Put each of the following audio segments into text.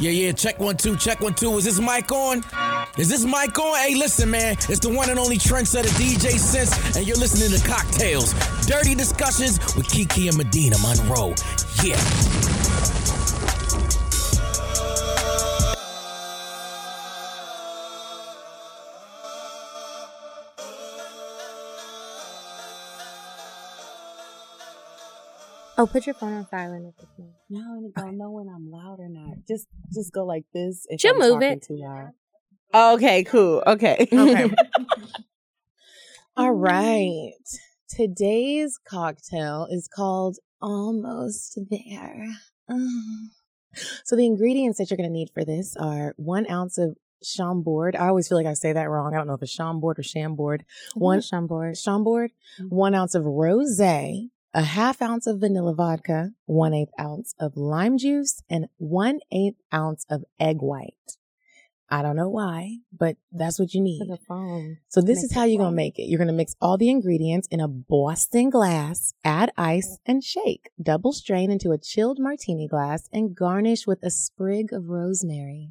Yeah, yeah, check one, two, check one, two. Is this mic on? Is this mic on? Hey, listen, man. It's the one and only trendsetter DJ Sense, and you're listening to Cocktails, Dirty Discussions with Kiki and Medina Monroe. Yeah. Oh, put your phone on silent at this moment. Now and I don't know when I'm loud or not. Just just go like this. If She'll I'm move talking it. Too loud. Okay, cool. Okay. Okay. All right. Today's cocktail is called Almost There. Mm. So the ingredients that you're going to need for this are one ounce of Chambord. I always feel like I say that wrong. I don't know if it's Chambord or Chambord. One on board. Chambord, Mm-hmm. one ounce of rose, a half ounce of vanilla vodka, one eighth ounce of lime juice, and one eighth ounce of egg white. I don't know why, but that's what you need. For the phone. So this Make is how it you're gonna fun. make it. You're gonna mix all the ingredients in a Boston glass, add ice and shake. Double strain into a chilled martini glass and garnish with a sprig of rosemary.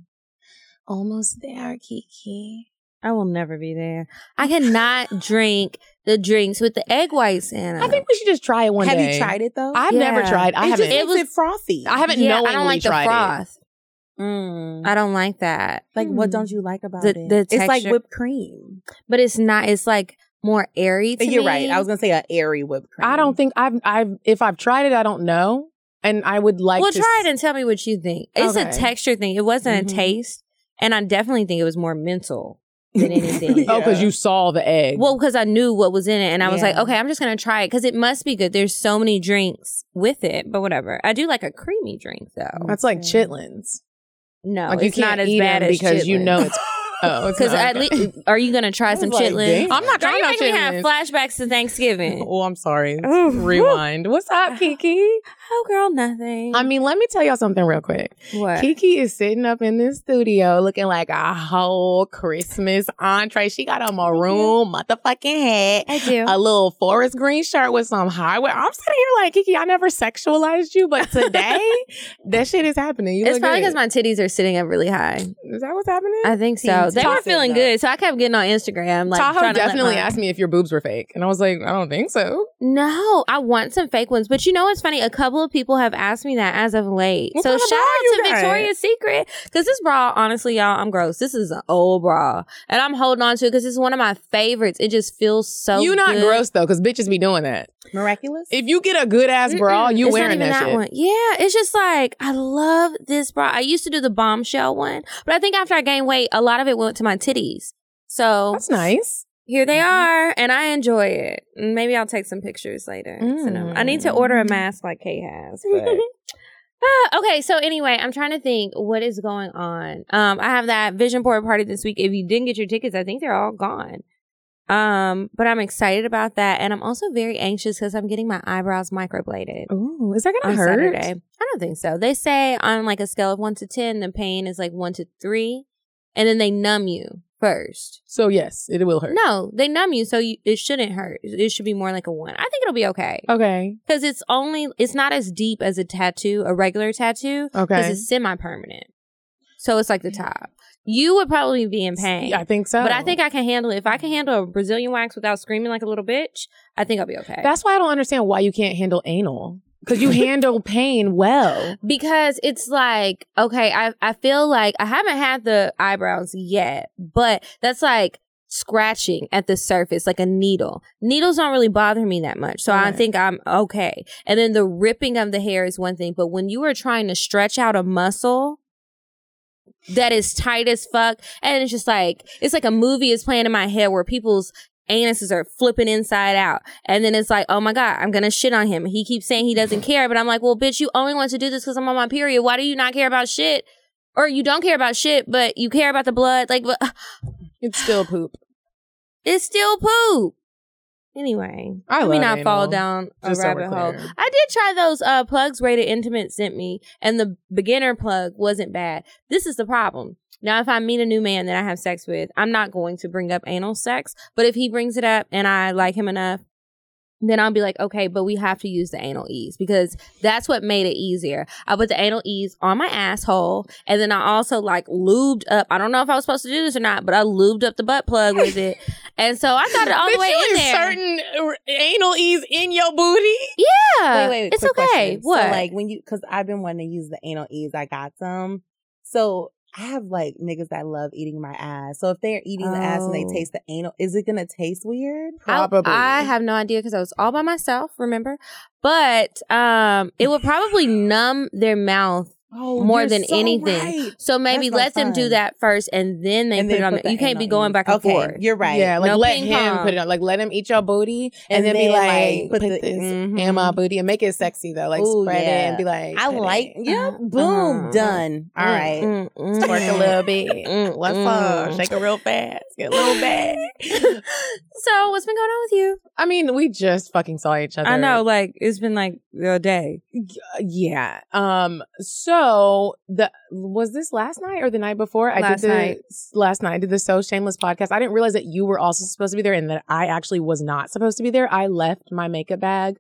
Almost there, Kiki. I will never be there. I cannot drink the drinks with the egg whites in it. I think we should just try it one Have day. you tried it though? I've never Yeah. tried. I it haven't. Just It it was- it frothy. I haven't yeah, knowingly I don't like the tried it. froth. Hmm. Mm. I don't like that. Like, Hmm. what don't you like about The- it? the it's like texture. whipped cream. But it's not. It's like more airy. To You're me. right. I was gonna say an airy whipped cream. I don't think I've I've if I've tried it, I don't know. And I would like well, to try s- it and tell me what you think. It's a Okay. texture thing. It wasn't Mhm. a taste, and I definitely think it was more mental than anything. Oh, because you saw the egg. Well, because I knew what was in it, and I was like, Yeah. okay, I'm just gonna try it because it must be good. There's so many drinks with it, but whatever. I do like a creamy drink though. that's like Okay. chitlins. No, like it's not as eat bad 'em as because you chitlin. know it's oh it's Because not- at least, are you gonna I try was some like, chitlins? damn. I'm not Girl, trying you out make me have chitlins. flashbacks to Thanksgiving. Oh, I'm sorry. Ooh. Rewind. What's up, Kiki? Oh, girl, nothing. I mean, let me tell y'all something real quick. what? Kiki is sitting up in this studio looking like a whole Christmas entree. She got a maroon motherfucking hat. I do. a little forest green shirt with some hardware. I'm sitting here like Kiki, I never sexualized you, but today that shit is happening. You it's look probably good. because my titties are sitting up really high. is that what's happening? I think so. Teens They were tossing feeling up. good, so I kept getting on Instagram. Like, Tahoe trying to let definitely my- asked me if your boobs were fake, and I was like, I don't think so. No, I want some fake ones. But you know what's funny? A couple of people have asked me that as of late. What so kind of shout bra out you to got? Victoria's Secret. Because this bra, honestly, y'all, I'm gross. This is an old bra. And I'm holding on to it because it's one of my favorites. It just feels so you not good. gross though, because bitches be doing that. miraculous. If you get a good ass bra, Mm-mm. you It's not wearing even that, shit. one. Yeah, it's just like I love this bra. I used to do the bombshell one, but I think after I gained weight, a lot of it went to my titties. So That's nice. here they Mhm. are, and I enjoy it. And Maybe I'll take some pictures later. So, no, I need to order a mask like Kate has. But. Ah, okay, so anyway, I'm trying to think what is going on. Um, I have that vision board party this week. If you didn't get your tickets, I think they're all gone. Um, but I'm excited about that, and I'm also very anxious because I'm getting my eyebrows microbladed Ooh, is Oh, that gonna on hurt? Saturday. I don't think so. They say on like a scale of one to ten, the pain is like one to three, and then they numb you first. So yes, it will hurt. No, they numb you, so you, it shouldn't hurt. It should be more like a one. I think it'll be okay Oh. Okay. because it's only it's not as deep as a tattoo, a regular tattoo, because Okay. it's semi-permanent. So it's like the top. You would probably be in pain. I think so. But I think I can handle it. If I can handle a Brazilian wax without screaming like a little bitch, I think I'll be okay. that's why I don't understand why you can't handle anal because you handle pain well. because it's like okay I, I feel like i haven't had the eyebrows yet but that's like scratching at the surface like a needle needles don't really bother me that much so i Right. think i'm okay and then the ripping of the hair is one thing but when you are trying to stretch out a muscle that is tight as fuck and it's just like it's like a movie is playing in my head where people's anuses are flipping inside out and then it's like oh my god i'm gonna shit on him he keeps saying he doesn't care but i'm like well bitch you only want to do this because i'm on my period why do you not care about shit or you don't care about shit but you care about the blood like but It's still poop. it's still poop anyway I let me love not fall anal. down a Just so we're rabbit hole clear. i did try those uh plugs rated intimate sent me and the beginner plug wasn't bad this is the problem now if i meet a new man that i have sex with i'm not going to bring up anal sex but if he brings it up and i like him enough then I'll be like, okay, but we have to use the anal ease because that's what made it easier. I put the anal ease on my asshole, and then I also like lubed up. I don't know if I was supposed to do this or not, but I lubed up the butt plug with it, and so I got it all the Bitch, way you in there. inserting er, anal ease in your booty. yeah, Uh, it's quick okay. question. What? So, like when you, because I've been wanting to use the anal ease. I got some. So I have like niggas that love eating my ass. So if they're eating the ass and they Oh. taste the anal, is it gonna taste weird? I- I, have no idea because I was all by myself, remember? But um it would probably numb their mouth. Oh, More you're than so anything. right. So maybe That's no let them do fun. that first and then they And put then it on put the, the You can't be anal going ease. back and okay, forth. You're right. Yeah, like No let ping him pong. put it on. Like let him eat your booty and, then, be like, put, mm-hmm. the- this mhm. in my booty and make it sexy though. Like Ooh, spread it and yeah. be like, I put like. it. Yeah. Uh-huh, Boom. uh-huh. Done. All right. Mm, mm, Twerk a mm. little bit. Mm, What's mm. up? Shake it real fast. Get a little bag. So what's been going on with you? I mean, we just fucking saw each other. I know, like it's been like a day. Uh, Yeah. Um. So the was this last night or the night before? I Last did the, night. Last night I did the So Shameless podcast. I didn't realize that you were also supposed to be there and that I actually was not supposed to be there. I left my makeup bag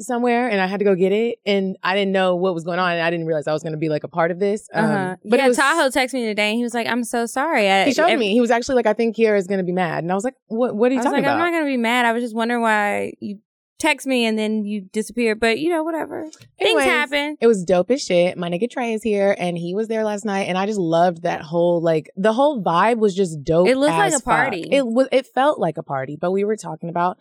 somewhere and I had to go get it, and I didn't know what was going on, and I didn't realize I was going to be like a part of this. Um, Uh-huh. But yeah, it was, Tahoe texted me today and he was like, I'm so sorry. I, He showed ev- me. He was actually like, I think Kiara is going to be mad, and I was like, What? What are I you was talking like, I'm about? not gonna be mad. I was just wondering why you text me and then you disappear. But you know, whatever. Things Anyways. happen. It was dope as shit. My nigga Trey is here, and he was there last night, and I just loved that whole like the whole vibe was just dope. It looked like as a party. fuck. It was. It felt like a party, but we were talking about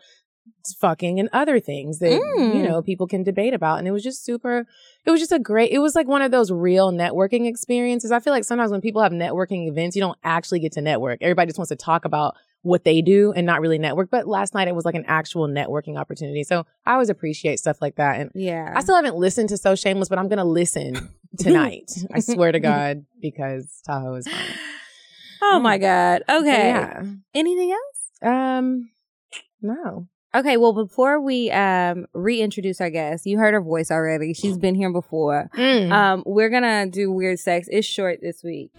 fucking and other things that Mm. you know people can debate about, and it was just super. It was just a great. It was like one of those real networking experiences. I feel like sometimes when people have networking events, you don't actually get to network. Everybody just wants to talk about what they do and not really network. But last night it was like an actual networking opportunity. So I always appreciate stuff like that, and Yeah. I still haven't listened to So Shameless, but I'm gonna listen tonight. I swear to God, because Tahoe is fine. Oh my God. Okay. Yeah. Anything else? Um. No. Okay. Well, before we um, reintroduce our guest, you heard her voice already. She's been here before. Um, we're gonna do weird sex. It's short this week.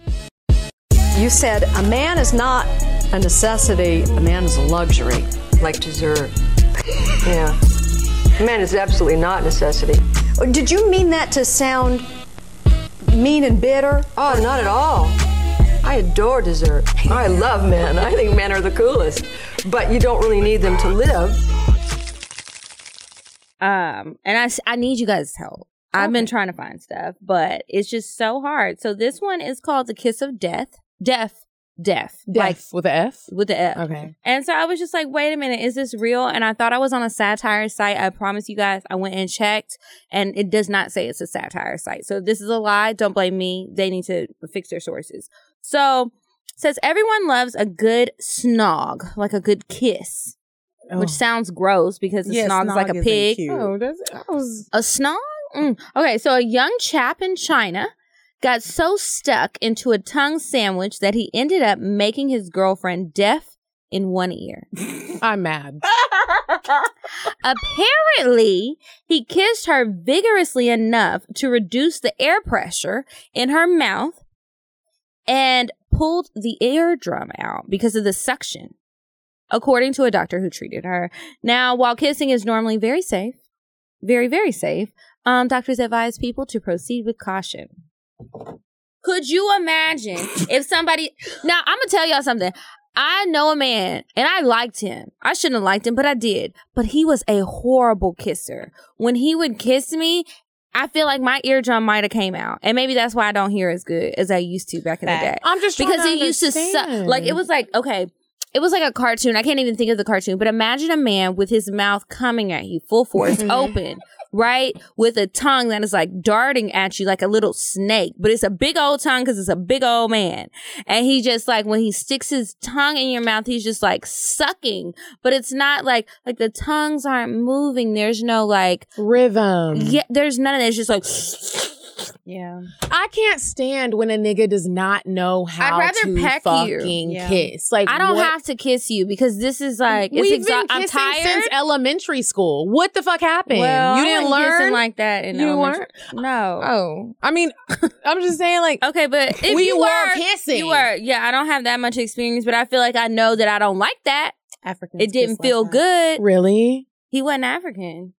You said a man is not a necessity, a man is a luxury, like dessert. yeah. A man is absolutely not a necessity. Oh, Did you mean that to sound mean and bitter? Oh, not at all. I adore dessert. I love men. I think men are the coolest. But you don't really need them to live. Um, and I s- I need you guys' help. I've been trying to find stuff, but it's just so hard. So this one is called the kiss of death. Death. Death. Deaf Like with an F. with the F. Okay. And so I was just like, wait a minute, is this real? And I thought I was on a satire site. I promise you guys, I went and checked, and it does not say it's a satire site. So if this is a lie, don't blame me. They need to fix their sources. So it says everyone loves a good snog, like a good kiss, which sounds gross because a Yeah, snog, mm. is like a isn't pig. cute. Oh, that's I was. A snog? Mm. Okay, so a young chap in China got so stuck into a tongue sandwich that he ended up making his girlfriend deaf in one ear. I'm mad. Apparently, he kissed her vigorously enough to reduce the air pressure in her mouth and pulled the eardrum out because of the suction, according to a doctor who treated her. Now, while kissing is normally very safe, very, very safe, um, doctors advise people to proceed with caution. Could you imagine if somebody. Now, I'm going to tell y'all something. I know a man and I liked him. I shouldn't have liked him, but I did. But he was a horrible kisser. When he would kiss me, I feel like my eardrum might have came out. And maybe that's why I don't hear as good as I used to back in the day. Fact. I'm just trying Because to he used to suck. understand. Like, it was like, okay, it was like a cartoon. I can't even think of the cartoon, but imagine a man with his mouth coming at you, full force, Mm-hmm. open, right? With a tongue that is like darting at you like a little snake, but it's a big old tongue because it's a big old man. And he just like, when he sticks his tongue in your mouth, he's just like sucking, but it's not like, like the tongues aren't moving. There's no like, rhythm. yeah, there's none of that. It's just like, Yeah. I can't stand when a nigga does not know how I'd rather to peck you. fucking Yeah. kiss. Like I don't what- have to kiss you because this is like, it's We've exhausting. been I'm kissing tired. since elementary school. What the fuck happened? Well, you I didn't wasn't kissing learn. like that. In You elementary- Oh, No. oh, I mean, I'm just saying, like, Okay, but if We you were were kissing. you were yeah. I don't have that much experience, but I feel like I know that I don't like that. African. It didn't feel good. really? He wasn't African.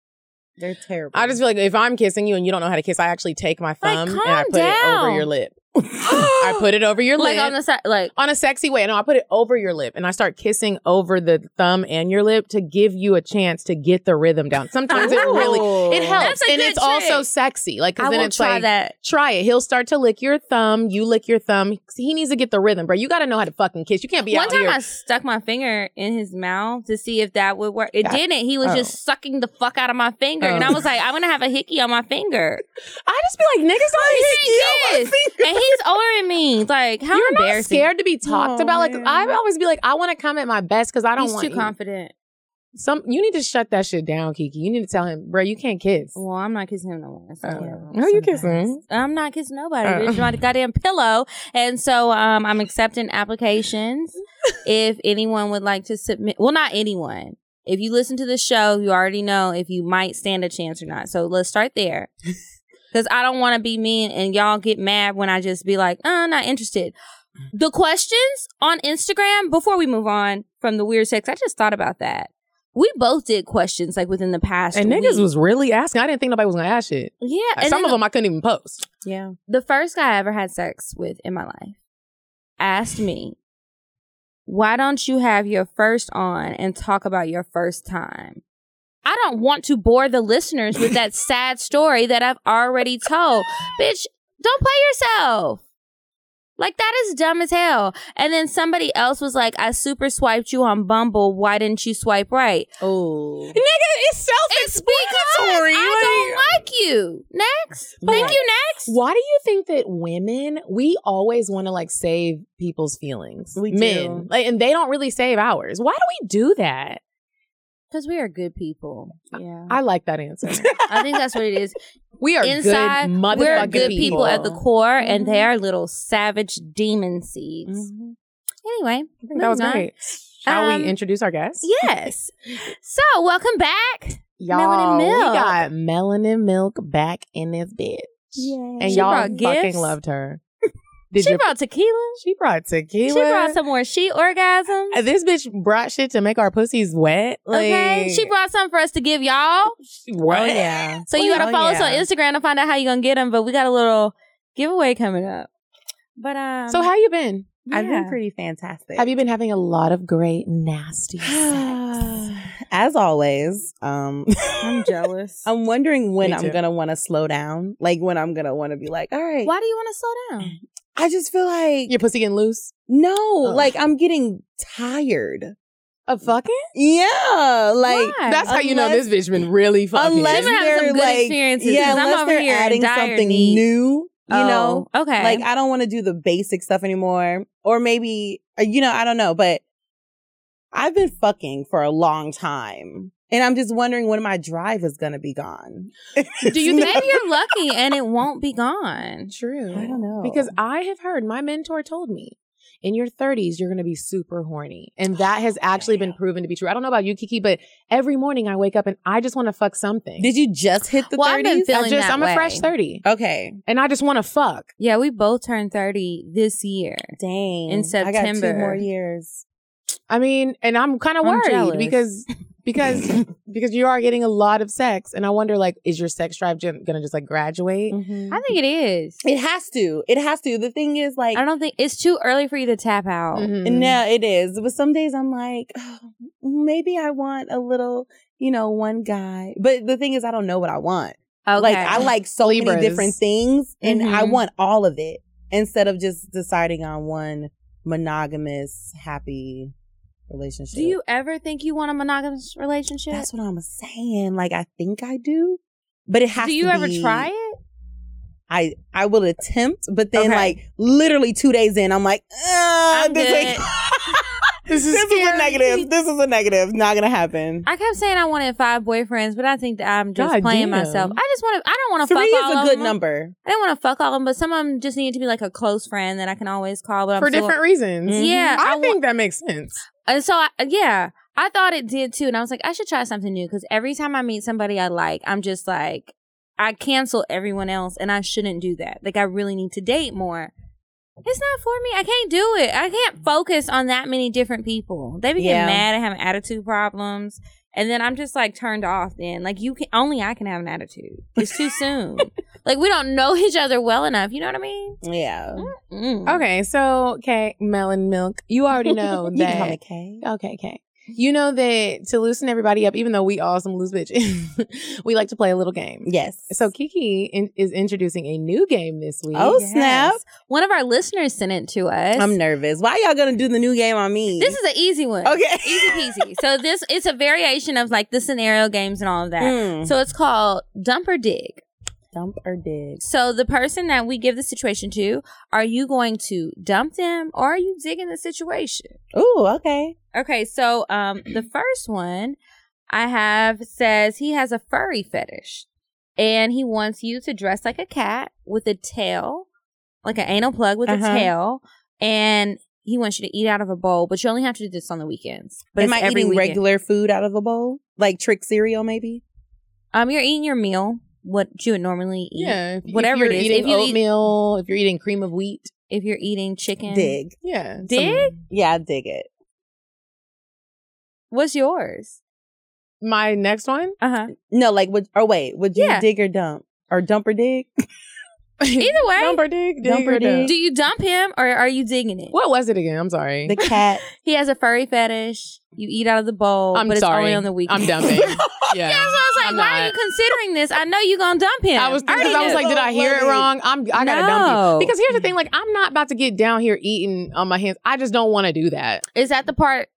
They're terrible. I just feel like if I'm kissing you and you don't know how to kiss, I actually take my thumb and I calm put it over down. your lip. I put it over your like lip on the side, like on a sexy way. No, I put it over your lip and I start kissing over the thumb and your lip to give you a chance to get the rhythm down. Sometimes it really it helps, Oh. That's a and good it's also trick. sexy. Like 'cause I then will it's try like. that. Try it. He'll start to lick your thumb. You lick your thumb. He needs to get the rhythm, bro. You got to know how to fucking kiss. You can't be One out time here. I stuck my finger in his mouth to see if that would work. It That- didn't. He was oh. just sucking the fuck out of my finger, and Oh. I was like, I'm gonna have a hickey on my finger. I just be like, niggas don't hit Yes. and he's older than me. Like how You're not embarrassing. scared to be talked Oh, about. Like man. I always be like, I want to come at my best because I don't He's want too you. confident. some. You need to shut that shit down, Kiki. You need to tell him, bro, you can't kiss. Well, I'm not kissing him no more. So Oh. whatever. Who you Sometimes. kissing? I'm not kissing nobody. Oh. It's my goddamn pillow. And so um, I'm accepting applications. if anyone would like to submit, well, not anyone. If you listen to the show, you already know if you might stand a chance or not. So let's start there. Because I don't want to be mean and y'all get mad when I just be like, uh, I'm not interested. Mm. The questions on Instagram, before we move on from the weird sex, I just thought about that. We both did questions like within the past. And niggas week. was really asking. I didn't think nobody was gonna ask shit. Yeah. and Some then of them I couldn't even post. yeah. the first guy I ever had sex with in my life asked me, Why don't you have your first on and talk about your first time? I don't want to bore the listeners with that sad story that I've already told. Bitch, don't play yourself. Like, that is dumb as hell. And then somebody else was like, I super swiped you on Bumble. Why didn't you swipe right? Oh. Nigga, it's self It's because I don't like you. Next. Thank you, next. Why do you think that women we always want to like save people's feelings? We Men, do. like, and they don't really save ours. Why do we do that? Because we are good people. Yeah. I like that answer. I think that's what it is. We are Inside, good motherfucking we're good people. people Mm-hmm. at the core, and they are little savage demon seeds. Mhm. Anyway, Mm-hmm. That was moving on. great. Shall Um, we introduce our guest? Yes. so, welcome back. Y'all, Melanin Milk. we got Melanin Milk back in this bitch. And She y'all brought fucking gifts. loved her. Did she you- brought tequila. she brought tequila. She brought some more she orgasms. Uh, This bitch brought shit to make our pussies wet. Like, okay, she brought some for us to give y'all. what? Oh yeah. So you Oh, gotta follow us yeah. on Instagram to find out how you gonna get them. But we got a little giveaway coming up. But um, So how you been? I've yeah. been pretty fantastic. Have you been having a lot of great nasty sex? As always, um I'm jealous. I'm wondering when Me I'm too. gonna wanna slow down. Like when I'm gonna wanna be like, all right. Why do you want to slow down? I just feel like Your pussy getting loose? no, Ugh. like I'm getting tired. Of fucking? Yeah. Like Why? That's how you know this bitch been really fucking. unless She's been having they're some good like, experiences, yeah, 'cause I'm unless over they're here in adding dire something need. new, you Oh, know, okay. like I don't want to do the basic stuff anymore, or maybe, or, you know, I don't know, but I've been fucking for a long time, and I'm just wondering when my drive is gonna be gone. Do you maybe you're lucky and it won't be gone. True. I don't know. Because I have heard, my mentor told me, in your 30s, you're going to be super horny. Oh, And that has actually been proven to be true. I don't know about you, Kiki, but every morning I wake up and I just want to fuck something. Did you just hit the Well, I've been 30s? feeling I just, that I'm a fresh way. Oh. 30 okay, and I just want to fuck. Yeah, we both turned 30 this year. dang, In I got two September. more years. I mean, and I'm kind of I'm worried jealous. because. Because because you are getting a lot of sex, and I wonder like, is your sex drive gen- gonna just like graduate? I think it is. It has to. It has to. The thing is, like, Mm-hmm. I don't think it's too early for you to tap out. Mhm. No, it is. But some days I'm like, "Oh, maybe I want a little, you know, one guy. But the thing is, I don't know what I want. Okay. Like, I like so Libras. many different things, and I Mhm. want all of it instead of just deciding on one monogamous, happy relationship. Do you ever think you want a monogamous relationship? That's what I'm saying. Like, I think I do, but it has. Do you to ever be- try it? I I will attempt, but then Okay. like literally two days in, I'm like, ah, I'm this good. ain't- This is this is a scary. negative. This is a negative. Not gonna happen. I kept saying I wanted five boyfriends, but I think that I'm just God playing damn. myself. I just want to. I don't want to Three fuck all is a of good them. number. I didn't want to fuck all of them, but some of them just need to be like a close friend that I can always call. But I'm for still- different reasons. Mm-hmm. Mhm. Yeah, I I, wa- think that makes sense. And so, I, yeah, I thought it did too. And I was like, I should try something new because every time I meet somebody I like, I'm just like, I cancel everyone else and I shouldn't do that. Like, I really need to date more. It's not for me. I can't do it. I can't focus on that many different people. They be getting Yeah. mad and having attitude problems. And then I'm just like turned off then. Like you can only I can have an attitude. It's too soon. Like we don't know each other well enough. You know what I mean? Yeah. Mm. Okay, so okay, melon milk. You already know You can call me that. Kay. Okay, okay. You know that to loosen everybody up, even though we all some loose bitches, we like to play a little game. Yes. So Kiki in- is introducing a new game this week. Oh, Yes. snap. One of our listeners sent it to us. I'm nervous. Why y'all gonna do the new game on me? this is an easy one. okay. Easy peasy. so this it's a variation of like the scenario games and all of that. Mm. So it's called dump or dig. Dump or dig? So the person that we give the situation to, are you going to dump them or are you digging the situation? Ooh, okay. Okay, so um the first one I have says he has a furry fetish and he wants you to dress like a cat with a tail, like an anal plug with Uh-huh. a tail, and he wants you to eat out of a bowl, but you only have to do this on the weekends. But Am it's I every eating weekend. regular food out of a bowl? Like trick cereal, maybe? Um, you're eating your meal, what you would normally eat. yeah, if- if Whatever you're it is. Eating If you eat- oatmeal, if you're eating cream of wheat, If you're eating chicken, Dig. yeah, some- Dig? Yeah, I dig it. What's yours? My next one, Uh huh. No, like would or wait, would you Yeah. dig or dump? Or dump or dig? Either way, number dig, dig Dump or or dump. do you dump him or are you digging it? What was it again? I'm sorry. The cat. He has a furry fetish. You eat out of the bowl, I'm but it's sorry. only on the weekend. I'm dumping. yeah. That's why I was like, I'm why are not. you considering this? I know you're gonna dump him. I was already because I was knew. like, did I hear it wrong? I'm I gotta No. dump you. Because here's the thing, like I'm not about to get down here eating on my hands. I just don't want to do that. is that the part?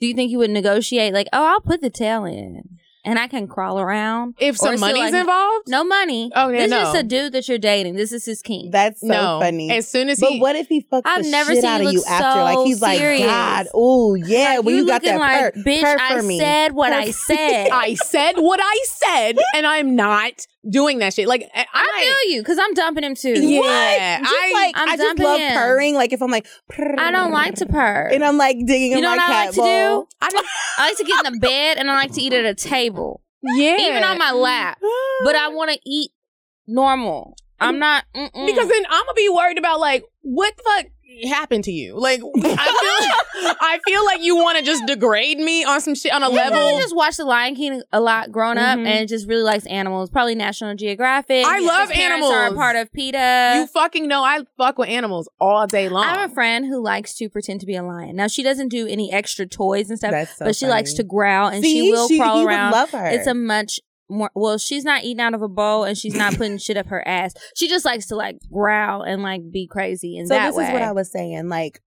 Do you think you would negotiate? Like, oh, I'll put the tail in, and I can crawl around. If Or some is it money's like- involved, No money. Oh, yeah, this no. is just a dude that you're dating. This is his king. That's so no. funny. As soon as but he, what if he fucks I've the never shit seen out you of you look after? so like he's serious. like, God, oh yeah, Like, when you got looking like, that purr, bitch, purr I for me. said what I Purr- said. I, I said what I said, and I'm not doing that shit. Like I, I might- feel you because I'm dumping him too. Yeah, Yeah, Just I- like I'm I just dumping love him. purring. Like if I'm like, "Prrr," I don't like to purr. and I'm like digging You in know my what I cat like to do? bowl. I just I like to get in the bed and I like to eat at a table, yeah, even on my lap. But I want to eat normal. I'm not mm-mm. because then I'm gonna be worried about like what the fuck happened to you. Like I feel, I feel like you want to just degrade me on some shit on a he probably level. just watched The Lion King a lot growing up Mm-hmm. Mhm. and just really likes animals. Probably National Geographic. I love His parents Are a animals. part of PETA. you fucking know I fuck with animals all day long. I have a friend who likes to pretend to be a lion. Now she doesn't do any extra toys and stuff, That's so but she likes to funny. growl and See, she will she, crawl he around. Would love her. It's a much more well, she's not eating out of a bowl and she's not putting shit up her ass. She just likes to like growl and like be crazy in so that this way. is what I was saying. Like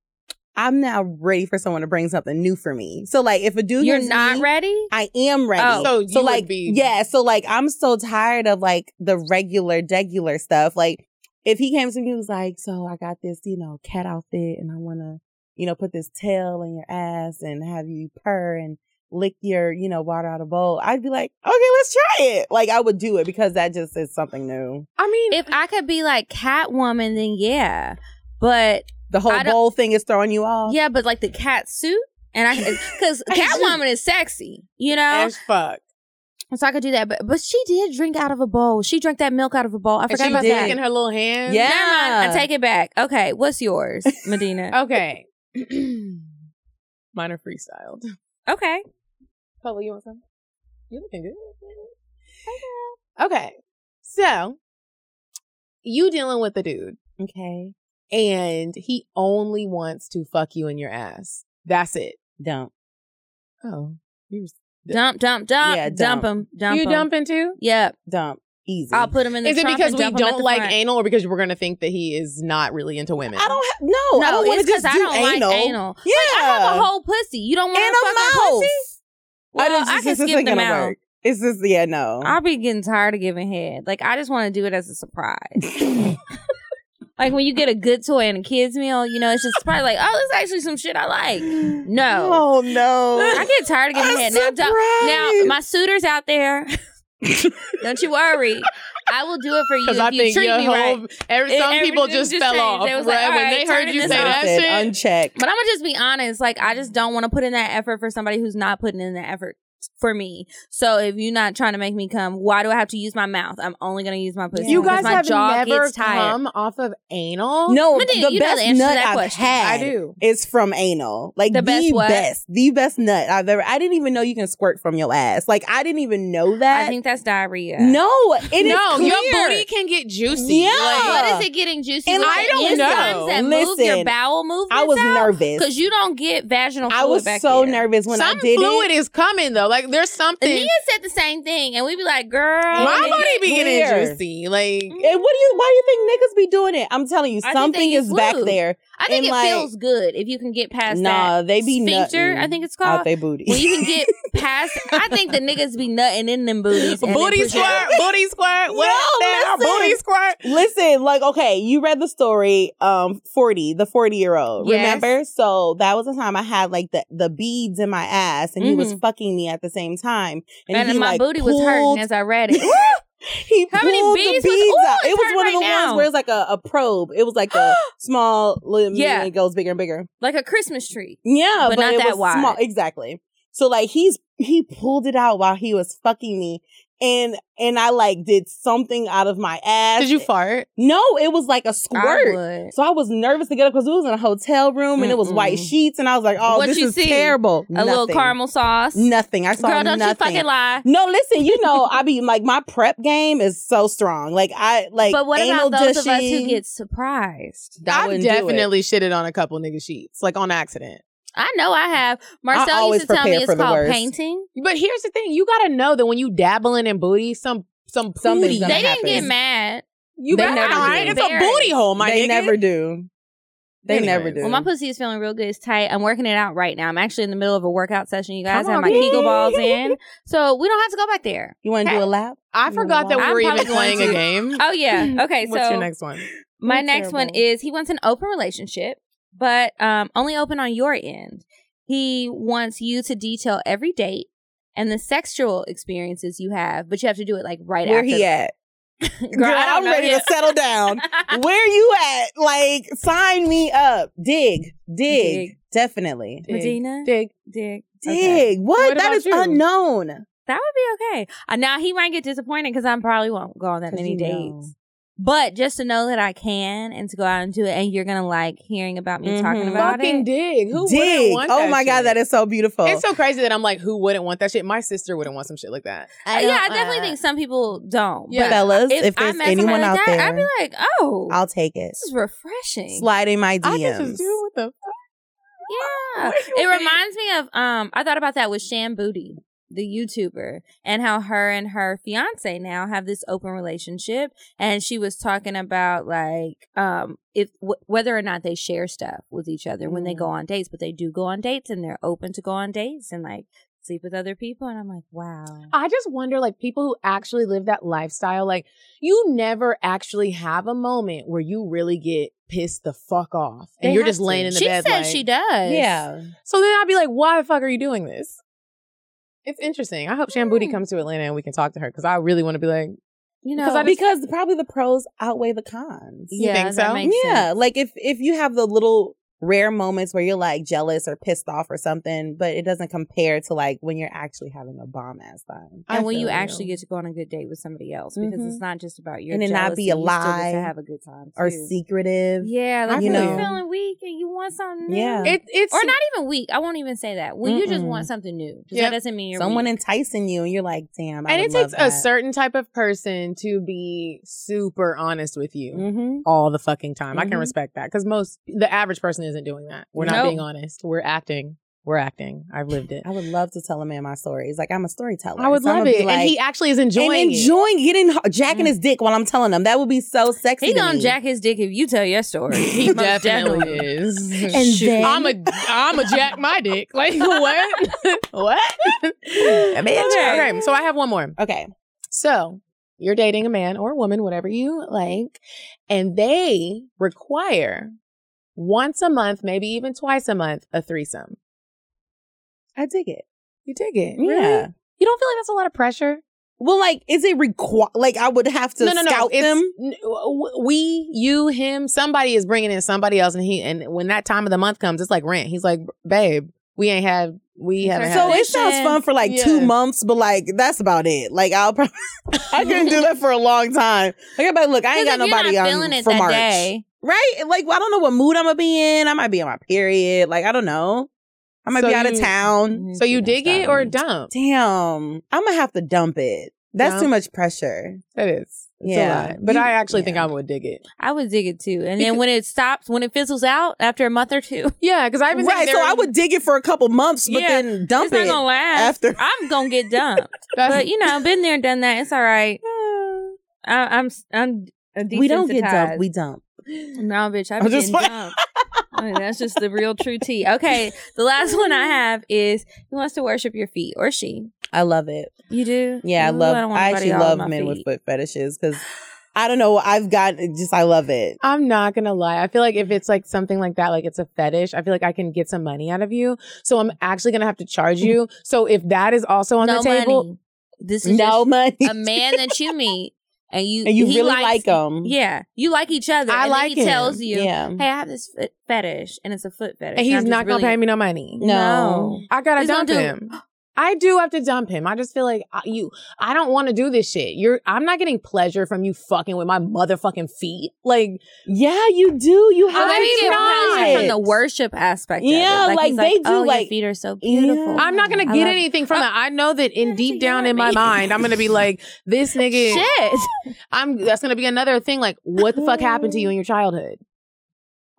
I'm now ready for someone to bring something new for me. So like if a dude You're gives not me- ready? I am ready. Oh. So you would like be- yeah, so like I'm so tired of like the regular degular stuff. Like if he came to me and was like, "So I got this, you know, cat outfit and I want to, you know, put this tail in your ass and have you purr and lick your, you know, water out of bowl." I'd be like, "Okay, let's try it." Like I would do it because that just is something new. I mean, If I could be like Catwoman, then yeah. But The whole I don't- bowl thing is throwing you off. yeah, but like the cat suit and I because Catwoman is sexy, you know. as fuck. So I could do that, but but she did drink out of a bowl. She drank that milk out of a bowl. I And forgot she about did. that. licking her little hand. Yeah. Oh. Never mind. I take it back. Okay, what's yours, Medina? Okay. Mine are freestyled. okay. Polo, you want some? You looking good. Okay. So you dealing with a dude Okay. and he only wants to fuck you in your ass. That's it. Don't. Oh. You was- Dump, dump, dump. Yeah, dump dump. him. Dump you him. dumping too? Yep. Dump. Easy. I'll put him in the Is it trunk because and we dump him at don't the like front. anal or because we're gonna think that he is not really into women? I don't have no. I don't want to it's 'cause I just do don't like anal. anal. Yeah, I have a whole pussy. You don't want and a to fuck my mouth. pussy? Well, I, don't- this- can this skip ain't the gonna mouth. work. It's just yeah, no. I'll be getting tired of giving head. Like I just want to do it as a surprise. like when you get a good toy and a kids meal, you know, it's just probably like, oh, this is actually some shit I like. No. Oh no. I get tired of giving A head. Now, don't- surprise. now my suitors out there, don't you worry. I will do it for you Because if I you think treat your me whole right. every, It- some people everything just, just fell changed. off. They was like, right? all right, when they heard turning you this say off. that Listen, shit. Unchecked. But I'm gonna just be honest. Like I just don't want to put in that effort for somebody who's not putting in the effort for me. So if you're not trying to make me come, why do I have to use my mouth? I'm only gonna use my pussy. You because guys my have jaw never gets tired. come off of anal. No, Medina, the you know the best answer to nut that I've question. had I do. is from anal. Like The the, best best, what? the best nut I've ever. I didn't even know you can squirt from your ass. Like I didn't even know that. I think that's diarrhea. no, it is no, your clear. booty can get juicy. Yeah. Like, What is it getting juicy? And with I the don't enzymes know. That move your Listen, bowel movements I was nervous. because you don't get vaginal fluid I was back so there. nervous when some I did fluid it. is coming though. Like there's And something. Nia said the same thing, and we'd be like, "Girl, My body be getting clear. juicy. Like And what do you? Why do you think niggas be doing it? I'm telling you, I think they something use is back lube. there. I think And, it like, feels good if you can get past Nah, that they be sphincter. nutting I think it's out called. they booty. When you can get past, I think the niggas be nutting in them booties. and then booty pushing- squirt, booty squirt. What No, now? listen. Booty squirt. Listen, like, okay, you read the story, um, 40, the 40 year old, Yes. remember? So that was the time I had like the, the beads in my ass and he was fucking me at the same time. Mm-hmm. And, he, my like, booty was pulled- hurting as I read it. he How pulled many beads the was- beads Ooh, out. it's It was hurting one of right the now. ones where it's like a, a probe. It was like a small little Yeah. yeah. and it goes bigger and bigger. like a Christmas tree. Yeah, But but, not it that was wide. small. Exactly. So like he's he pulled it out while he was fucking me. And and I like did something out of my ass. Did you fart? No, it was like a squirt. I would. So I was nervous to get up because we was in a hotel room and it was white Mm-mm. sheets and I was like, oh, What this you is see? terrible. A little Nothing. caramel sauce. Nothing. I saw Girl, don't nothing. you fucking lie. No, listen, you know, I be like my prep game is so strong. Like I like but what anal about those of us who dishing. get surprised? I I've wouldn't do it. definitely shitted on a couple nigga sheets, like on accident. I know I have. Marcel always used to tell me prepare it's for the called worst. painting. But here's the thing: you gotta know that when you dabbling in booty, some some Something's booty. gonna They didn't happen. get mad. You They better never not. do. It's a booty hole, my they nigga. never do. They Anyways. never do. Well, my pussy is feeling real good. It's tight. I'm working it out right now. I'm actually in the middle of a workout session, you guys. Come I have on, my girl. Kegel balls in. So we don't have to go back there. you want to Okay. do a lap? I forgot that we I'm were even probably going playing a to. game. Oh, yeah. Okay. What's so your next one? my That's next one terrible. is he wants an open relationship, but um, only open on your end. He wants you to detail every date and the sexual experiences you have, but you have to do it like right Where after. he at? Girl, I don't I'm know ready yet. to settle down. Where you at? Like, sign me up. Dig, dig, Dig. definitely. Medina, Dig. dig. Dig. Okay. What? What that about is you? unknown. That would be okay. Uh, now he might get disappointed because I probably won't go on that 'Cause many you dates. know. But just to know that I can and to go out and do it, and you're gonna like hearing about me talking Mhm. about Fucking it. dig. Who wouldn't dig. want Oh my god, that is so beautiful. It's so crazy that I'm like, who wouldn't want that shit? My sister wouldn't want some shit like that. Uh, yeah, I definitely think some people don't. Yeah. fellas, But if, I there's met somebody anyone out like that, there, I'd be like, oh, I'll take it. this is refreshing. Slide in my I can just DMs. do what the yeah, Where you it at? reminds me of um. I thought about that with Sham Booty, the YouTuber, and how her and her fiance now have this open relationship, and she was talking about like um if w- whether or not they share stuff with each other when Mm-hmm. they go on dates, but they do go on dates and they're open to go on dates and like sleep with other people, and I'm like, wow. I just wonder, like, people who actually live that lifestyle, like, you never actually have a moment where you really get pissed the fuck off and They you're have just laying in the she bed. says like- she does. Yeah. So then I'd be like, why the fuck are you doing this? It's interesting. I hope Sham Booty Hmm. comes to Atlanta and we can talk to her because I really want to be like, you know. Because I just- Because probably the pros outweigh the cons. yeah, think that so? makes yeah. sense. Like if if you have the little rare moments where you're like jealous or pissed off or something, but it doesn't compare to like when you're actually having a bomb ass time. and when you feel actually get to go on a good date with somebody else because it's Mhm. not just about your And it not jealousy, be you a still get lie to have a good time Or too. secretive. yeah like I you feel know you. feeling weak and you want something new. Yeah. it, it's or not even weak i won't even say that when you just want something new 'cause Yep. that doesn't mean you're Someone weak. enticing you and you're like, damn, I and it would love takes a that. certain type of person to be super honest with you Mhm. all the fucking time. I can Mhm. respect that because most the average person isn't doing that. We're not Nope. being honest. We're acting. We're acting. I've lived it. I would love to tell a man my stories. Like I'm a storyteller. I would So I'ma love be it, like- and he actually is enjoying. and enjoying getting h- jacking Mm. his dick while I'm telling him. That would be so sexy. he to gonna me. jack his dick if you tell your story it. He definitely is. And then I'm a I'm a jack my dick. Like what? what? I mean, it's okay. right. okay. So I have one more. okay. So you're dating a man or a woman, whatever you like, and they require once a month, maybe even twice a month, a threesome. I dig it. You dig it? Yeah. Yeah. You don't feel like that's a lot of pressure? Well, like, is it required? Like, I would have to scout It's- them. n- w- we, you, him. Somebody is bringing in somebody else, and he. And when that time of the month comes, it's like rent. He's like, babe, We ain't had we haven't So had it sounds fun for like two Yeah. months, but like that's about it. Like I'll probably I couldn't do that for a long time. Like everybody, look, I ain't got Because if you're nobody not on feeling it for that March, day. right? Like well, I don't know what mood I'm gonna be in. I might be on my period. Like I don't know. I might So be out of you- town. So you dig it or dump? Damn, I'm gonna have to dump it. That's Dump. too much pressure. That is. It's a Yeah. lot. But You- I actually yeah. think I would dig it. I would dig it too. And then when it stops, when it fizzles out after a month or two, Yeah, because I've been Right. So I would dig it for a couple months, but Yeah. then dump it's not it. gonna last. after- I'm gonna get dumped. but you know, I've been there, done that. It's all right. I, I'm I'm we don't get desensitized. dumped. We dump. No, bitch, I I'm be just getting playing. dumped. I mean, that's just the real true tea. Okay, the last one I have is he wants to worship your feet or she. I love it. You do? Yeah, I Ooh, love. don't I, want nobody actually all in love my men with feet. foot fetishes because I don't know. I've got just. I love it. I'm not gonna lie. I feel like Mm-hmm. if it's like something like that, like it's a fetish, I feel like I can get some money out of you. So I'm actually gonna have to charge you. So if that is also on Mm-hmm. no the table, money. This is No no money. a man that you meet and you and you he really likes- like them. Yeah, you like each other. and I then like he him. tells you, Yeah. "Hey, I have this foot fetish, and it's a foot fetish." and he's I'm just not gonna really- pay me no money. No. I gotta Please don't dump do- him. I do have to dump him. I just feel like I, you. I don't want to do this shit. You're. I'm not getting pleasure from you fucking with my motherfucking feet. Like Yeah, you do. You Oh, have maybe to you get try pleasure from the it. worship aspect. of it. Yeah, like, he's they do, oh, like- your feet are so Yeah. beautiful. I'm not gonna Mm-hmm. I get love- anything from that. I know that in that's deep what down you in my want me. mind, I'm gonna be like, this nigga. Shit. I'm. That's gonna be another thing. Like, what the fuck happened Oh. to you in your childhood?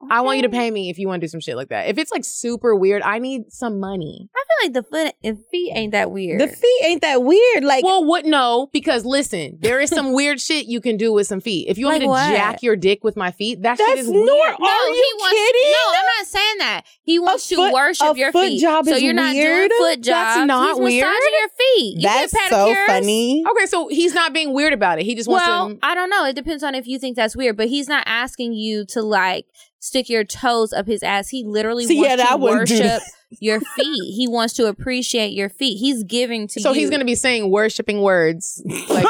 I want you to pay me if you want to do some shit like that. If it's like super weird, I need some money. I feel like the foot and feet ain't that weird. The feet ain't that weird. Like well, what? No, because listen, there is some weird shit you can do with some feet. If you want me to Like what? jack your dick with my feet, that shit that's is nor. weird. Are no, he you wants. kidding? No, I'm not saying that. He wants to foot- worship a your foot feet. job so is you're not weird? doing foot jobs. That's not He's massaging weird. your feet. You get That's so pedicures. funny. Okay, so he's not being weird about it. He just wants Well, to. I don't know. It depends on if you think that's weird, but he's not asking you to like stick your toes up his ass. He literally See, wants yeah, I to wouldn't do worship that. your feet. He wants to appreciate your feet. He's giving to So you. he's gonna be saying worshiping words. Like,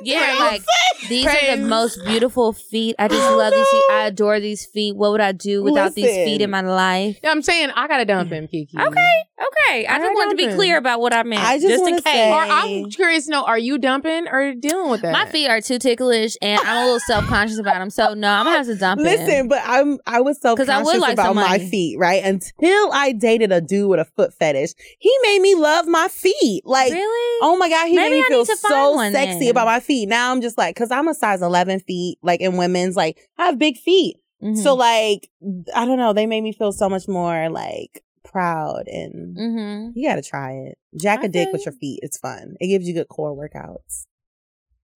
Yeah, Praise. like these are Praise. the most beautiful feet. I just love these feet. I adore these feet. What would I do without these feet in Listen. my life? I'm saying I gotta dump him, Kiki. Okay, okay. I All just right, wanted to be Duncan. clear about what I meant. I just just, in wanna case. say- Or Or- I'm curious to know: Are you dumping or dealing with that? my feet are too ticklish, and I'm a little self conscious about them. So no, I'm gonna have to dump him. Listen, but I'm I was self 'Cause I would conscious like about some my money. feet, right? Until I dated a dude with a foot fetish, he made me love my feet. Like, really? oh my god, he Maybe made me I feel need to find so one sexy then. about my feet. Now I'm just like, because I'm a size 11 feet, like in women's, like I have big feet, Mm-hmm. so like I don't know, they made me feel so much more like proud and. hmm You gotta try it. Jack a I dick feel with you. your feet. It's fun. It gives you good core workouts.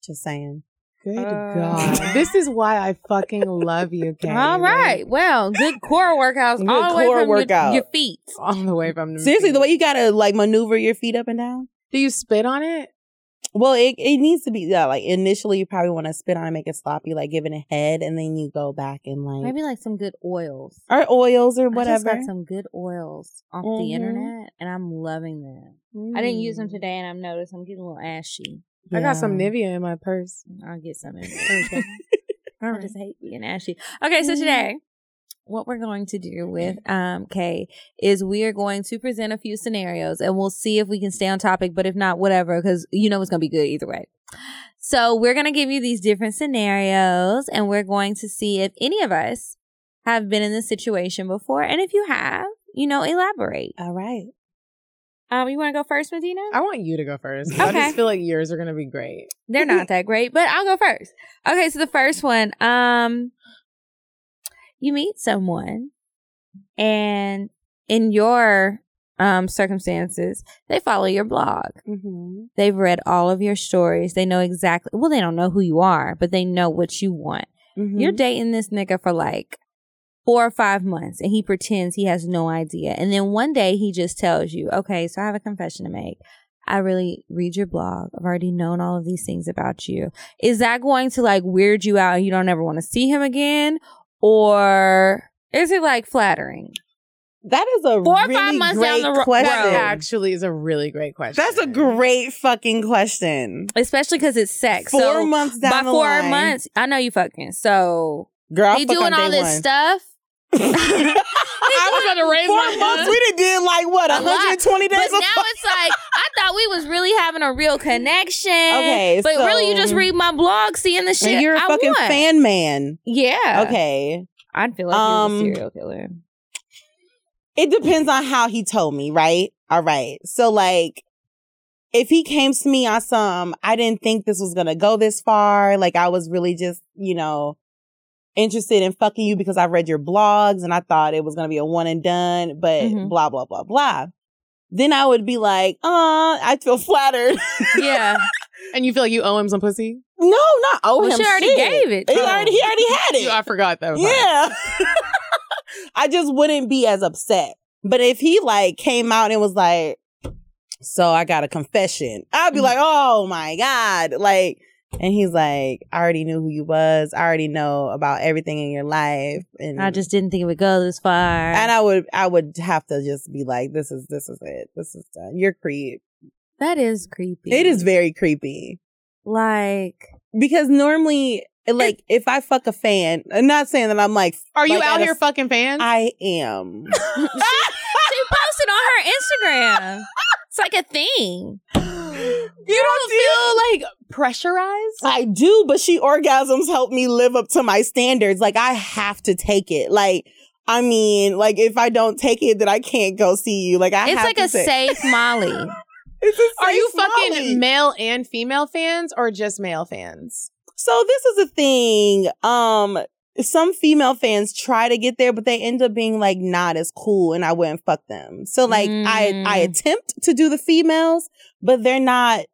Just saying. Good Uh. God, this is why I fucking love you, Katie. All right. Well, good core workouts Good all the way core from workout. Your, your feet. Like, all the way from Mm-hmm. Seriously, the way you gotta like maneuver your feet up and down. do you spit on it? Well, it, it needs to be yeah, like initially you probably want to spit on and make it sloppy, like give it a head, and then you go back and like Maybe like some good oils. or oils or I whatever. just got some good oils off Mhm. the internet, and I'm loving them. I didn't use them today, and I've noticed I'm getting a little ashy. I got some Mm. Yeah. Nivea in my purse. I'll get some. In there. I just hate being ashy. Okay, so today, what we're going to do with um Kay is we are going to present a few scenarios, and we'll see if we can stay on topic. But if not, whatever, because you know it's going to be good either way. So we're going to give you these different scenarios, and we're going to see if any of us have been in this situation before, and if you have, you know, elaborate. All right. Um, you want to go first, Medina? I want you to go first. I Okay. just feel like yours are gonna be great. They're not that great, but I'll go first. Okay, so the first one, um you meet someone and in your um circumstances, they follow your blog. Mm-hmm. They've read all of your stories. They know exactly well, they don't know who you are, but they know what you want. Mm-hmm. You're dating this nigga for like four or five months and he pretends he has no idea. And then one day he just tells you, okay, so I have a confession to make. I really read your blog. I've already known all of these things about you. Is that going to like weird you out and you don't ever want to see him again? Or is it like flattering? That is a Four or five really months down great the ro- question. That road. actually is a really great question. That's a great fucking question. Especially because it's sex. Four so months down by the four line. months, I know you fucking. So Girl, I'll he fuck on doing all day this one. stuff I'm gonna raise Four my months, hand. we done did like what, A lot. 120 days But of now it's like I thought we was really having a real connection. Okay, but so- really you just read my blog, seeing the shit And you're a I fucking want. fan man. Yeah. Okay. I'd feel like Um, he was a serial killer. It depends on how he told me, right? All right. So like if he came to me on some, I didn't think this was gonna go this far. Like I was really just, you know, interested in fucking you because I read your blogs and I thought it was gonna be a one and done, but Mhm. blah, blah, blah, blah. Then I would be like, oh, I feel flattered. Yeah. And you feel like you owe him some pussy? no, not owe Well, him. she already shit. gave it. He already, he already had it. You- I forgot that. was hard. Yeah. I just wouldn't be as upset. But if he like came out and was like, so I got a confession, I'd be Mm. like, oh my God. Like, and he's like, I already knew who you was. I already know about everything in your life. And I just didn't think it would go this far. and I would, I would have to just be like, this is, this is it. This is done. You're creep. that is creepy. It is very creepy like because normally, like, if I fuck a fan, I'm not saying that I'm like, Are you like, out at a- here fucking fans? I am. she posted on her Instagram. It's like a thing. You don't feel like Pressurized? I do, but she orgasms help me live up to my standards. Like I have to take it. Like I mean, like if I don't take it, then I can't go see you. Like I it's have like to a say- safe Molly. It's a Are you safe fucking molly. male and female fans or just male fans? So this is a thing. Um, some female fans try to get there, but they end up being like not as cool, and I wouldn't fuck them. So like I Mm. I attempt to do the females, but they're not.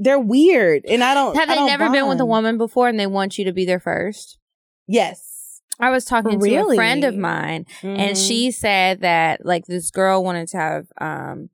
They're weird, and I don't. Have I they don't never been with a bond. woman before and they want you to be there first? Yes. I was talking to a Really? friend of mine and Mm-hmm. Mhm. she said that like this girl wanted to have um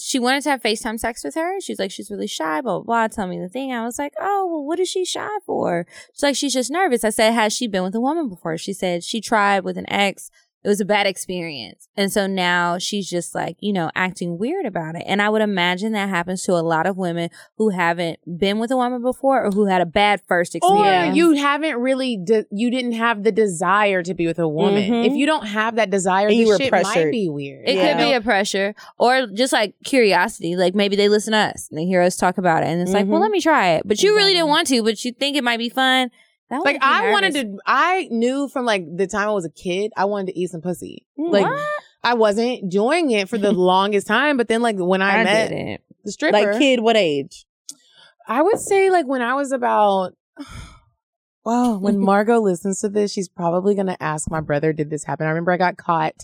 she wanted to have FaceTime sex with her. She's like, she's really shy, blah, blah, blah. Tell me the thing. I was like, oh, well, what is she shy for? She's like, she's just nervous. I said, has she been with a woman before? She said, she tried with an ex. It was a bad experience. And so now she's just like, you know, acting weird about it. And I would imagine that happens to a lot of women who haven't been with a woman before or who had a bad first Or experience. you haven't really, de- you didn't have the desire to be with a woman. Mhm. If you don't have that desire, And the you were shit might pressured. be weird. It Yeah. could be a pressure or just like curiosity. Like maybe they listen to us and they hear us talk about it and it's like, well, Mm-hmm. Mhm. let me try it. But you really didn't Exactly. want to, but you think it might be fun. That like I wanted to. I knew from like the time I was a kid, I wanted to eat some pussy. Mm-hmm. Like I wasn't doing it for the longest time, but then like when I, I, met didn't. the stripper, Like kid, what age? I would say like when I was about. Wow, when Margot listens to this, she's probably gonna ask my brother, "Did this happen?" I remember I got caught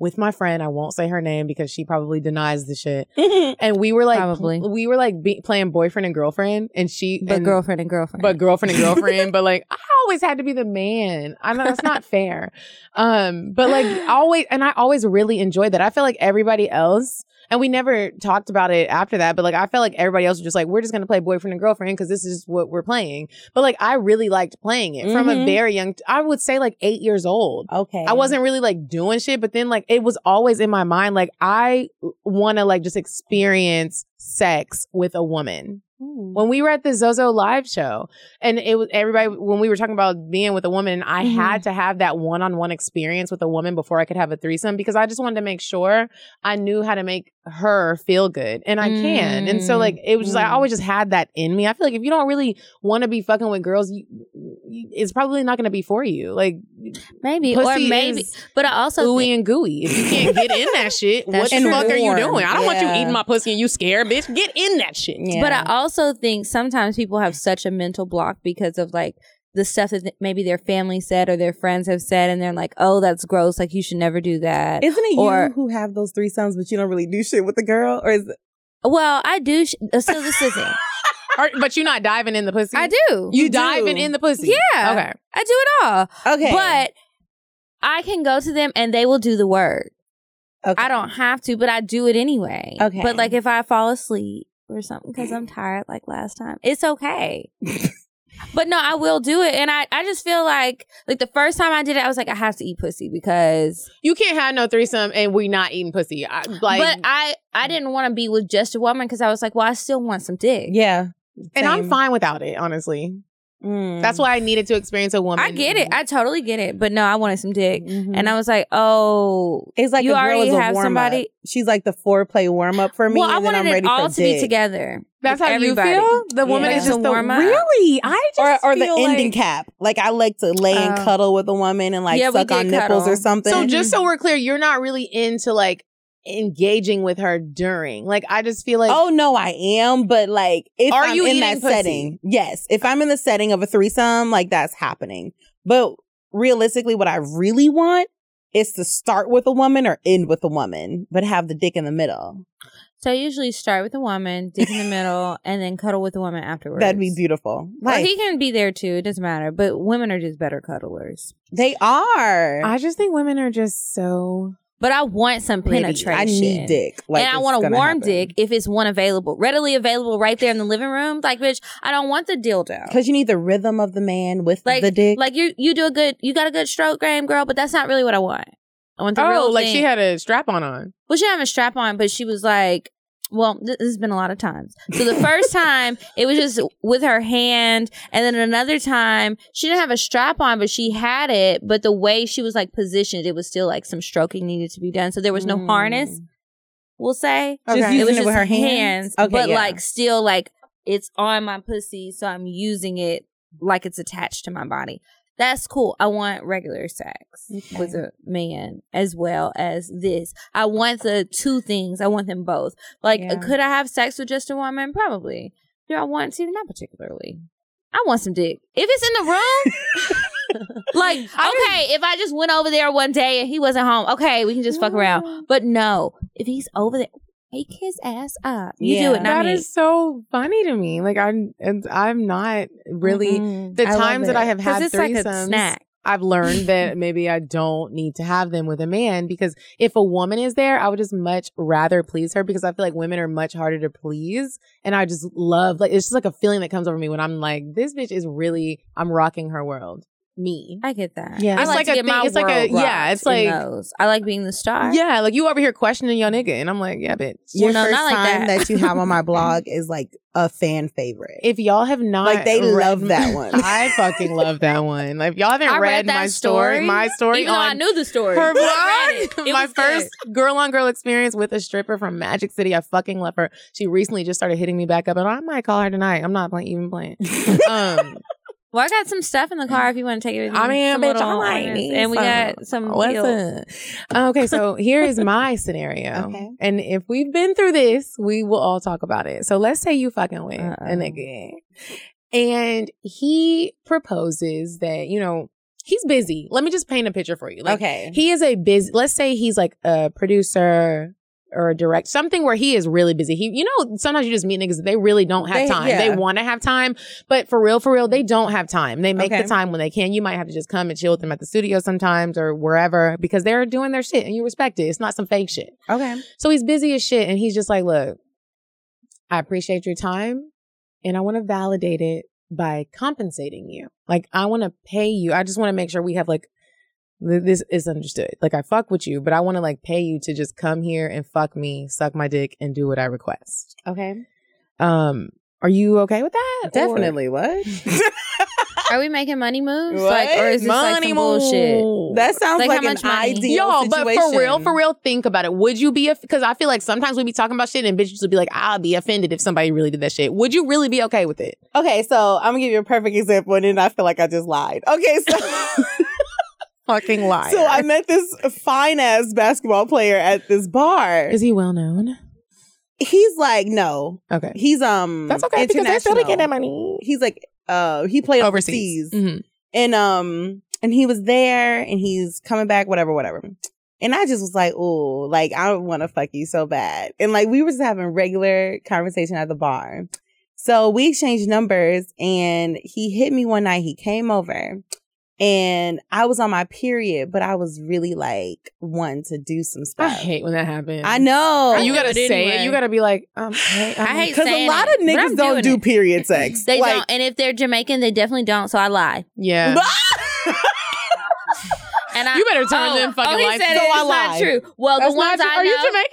with my friend. I won't say her name because she probably denies the shit. And we were like, Probably. we were like be- playing boyfriend and girlfriend, and she, But and- girlfriend and girlfriend. but girlfriend and girlfriend. but like, I always had to be the man. I know that's not fair. Um, but like always, and I always really enjoyed that. I feel like everybody else, and we never talked about it after that. But like, I felt like everybody else was just like, we're just gonna play boyfriend and girlfriend because this is what we're playing. But like, I really liked playing it from a Mhm. very young. I would say like eight years old. Okay. I wasn't really like doing shit, but then like it was always in my mind like I want to like just experience sex with a woman. When we were at the Zozo live show, and it was everybody when we were talking about being with a woman, I Mhm. had to have that one-on-one experience with a woman before I could have a threesome because I just wanted to make sure I knew how to make her feel good, and I can. And so Mm. like it was just like I Mm. always just had that in me. I feel like if you don't really want to be fucking with girls, you, you, it's probably not going to be for you. Like maybe or pussy maybe is- but I also ooey think, and gooey. If you can't get in that shit, what That's the true. fuck are you Warm. doing? I don't want you Yeah. eating my pussy and you scared, bitch. Get in that shit. Yeah. but I also think sometimes people have such a mental block because of like the stuff that th- maybe their family said or their friends have said and they're like, "Oh, that's gross. Like you should never do that." Isn't it Or- you who have those three sons, but you don't really do shit with the girl? Or is it, well, I do sh- so this is it. Or- but you're not diving in the pussy. I do. You, You do. diving in the pussy. Yeah. Okay. I do it all. okay? But I can go to them and they will do the work. okay. I don't have to, but I do it anyway. Okay. But like if I fall asleep or something because I'm tired like last time, it's okay. but no, I will do it. And I, I just feel like like the first time I did it, I was like, I have to eat pussy because You can't have no threesome and we not eating pussy. I, like, But I I didn't want to be with just a woman because I was like, well, I still want some dick. Yeah. and I'm same. Mm. fine without it, honestly. That's why I needed to experience a woman. I get it. I totally get it. But no, I wanted some dick. Mhm. And I was like, oh. It's like You a girl already is a have warm somebody- up. She's like the foreplay warm up for me, well, I and then I'm wanted it ready all for to be dick. together. That's with how everybody. you feel. The woman Yeah. is just To the warm up. Really, I Or- just or the feel ending like- cap. Like I like to lay and Oh. cuddle with a woman and like Yeah, we suck did on nipples cuddle. or something. So just so we're clear, you're not really into like engaging with her during. Like I just feel like oh no, I am, but like if Are I'm you in eating that pussy? setting, yes. If I'm in the setting of a threesome, like that's happening. But realistically, what I really want is to start with a woman or end with a woman, but have the dick in the middle. So I usually start with a woman, dick in the middle, and then cuddle with a woman afterwards. That'd be beautiful. Or Like he can be there too. It doesn't matter. But women are just better cuddlers. they are. I just think women are just so But I want some Pretty. penetration. I need dick. Like, and I it's want a gonna warm happen. dick if it's one available, readily available right there in the living room. Like, bitch, I don't want the dildo. Because you need the rhythm of the man with Like, the dick. like you you do a good, you got a good stroke, Graham girl, but that's not really what I want. I want Oh, the real thing. had a strap on on. well, she had a strap on, but she was like, well, th- this has been a lot of times. So the first time it was just with her hand, and then another time she didn't have a strap on, but she had it. But the way she was like positioned, it was still like some stroking needed to be done. So there was no harness. We'll say Just Okay. Mm. using it was it just with her hands. Okay, but yeah. like still like it's on my pussy, so I'm using it like it's attached to my body. That's cool. I want regular sex Mm. with a man as well as this. I want the two things. I want them both. Like, Yeah. could I have sex with just a woman? Probably. Do I want to? Not particularly. I want some dick. If it's in the room, like, okay, if I just went over there one day and he wasn't home, okay, we can just fuck around. But no, if he's over there, wake his ass up. You Yeah. do it, not That me. is so funny to me. Like I'm, and I'm not really Mm-mm. the I love times that I it. have 'Cause had it's like a threesomes- snack. I've learned that maybe I don't need to have them with a man because if a woman is there, I would just much rather please her because I feel like women are much harder to please. And I just love, like, it's just like a feeling that comes over me when I'm like, this bitch is really, I'm rocking her world. Me. I get that. Yeah. I It's like, like to a get thing- my it's like a- world yeah, rocked it's in like- those. I like being the star. Yeah, like you over here questioning your nigga. And I'm like, yeah, bitch. Your no, first not like time that. that. you have on my blog is like a fan favorite. If y'all have not. Like, they read- love that one. I fucking love that one. Like, if y'all haven't I read that my story, story, my story Even though I on knew the story. her I read blog. it. It my was good. first girl on girl experience with a stripper from Magic City. I fucking love her. She recently just started hitting me back up, and I might call her tonight. I'm not like, even playing. um, Well, I got some stuff in the car if you want to take it. with you. I mean, Some bitch, little I might ornaments. need And we some. got some. what's heels. up? Okay, so here is my scenario. Okay. And if we've been through this, we will all talk about it. So let's say you fucking with Uh-oh. a nigga, and he proposes that you know he's busy. Let me just paint a picture for you. Like, okay. He is a busy. Let's say he's like a producer or a direct something where he is really busy. He, you know, sometimes you just meet niggas that they really don't have They- time. yeah. They want to have time, but for real, for real, they don't have time. They make Okay. the time when they can. You might have to just come and chill with them at the studio sometimes or wherever because they're doing their shit and you respect it. It's not some fake shit. okay. So he's busy as shit and he's just like, look, I appreciate your time and I want to validate it by compensating you. Like, I want to pay you. I just want to make sure we have like, th- this is understood. Like, I fuck with you, but I want to like pay you to just come here and fuck me, suck my dick, and do what I request. Okay. Um, are you okay with that? Or- Definitely. What? Are we making money moves? What? Like, or is this like Money some bullshit? move. that sounds Like, like, how an much money? ideal Y'all, but for real, situation. for real, think about it. Would you be because I feel like sometimes we be talking about shit and bitches would be like, I'll be offended if somebody really did that shit. Would you really be okay with it? Okay, so I'm gonna give you a perfect example, and then I feel like I just lied. Okay, so Fucking lie. so I met this fine ass basketball player at this bar. Is he well known? He's like, no, Okay, he's um, that's okay because they still international. didn't get that money He's like, uh, he played overseas, overseas. Mhm. and um, and he was there, and he's coming back, whatever, whatever. And I just was like, oh, like I want to fuck you so bad, and like we were just having regular conversation at the bar. So we exchanged numbers, and he hit me one night. He came over, and I was on my period, but I was really like wanting to do some I stuff. hate when that happens. I know. you gotta But say anyway. it. You gotta be like, um, hey, I um, hate because a saying lot it, of but I'm niggas doing don't do it. period sex. They Like, don't. And if they're Jamaican, they definitely don't. So I lie. Yeah, And I, You better turn oh, them fucking oh, he lights said off. it, So I it's not lie. true. Well, that's the ones not. I Are know, you Jamaican?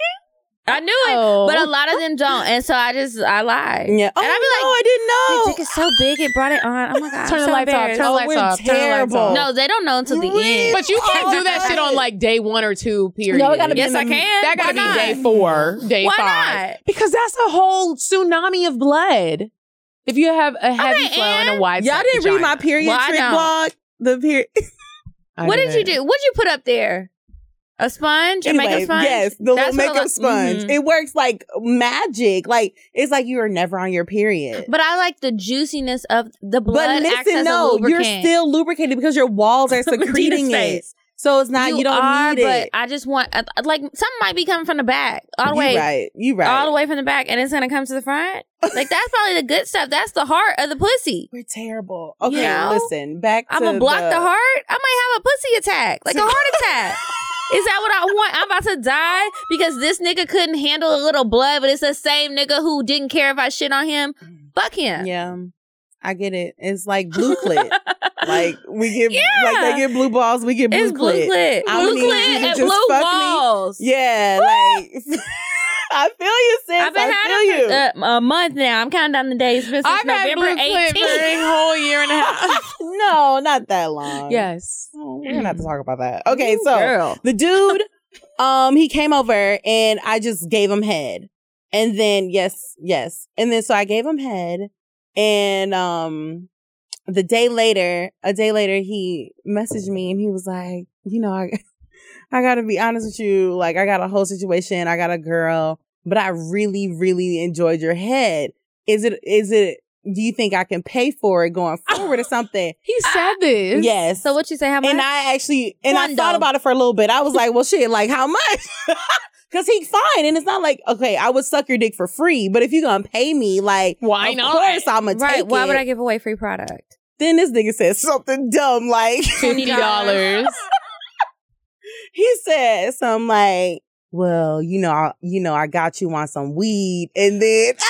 I knew it, Oh. but a lot of them don't, and so I just I lied. Yeah. Oh, and I no, be like, I "Your dick didn't know. is so big, it brought it on. Oh my god, Turn I'm the so lights off. Turn the Oh, lights we're off. Turn the lights terrible. embarrassed." off. No, they don't know until the end. But you can't Oh, do that God. shit on like day one or two, period. No, it gotta be Yes, I can. That gotta Why be not? day four, day Why five. not? Because that's a whole tsunami of blood. If you have a heavy Okay, flow and a and- wide Y'all set didn't read my vagina. period Well, I trick don't. blog. The period. What did you do? What'd you put up there? A sponge? a makeup Anyway, sponge? Yes, the That's what little a makeup lot- sponge. Mhm. It works like magic. Like it's like you are never on your period. But I like the juiciness of the blood. but acts as listen, a no, you're lubricant. still lubricated because your walls are Regina's secreting it. face. So it's not you, don't are, need but it. I just want I- I- like something might be coming from the back all the You way, right. You right. all the way from the back, and it's gonna come to the front. Like that's probably the good stuff. That's the heart of the pussy. We're terrible. Okay, know? listen. Back. I'm to gonna block the, heart. I might have a pussy attack, like a heart attack. Is that what I want? I'm about to die because this nigga couldn't handle a little blood, but it's the same nigga who didn't care if I shit on him. Fuck him. Yeah, I get it. It's like blue clit. like we get, like Yeah. they get blue balls. We get blue It's blue clit. clit, I blue need you to clit, and just blue fuck me. walls. Yeah, like I feel you, sis. I've been I feel you. having a, a month now. I'm counting down the days since I've had November blue clit for 18th. a whole year and a half. Mm. no, not that long. yes. Oh, we're gonna have to talk about that. Okay, so girl. the dude, um, he came over and I just gave him head, and then yes, yes, and then so I gave him head, and um, the day later, a day later, he messaged me and he was like, you know, I, I gotta be honest with you, like I got a whole situation, I got a girl, but I really, really enjoyed your head. Is it? Is it? Do you think I can pay for it going forward or something? He said this. Yes. So what you say? How much? And I actually and I One thought though. about it for a little bit. I was like, well, shit, like how much? Because he's fine, and it's not like okay, I would suck your dick for free, but if you're gonna pay me, like Why of not? course I'm gonna right? take Why it. would I give away free product? Then this nigga says something dumb, like Fifty dollars. he said something like, well, you know, I, you know, I got you on some weed, and then.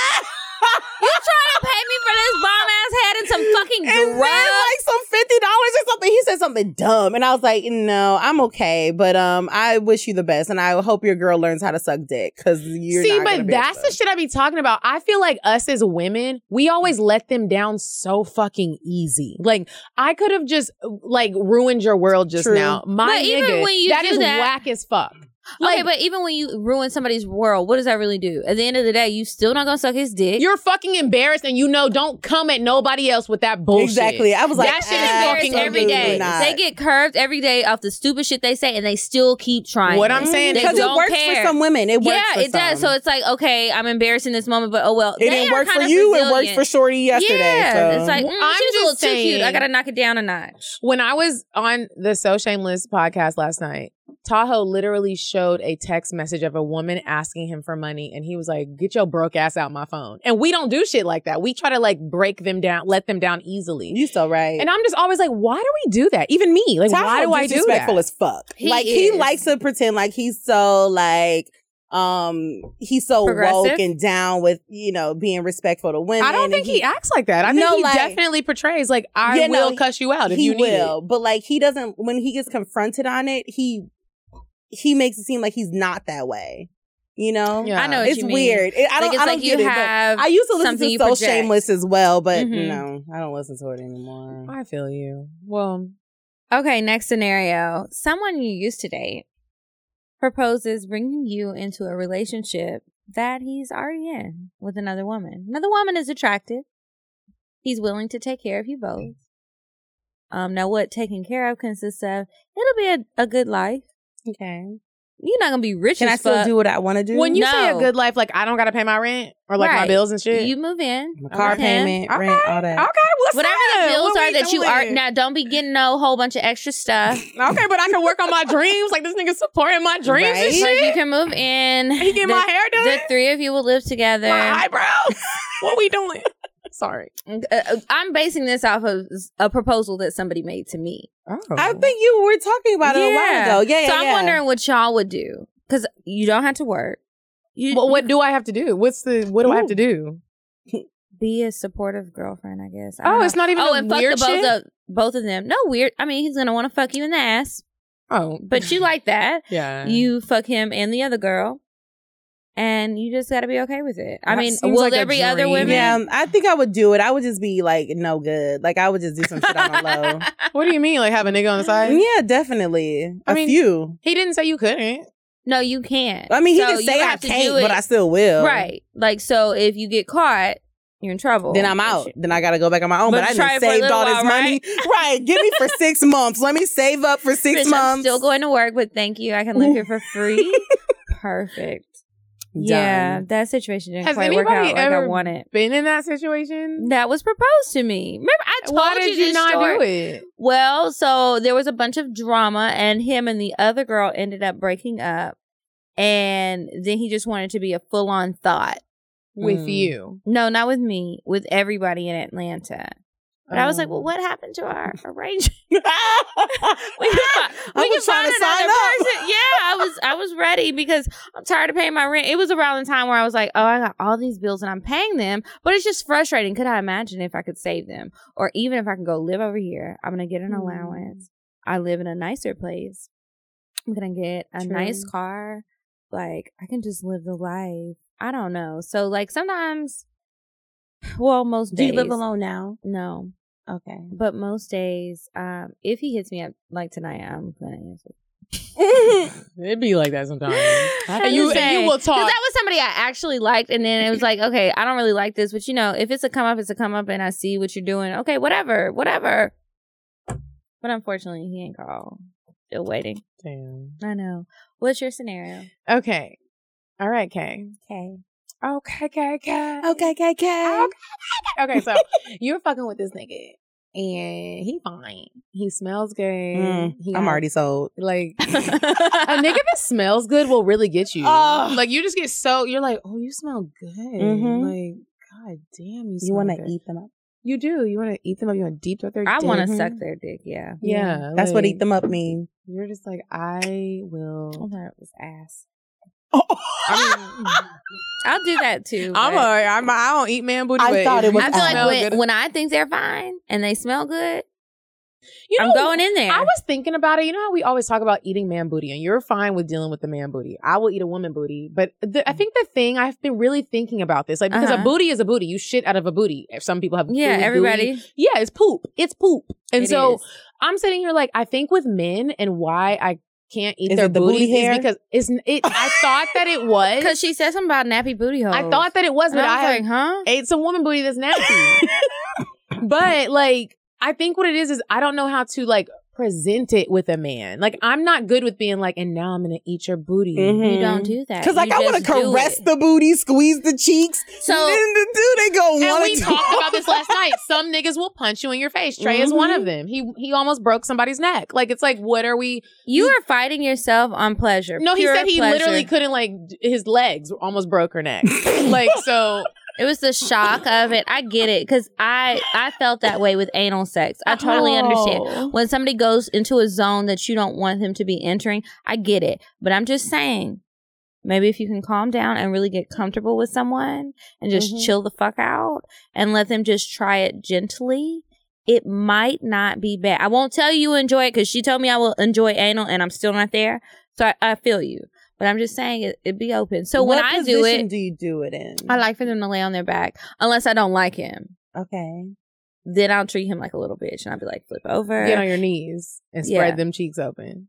You trying to pay me for this bomb ass head and some fucking And then drugs? like some fifty dollars or something. He said something dumb, and I was like, "No, I'm okay, but um, I wish you the best, and I hope your girl learns how to suck dick because you're See, not gonna but be able that's to." the shit I be talking about. I feel like us as women, we always let them down so fucking easy. Like I could have just like ruined your world just True. now. My But even nigga, when you that do is that- whack as fuck. okay, but even when you ruin somebody's world, what does that really do? At the end of the day, you still not gonna suck his dick. You're fucking embarrassed, and you know don't come at nobody else with that bullshit. Exactly. I was like, That shit is They're fucking embarrassed every absolutely day. not. They get curved every day off the stupid shit they say, and they still keep trying. What it. I'm saying They is- because it don't works care. for some women. It works. yeah, for it does. So some. it's like, okay, I'm embarrassed in this moment, but oh well. it They didn't are work for kinda you. It resilient. worked for Shorty yesterday. Yeah, so. it's like mm, I'm she was a little just too cute. I saying- gotta knock it down a notch. When I was on the So Shameless podcast last night, Tahoe literally showed a text message of a woman asking him for money, and he was like, "Get your broke ass out my phone." And we don't do shit like that. We try to like break them down, let them down easily. you so right. And I'm just always like, why do we do that? Even me, like, Tahoe why do I do that? disrespectful as fuck. He like he is. likes to pretend like he's so like um he's so Progressive? woke and down with you know being respectful to women. I don't and think he, acts like that. I think No, he like- definitely portrays like, I Yeah, no, will cuss you out if he you need will, but like he doesn't. When he gets confronted on it, he he makes it seem like he's not that way. You know, it. Yeah. I know what it's you mean. weird. It- I Like, don't. it's I don't like you get it. But have I used to listen something to you So project. Shameless as well, but Mhm. no, I don't listen to it anymore. I feel you. Well, Okay, next scenario. Someone you used to date proposes bringing you into a relationship that he's already in with another woman. Another woman is attractive. He's willing to take care of you both. Um, now what taking care of consists of, it'll be a, a good life. Okay. You're not gonna be rich Can as I still fuck. do what I want to do? when you say a No. good life, like, I don't got to pay my rent or like my Right. bills and shit. You move in. My car with him. payment, rent, all that. Okay, what's Whatever up? the bills What are we that you doing? are now, don't be getting no whole bunch of extra stuff. Okay, but I can work on my dreams. Like this nigga supporting my dreams and Right? shit. Like you can move in. he get the, my hair done, the three of you will live together. my eyebrows. what we doing? Sorry. Uh, uh, I'm basing this off of s- a proposal that somebody made to me. Oh. I think you were talking about it Yeah. a while ago. Yeah, yeah. so I'm yeah. wondering what y'all would do because you don't have to work. You But what do I have to do? What's the? What do I have to do? be a supportive girlfriend, I guess. I Oh, don't know. it's not even oh, a and fuck weird the both shit? of both of them. No weird. I mean, he's gonna want to fuck you in the ass, Oh, but you like that. yeah. You fuck him and the other girl. and you just got to be okay with it. I That mean, seems will like a there be other dream. women? Yeah, um, I think I would do it. I would just be like, no good. Like I would just do some shit on the low. What do you mean? Like have a nigga on the side? Mm. Yeah, definitely. I A mean- few. He didn't say you couldn't. no, you can't. I mean, he So can you say I have to do can't, it- but I still will. right. Like, so if you get caught, you're in trouble. Then I'm out. Then I gotta go back on my own. But But, try I done it for a saved little all this while, money. Right? Give me for six months. Let me save up for six Bitch, I'm months. still going to work, but thank you. I can live here for free. Perfect. Done. Yeah, that situation didn't Has quite work out anybody like I ever- wanted. Been in that situation? That was proposed to me. Remember, I told Why did you, this not story. do it? Well, so there was a bunch of drama, and him and the other girl ended up breaking up. And then he just wanted to be a full on thought. With Mm. you. No, not with me, with everybody in Atlanta. But I was Oh. like, well, what happened to our arrangement? We can, fi- I we can was trying find to sign another up. person. Yeah, I was I was ready because I'm tired of paying my rent. It was around the time where I was like, oh, I got all these bills and I'm paying them, but it's just frustrating. Could I imagine if I could save them, or even if I can go live over here? I'm gonna get an Hmm. allowance. I live in a nicer place. I'm gonna get a nice True. car. Like I can just live the life. I don't know. So like sometimes, well, most Do days. you live alone now? No. Okay. But most days, um, if he hits me up like tonight, I'm gonna answer. It'd be like that sometimes. That's and you the and thing. you will 'Cause talk. that was somebody I actually liked, and then it was like, okay, I don't really like this, but you know, if it's a come up, it's a come up, and I see what you're doing. Okay, whatever, whatever. But unfortunately, he ain't called. Still waiting. Damn. I know. What's your scenario? Okay. All right, Kay. Okay. Okay, Kay, Kay. Okay, okay, okay. Okay, so you're fucking with this nigga. And he fine. He smells good. Mm, He I'm got- already sold. like a nigga that smells good will really get you. Ugh. like you just get so you're like, oh, you smell good. Mhm. Like, god damn, Mm-hmm. you. You Smell want good. to eat them up? You do. You want to eat them up. You want to deep throat their. I want to dick. suck their dick. Yeah. Yeah, That's what like, eat them up mean. You're just like, I will. thought it was ass. I I'll do that too. I'm a. but- I'm a. I don't eat man booty. I but thought it if was I you feel ass. smell like good- when, when I think they're fine and they smell good, you know, I'm going in there. I was thinking about it. You know how we always talk about eating man booty, and you're fine with dealing with the man booty. I will eat a woman booty, but the, I think the thing I've been really thinking about this, like because Mm. Uh-huh. a booty is a booty. You shit out of a booty. If some people have, yeah, really booty. everybody. Yeah, it's poop. It's poop. And It so is. I'm sitting here like I think with men and why I can't eat Is their it the booties booty hair? is because it's n- it. I thought that it was. Because she said something about nappy booty holes. I thought that it was, Oh. and but I I was like, have huh? ate some woman booty that's nasty. but like I think what it is is I don't know how to like present it with a man. Like I'm not good with being like, and now I'm gonna eat your booty. You don't do that. Mm-hmm. Cause like You I want to just do caress it. the booty, squeeze the cheeks. So So then the dude they go And want we talked about this last night. Some niggas will punch you in your face. Trey is one Mm-hmm. of them. He he almost broke somebody's neck. Like it's like, what are we? you are fighting yourself on pleasure. No, he pure said he pleasure. literally couldn't like d- his legs almost broke her neck. like so It was the shock of it. I get it because I I felt that way with anal sex. I totally understand. Oh. When somebody goes into a zone that you don't want them to be entering, I get it. But I'm just saying, maybe if you can calm down and really get comfortable with someone and just Mhm. chill the fuck out and let them just try it gently, it might not be bad. I won't tell you enjoy it because she told me I will enjoy anal and I'm still not there. So I, I feel you. But I'm just saying it, it be open. So when What I do position it, do you do it in? I like for them to lay on their back unless I don't like him. Okay. Then I'll treat him like a little bitch and I'll be like, flip over. get on your knees and spread Yeah. them cheeks open.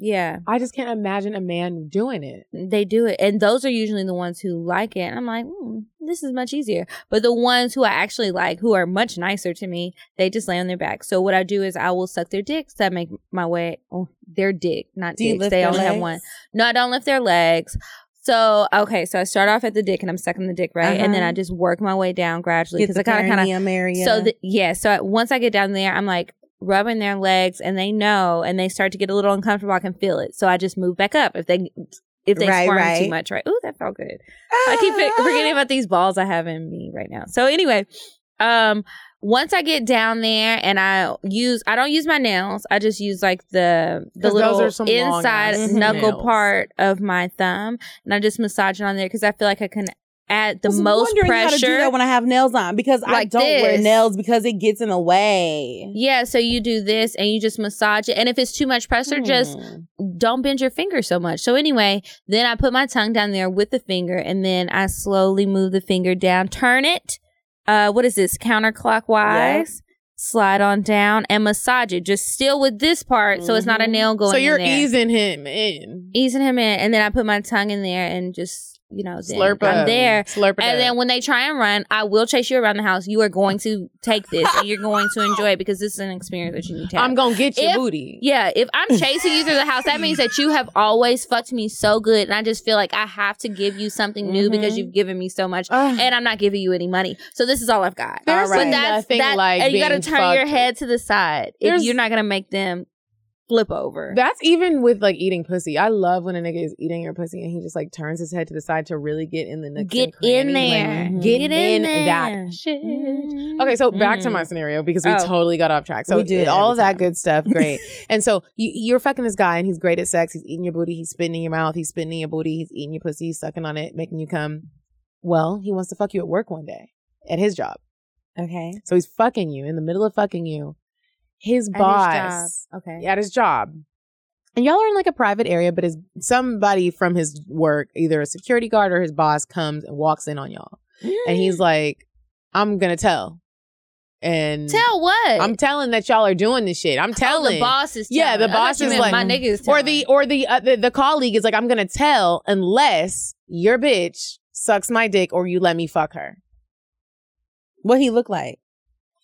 yeah, I just can't imagine a man doing it. they do it. And those are usually the ones who like it. And I'm like, mm, this is much easier. But the ones who I actually like, who are much nicer to me, they just lay on their back. So what I do is I will suck their dicks that make my way, oh, their dick, not Do you dicks. lift They their only have legs? one. No, I don't lift their legs. So okay, so I start off at the dick and I'm sucking the dick right, and then Uh-huh. I just work my way down gradually Get because the I kind of kind of perineum area. So the, yeah, so I- once I get down there, I'm like rubbing their legs, and they know, and they start to get a little uncomfortable. I can feel it, so I just move back up if they if they Right, squirm too right. Ah. much. Right? Ooh, that felt good. I keep fi- forgetting about these balls I have in me right now. So anyway, um, once I get down there and I use, I don't use my nails. I just use like the the 'Cause those little are some long inside Mm-hmm. ass knuckle nails. part of my thumb, and I just massage it on there because I feel like I can at the Ah! was most wondering how to do pressure. that when I have nails on because I Like don't wear this. nails because it gets in the way. yeah, so you do this and you just massage it. And if it's too much pressure, just Hmm. don't bend your finger so much. So anyway, then I put my tongue down there with the finger and then I slowly move the finger down, turn it. Uh what is this? Counterclockwise. Slide on down and massage it. Just still with this part so it's not a Mhm. nail going Mm-hmm. so you're in there. easing him in. easing him in and then I put my tongue in there and just, you know, then Slurp I'm up. there. Slurp it And up. then when they try and run, I will chase you around the house. You are going to take this and you're going to enjoy it because this is an experience that you need to have. I'm gonna get your If- booty. Yeah, if I'm chasing you through the house, that means that you have always fucked me so good, and I just feel like I have to give you something new because Mm-hmm. you've given me so much, Ah, Ugh. and I'm not giving you any money. So this is all I've got. There's but nothing like and you gotta being turn your fucked. head to the side if There's- you're not gonna make them flip over. That's even with like eating pussy. I love when a nigga is eating your pussy and he just like turns his head to the side to really get in the nooks Get and in crannies, like, there. Mm-hmm. Mhm. Get, get in, in there. that shit. Okay, so back to Mm. my scenario because we Oh. totally got off track. So We did all of every that time. good stuff, great. and so you, you're fucking this guy, and he's great at sex. He's eating your booty. He's spitting in your mouth. He's spitting in your booty. He's eating your pussy. He's sucking on it, making you come. Well, he wants to fuck you at work one day at his job. Okay. So he's fucking you in the middle of fucking you. His At his boss job. Okay. at his job. And y'all are in like a private area, but his somebody from his work, either a security guard or his boss, comes and walks in on y'all. And Mm. he's like, I'm gonna tell. And tell what I'm telling that y'all are doing this shit. I'm Oh, telling. the boss is Yeah, telling. the I thought boss you is meant like- my nigga is or telling. the or the, uh, the the colleague is like, I'm gonna tell unless your bitch sucks my dick or you let me fuck her. What he look like?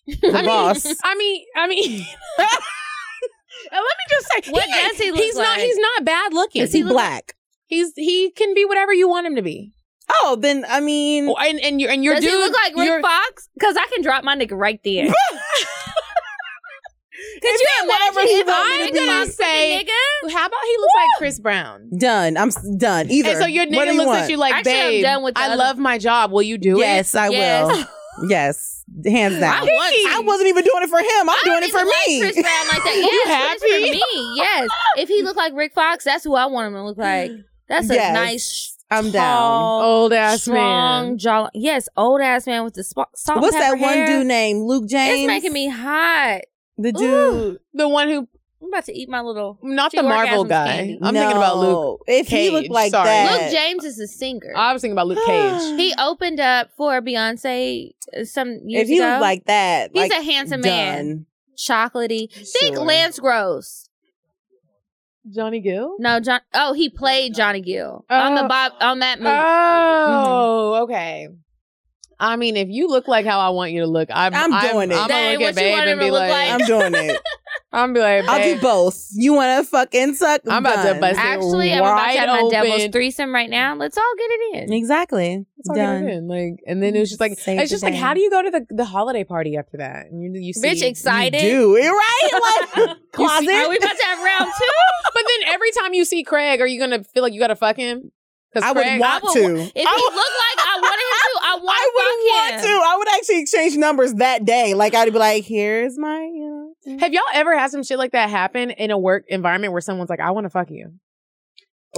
The I mean- boss. I mean, I mean. and let me just say, What does he look he's not. like? He's not bad looking. Is he black? He's he can be whatever you want him to be. Oh, then I mean, Oh, and and your and your Does dude he look like your- Rick Fox? Because I can drop my nigga right there. Could you he imagine whatever he if want me I'm to be? gonna say Say- nigga? How about he looks like Chris Brown? done. I'm s- done. Either. And so your What do nigga you looks want? at you like, Actually, I'm babe, done with the I other- love my job. Will you do it? Yes, I Yes. will. Yes, hands I down. want. I wasn't even doing it for him. I'm I doing don't it for even me. Like Chris Brown like that. You Yes, Chris happy? for me. Yes. If he looked like Rick Fox, that's who I want him to look like. That's a Yes. nice. I'm tall, Old ass strong man. jaw. Yes, old ass man with the spa- salt. and What's pepper that one hair. dude named Luke James? It's making me hot. the dude. Ooh. The one who I'm about to eat my little. not She the work Marvel asms guy. candy. I'm thinking about Luke. No. If he Cage, looked like sorry. that, Luke James is a singer. I was thinking about Luke Cage. He opened up for Beyonce uh, some years if he ago. looked like that, He's like, a handsome man, done. chocolatey. Think Sure. Lance Gross. Johnny Gill. No, John. Oh, he played Johnny Gill on the Oh. Bob on that movie. Oh, okay. I mean, if you look like how I want you to look, I'm, I'm doing it. I'm That gonna ain't look what you at babe want him and to be look like, like. I'm doing it. I'm be like, I'll do babe, both. You want to fucking suck? I'm about to Done. bust it Actually, I'm about to wide have my devil's open. threesome right now. Let's all get it in. Exactly. It's all done. good. And, Like, and then it was just like, Save it's the just like, day. how do you go to the, the holiday party after that? And you, you see, Bitch, excited. You do it right, like You see- closet. Are we about to have round two? but then every time you see Craig, are you gonna feel like you gotta fuck him? Because I would Craig, want I would to. If he looked like I wanted him to, I I would want want to fuck him. to. I would actually exchange numbers that day. Like I'd be like, "Here's my." You know. have y'all ever had some shit like that happen in a work environment where someone's like, I want to fuck you,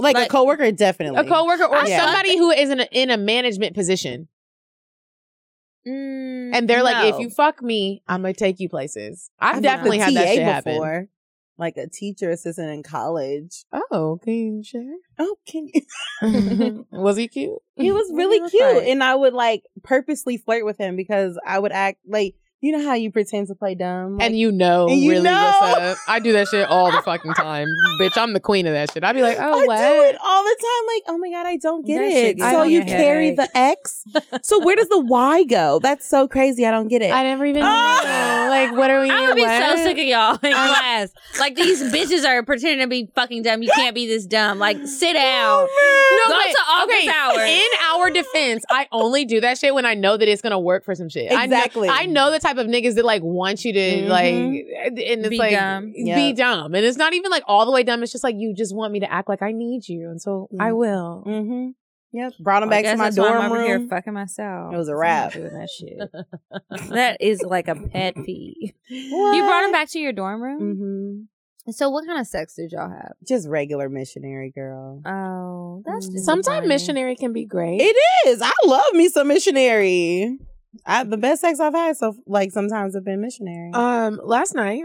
like, Like- a coworker, definitely. a coworker or I fucked- somebody who is in a, in a management position, Mm, and they're like, if no. you fuck me, I'm gonna take you places. I've, I've definitely had fucked a that TA shit happen. before. Like a teacher assistant in college. Oh, can you share? Oh, can you? Was he cute? He was really That's cute, right. and I would like purposely flirt with him because I would act like you know how you pretend to play dumb, Like, and you know And you really know. what's up. I do that shit all the fucking time. Bitch, I'm the queen of that shit. I'd be like, oh, I what? do it all the time. Like, oh my god, I don't get That shit it. gives So me you a carry headache. the X. So where does the Y go? That's so crazy. I don't get it. I never even Oh! know. Like, what are we? I'm gonna be what? Uh-huh. so sick of y'all in class. Like these bitches are pretending to be fucking dumb. You can't be this dumb. Like sit down. No, Go but- to office hours. In our defense, I only do that shit when I know that it's gonna work for some shit. I know- Exactly. I know, the type of niggas that like want you to like, Mhm. and it's Be like dumb. Mm-hmm. be Yep. dumb, and it's not even like all the way dumb. It's just like you just want me to act like I need you, and so I Mhm. will. Mm-hmm. Yep. Brought him back I to guess my that's why dorm I'm over here room. fucking myself. It was a I'm wrap. Doing that shit. that is like a pet peeve. You What? brought him back to your dorm room. Mhm. So what kind of sex did y'all have? Just regular missionary girl. Oh, Mm. that's Sometimes missionary can be great. It is. I love me some missionary. I, the best sex I've had so like sometimes have been missionary. Um, last night,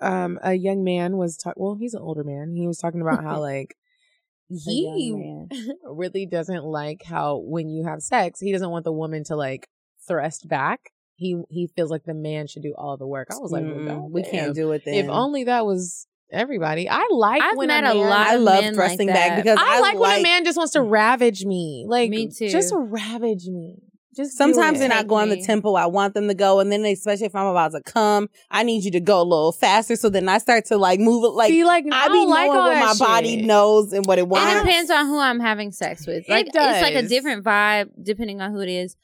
um, a young man was talk. Well, he's an older man. He was talking about how like A young he man. really doesn't like how when you have sex, he doesn't want the woman to like thrust back. He he feels like the man should do all the work. I was like, well, Mm-mm, we goddamn. can't do it. Then. If only that was everybody. I like I've when met a, a man- lot I of love men thrusting like back that. because I, I like, when like- a man just wants to ravage me. Like Me too. Just ravage me. Just do Sometimes it. they're not Take going me. the tempo I want them to go, and then they- especially if I'm about to come, I need you to go a little faster. So then I start to like move it. Like See, like I, I be don't like knowing all what that my body shit. knows and what it It wants. depends on who I'm having sex with. It Like it's like a does. different vibe depending on who it is.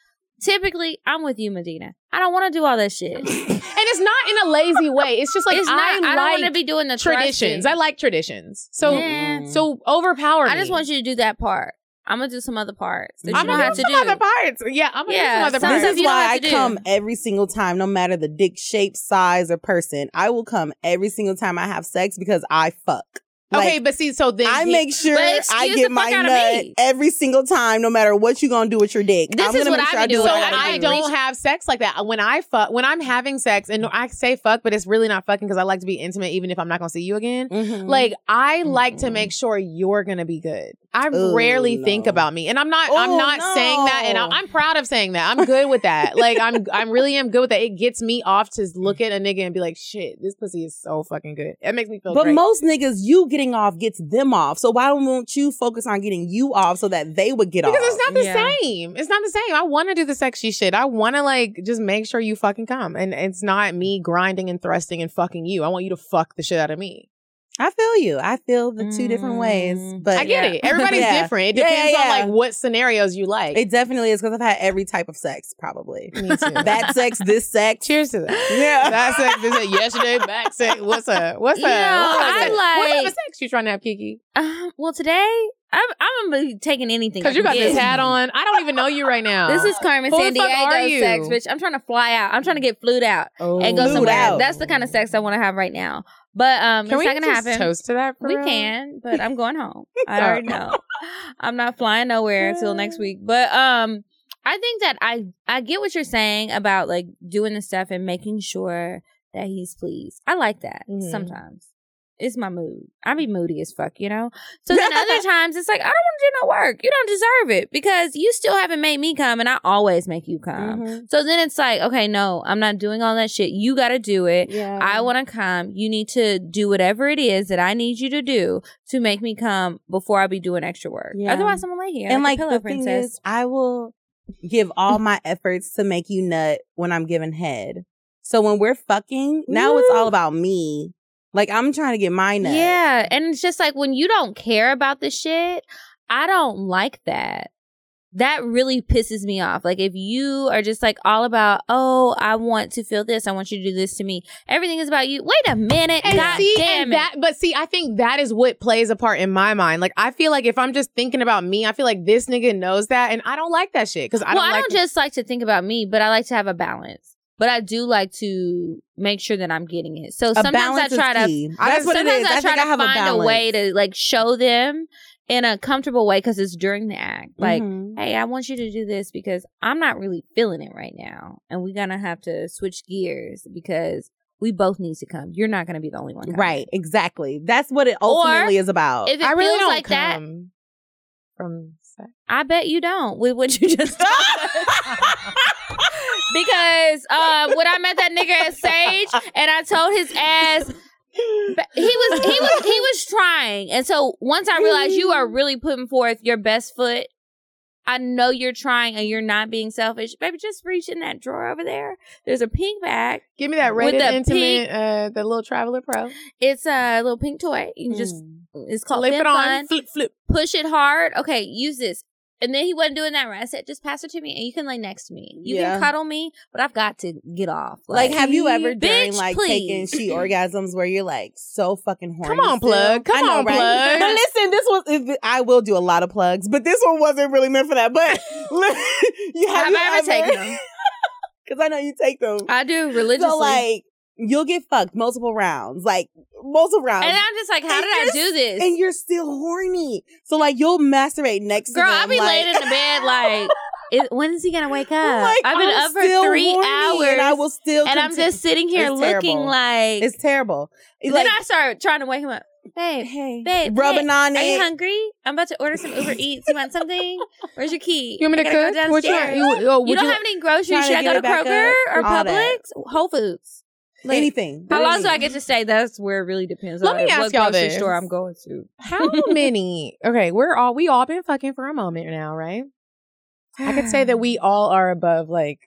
Typically, I'm with you, Medina. I don't want to do all that shit. and it's not in a lazy way. It's just like it's I, not. I, don't like want to be doing the traditions. thrusting. I like traditions. So Yeah. Mm-hmm. so overpower. I just want you to do that part. I'm gonna do some other parts that you I'm don't gonna have do to some do. other parts. Yeah, I'm gonna Yeah, do some some stuff other This parts. is you don't why have I to do. come every single time, no matter the dick shape, size, or person. I will come every single time I have sex because I fuck. Like, okay, but see, so then I he- make sure Well, I excuse the get fuck my out of nut me. every single time, no matter what you gonna do with your dick. This I'm is gonna what make I sure be I do. doing. what so I gotta gotta I do. don't have sex like that. When I fuck, when I'm having sex, and I say fuck, but it's really not fucking because I like to be intimate, even if I'm not gonna see you again. Mhm. Like I like to Mhm. make sure you're gonna be good. I Ooh, rarely think no. about me, and I'm not. I'm Oh, not saying that, and I, no. I'm proud of saying that. I'm good with that. like I'm. I'm really am good with that. It gets me off to look Mm. at a nigga and be like, shit, this pussy is so fucking good. It makes me feel. But great. most niggas, you getting off gets them off. So why won't you focus on getting you off so that they would get because off? it's not the Yeah. same. It's not the same. I want to do the sexy shit. I want to like just make sure you fucking come, and it's not me grinding and thrusting and fucking you. I want you to fuck the shit out of me. I feel you. I feel the two different ways, Mm. but I get Yeah. it. Everybody's Yeah. different. It Yeah, yeah, depends yeah. on like what scenarios you like. it definitely is because I've had every type of sex, probably. me too. That sex, this sex. Cheers to that. Yeah. Back sex. They said yesterday. Back sex. What's up? What's You up? know, What's up? I What type of like- sex you trying to have, Kiki? Um, well, today I'm I'm gonna be taking anything I Because you can got this get. hat on. I don't even know you right now. This is Carmen Who San the fuck are Diego you? sex, bitch. I'm trying to fly out. I'm trying to get flued out Oh. and go Flued somewhere. out. That's the kind of sex I want to have right now. But um, Can it's we not gonna just happen. toast to that? for we real? can, but I'm going home. I Oh. already know. I'm not flying nowhere until next week. But um, I think that I I get what you're saying about like doing the stuff and making sure that he's pleased. I like that Mhm. sometimes. It's my mood. I be moody as fuck, you know. So then other times it's like I don't want to do no work. You don't deserve it because you still haven't made me come, and I always make you come. Mhm. So then it's like, okay, no, I'm not doing all that shit. You got to do it. Yeah. I want to come. You need to do whatever it is that I need you to do to make me come before I be doing extra work. Yeah. Otherwise, I'm gonna lay here and like, like a pillow the thing princess. is, I will give all my efforts to make you nut when I'm giving head. So when we're fucking, now it's all about me. Like I'm trying to get my nut. yeah, and it's just like when you don't care about the shit, I don't like that. That really pisses me off. Like if you are just like all about, oh, I want to feel this, I want you to do this to me. Everything is about you. Wait a minute, And god see, damn and it. that, but see, I think that is what plays a part in my mind. Like, I feel like if I'm just thinking about me, I feel like this nigga knows that, and I don't like that shit because I well, don't I like. don't just like to think about me, but I like to have a balance. But I do like to make sure that I'm getting it. So A sometimes I balance try is to key. That's what it sometimes is. I I, try think to I have find a, a, way balance. to like show them in a comfortable way because it's during the act. Like, Mhm. hey, I want you to do this because I'm not really feeling it right now, and we're gonna have to switch gears because we both need to come. You're not gonna be the only one, coming. Right, exactly. That's what it ultimately is about. If it I really feels don't like that, come from sex. I bet you don't with what you just told us. because uh, when I met that nigga at Sage and I told his ass but he was he was he was trying. And so once I realized you are really putting forth your best foot, I know you're trying and you're not being selfish. Baby, just reach in that drawer over there. There's a pink bag. Give me that With rated the intimate, pink- uh, the little traveler pro. It's a little pink toy. You can just Mm. it's called Flip Fin it on, Fun. flip, flip. push it hard. Okay, use this. And then he wasn't doing that right. I said, just pass it to me and you can lay next to me. You Yeah. can cuddle me, but I've got to get off. like, have you ever during bitch, like please. taking she orgasms where you're like so fucking horny? Come on, still? plug. Come I know, on, right? plug. But listen, this was if- I will do a lot of plugs, but this one wasn't really meant for that. But you have, Have you I ever taken them? Because I know you take them. I do religiously. So like you'll get fucked multiple rounds, like multiple rounds. And I'm just like, how um, And did I you're do this? and you're still horny. So like you'll masturbate next to Girl, them, I'll be like, laying in the bed like, is, when is he gonna wake up? like, I've been I'm up for still three horny hours, and I will still. and I'm continue- just sitting here It's looking terrible. like. It's terrible. It's then like I start trying to wake him up, babe. hey, babe, rubbing babe, on Are you it. hungry? I'm about to order some Uber Eats. You want something? Where's your key? You want me to I gotta go cook? What you want? downstairs. You, oh, would You don't you- have any groceries? Trying to Should I get go to it back Kroger up, or all Publix? that. Whole Foods. Like, Anything. How long do I Dirty. get to stay? That's where it really depends Let on me like, ask what y'all grocery this. store I'm going to. How many? Okay, we're all we all been fucking for a moment now, right? I could say that we all are above like.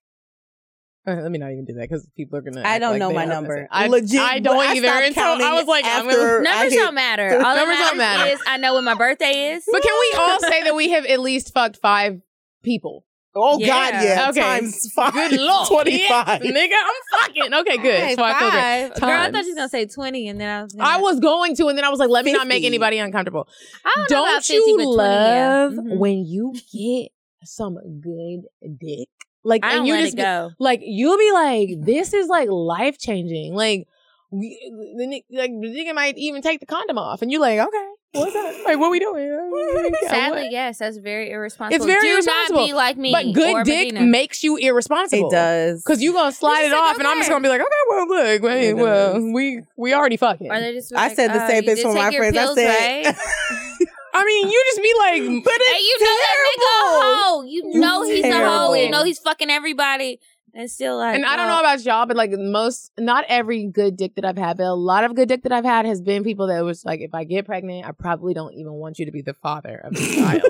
uh, let me not even do that because people are gonna. I act don't like know they my are. number. I- Legit, I don't but I either. stopped And so I counting was like, I'm gonna- after I Numbers hit- don't matter. All that Numbers matters don't matter. is I know when my birthday is. But can we all say that we have at least fucked five people? Oh Yeah. God, yeah. Okay. Times five. Good lord. Twenty-five. Yeah, nigga, I'm fucking. Okay, good. Hey, so I feel good. Five. Girl, I thought Times. you was gonna say twenty, and then I was. Gonna, I was going to, and then I was like, let me not make 50. anybody uncomfortable. I don't, know about Don't 50, you but 20, yeah. love Mhm. when you get Some good dick. like I don't and you let just it be- go. Mm-hmm. like you'll be like, this is like life changing. Like we, the, ni- like the nigga might even take the condom off, and you're like, okay, what's up? Like what we doing? Sadly, yes, that's very irresponsible. It's very Do irresponsible. not be like me. but good or dick Medina. makes you irresponsible. It does. Cause you gonna slide just it like, off, and I'm just okay. gonna be like, okay, well, look, wait, It well, does. we we already fucking. Or they just be I like, said the oh, same you did thing to take my your friends. pills, I said, right? I mean, you just be like, but And you know that nigga a hoe. You You know he's a hoe. You terrible. know he's fucking everybody, and still like. oh, and I don't well, know about y'all, but like most, not every good dick that I've had, but a lot of good dick that I've had has been people that was like, if I get pregnant, I probably don't even want you to be the father of this child.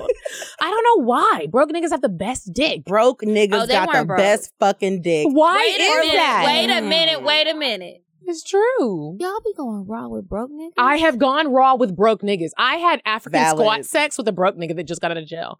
I don't know why. Broke niggas have the best dick. broke niggas Oh, they got the weren't broke. best fucking dick. Why wait a is minute, that? Wait a minute. Wait a minute. It's true. Mm. Y'all be going raw with broke niggas. I have gone raw with broke niggas. I had African Valid. squat sex with a broke nigga that just got out of jail.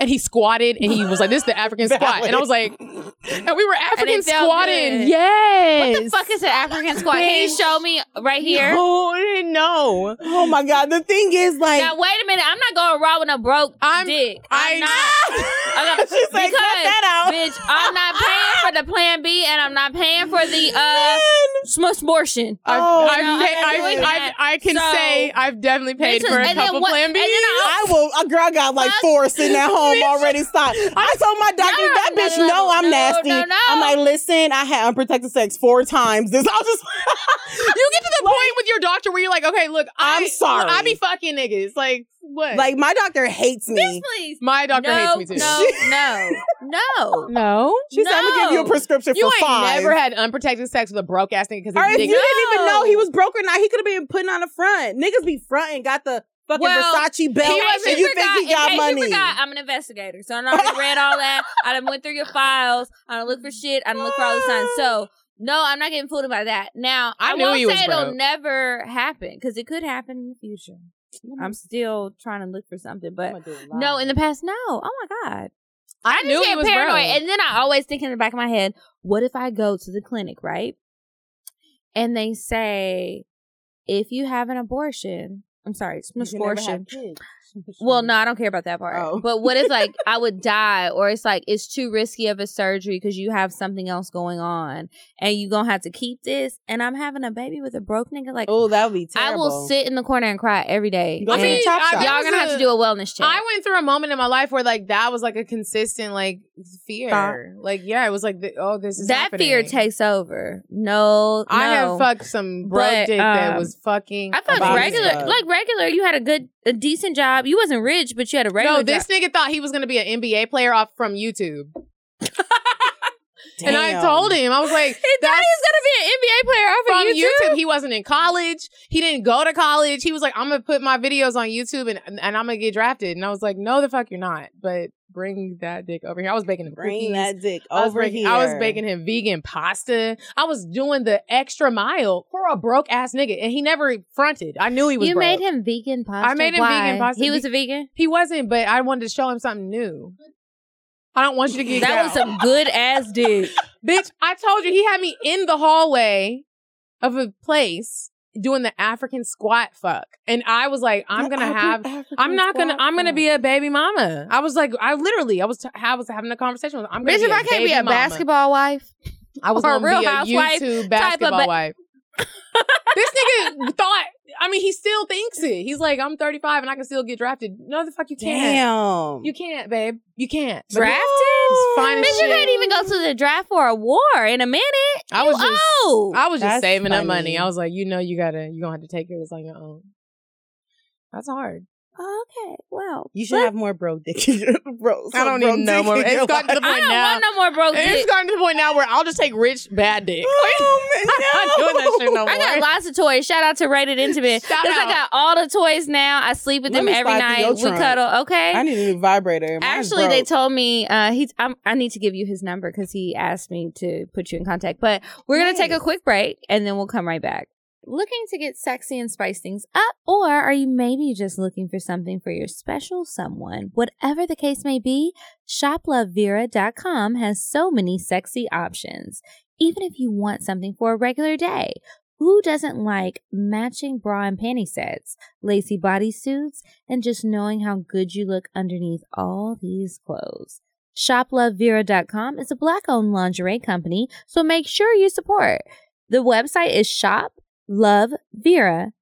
And he squatted and he was like, this is the African squat. And I was like, and we were African felt squatting. good. Yes. What the fuck is an African squat? Can you Bitch. show me right here? No, Oh, I didn't know. Oh my God. The thing is, like, Now wait a minute. I'm not going raw with a broke I'm- dick. I- I'm not. I'm not- She's like, cut that out. bitch, I'm not paying for the Plan B, and I'm not paying for the uh, smush abortion. I've, Oh, I've, no, I'm paid- not I've, doing I've, that. I can So- say I've definitely paid Bitches, for a and then couple what- Plan and then Bs. I will. A girl got like Fuck. four sitting at home already stopped. I told my doctor, Y'all are that another bitch know level. I'm No, nasty. no, no. I'm like, listen, I had unprotected sex four times. This I'll just You get to the point with your doctor where you're like, okay, look, I, I'm sorry. I be fucking niggas. Like what? like my doctor hates Yes, me. please. my doctor no, hates me too. no, no, no. No. She said, I'm gonna give you a no. prescription You for ain't five. never had unprotected sex with a broke ass nigga because or if you didn't No. even know he was broke or not, he could have been putting on a front. Niggas be fronting, got the fucking Well, Versace belt. In case and you think he in got case money. You forgot, I'm an investigator, so I done already read all that. I done went through your files. I done look for shit. I done look for all the signs. So no, I'm not getting fooled by that. Now I I, knew won't he was say it'll broke. never happen because it could happen in the future. I'm still trying to look for something, but no, in the past, no. Oh my god, I, knew he just get was paranoid, broke. and then I always think in the back of my head, what if I go to the clinic, right? And they say, if you have an abortion, I'm sorry, it's misfortune. Well, no, I don't care about that part. Oh. But what if like I would die or it's like it's too risky of a surgery because you have something else going on and you gonna have to keep this and I'm having a baby with a broke nigga like Oh, that would be I terrible. will sit in the corner and cry every day. Go I to the mean, And Chop I- Shop. that Y'all was gonna have a- to do a wellness check. I went through a moment in my life where like that was like a consistent like fear. Thought. Like yeah, it was like the, oh this is that happening. fear takes over. No, I no. have fucked some broke But, dick that um, was fucking. I fucked Bobby's regular, fucked. like regular. You had a good, a decent job. You wasn't rich, but you had a regular. No, this nigga thought he was gonna be an NBA player off from YouTube, and I Damn. told him I was like, He thought "That's he was gonna be an NBA player off from of YouTube. YouTube. He wasn't in college. He didn't go to college. He was like, I'm gonna put my videos on YouTube and and I'm gonna get drafted. And I was like, No, the fuck, you're not. But bring that dick over here. I was baking him Bring cookies. that dick I was over baking, here. I was baking him vegan pasta. I was doing the extra mile for a broke ass nigga, and he never fronted. I knew he was. You broke. made him vegan pasta. made him Why? vegan pasta He was be- a vegan. He wasn't, but I wanted to show him something new. I don't want you to get That out. was some good ass dick. Bitch, I told you he had me in the hallway of a place doing the African squat fuck. And I was like, I'm gonna have I'm not gonna I'm gonna be a baby mama. I was like, I literally I was t- I was having a conversation with him. I'm gonna Bitch, if I can't be baby a mama. basketball wife, I was or a gonna Real be a Housewife YouTube type of basketball ba- wife. this nigga thought. I mean, he still thinks it. He's like, I'm 35 and I can still get drafted. No, the fuck you can't. Damn. You can't, babe. You can't. But Drafted? It's fine as Bitch, you shit. can't even go to the draft for a war in a minute. I You was just- old. I was just That's saving up money. funny. I was like, you know, you gotta, you gonna have to take care of this on your own. That's hard. okay, well, You should have more bro dick. in your- bro, I don't need no more. It's gotten to the I point don't now. want no more broke It's dick. gotten to the point now where I'll just take rich bad dick. I'm Oh, not doing that shit no more. I got lots of toys. Shout out to Rated Intimate. Shout Because I out. got all the toys now. I sleep with Let them me every slide through your night. We trunk. cuddle. Okay. I need a new vibrator. Mine's Actually, they broke. told me uh, he. I'm, I need to give you his number because he asked me to put you in contact. But we're gonna take a quick break and then we'll come right back. Looking to get sexy and spice things up, or are you maybe just looking for something for your special someone? Whatever the case may be, shoplovevera.com has so many sexy options. Even if you want something for a regular day, who doesn't like matching bra and panty sets, lacy bodysuits? and just knowing how good you look underneath all these clothes. ShopLoveVera.com is a black owned lingerie company, so make sure you support. The website is shoplovevera.com.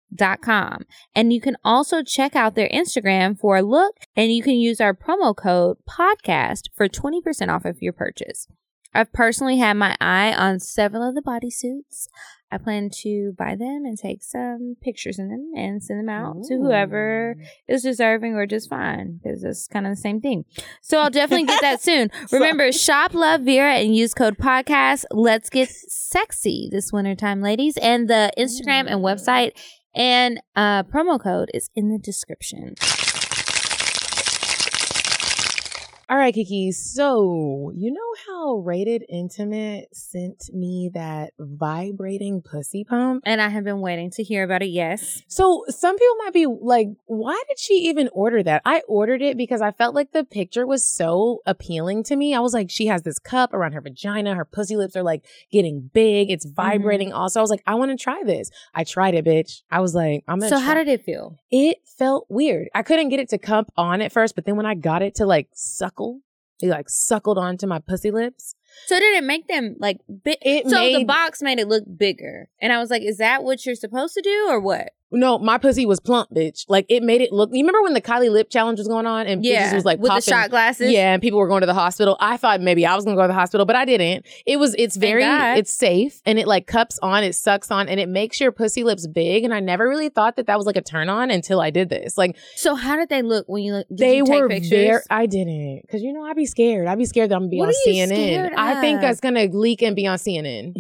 And you can also check out their Instagram for a look, and you can use our promo code podcast for 20% off of your purchase. I've personally had my eye on several of the bodysuits. I plan to buy them and take some pictures in them and send them out to whoever is deserving or just fine because it's kind of the same thing. So I'll definitely get that soon. Remember, shop Love Vera and use code podcast. Let's get sexy this wintertime, ladies. And the Instagram and website and uh, promo code is in the description. All right, Kiki. So, you know how Rated Intimate sent me that vibrating pussy pump? And I have been waiting to hear about it. Yes. So, some people might be like, why did she even order that? I ordered it because I felt like the picture was so appealing to me. I was like, she has this cup around her vagina. Her pussy lips are like getting big. It's Mm-hmm. vibrating also. I was like, I want to try this. I tried it, bitch. I was like, I'm going to So, how did it feel? it felt weird. I couldn't get it to cup on at first, but then when I got it to like suckle, it like suckled onto my pussy lips. So, did it make them like big? It So, the made- box made it look bigger. And I was like, is that what you're supposed to do or what? No, my pussy was plump, bitch. Like it made it look. You remember when the Kylie lip challenge was going on and yeah, was like with popping, the shot glasses. yeah, and people were going to the hospital. I thought maybe I was going to go to the hospital, but I didn't. It was. It's very. God. It's safe and it like cups on, it sucks on, and it makes your pussy lips big. And I never really thought that that was like a turn on until I did this. Like So how did they look when you look? Did they you take were pictures? there. I didn't because you know I'd be scared. I'd be scared that I'm gonna be What on are you scared CNN. I think of? that's gonna leak and be on CNN.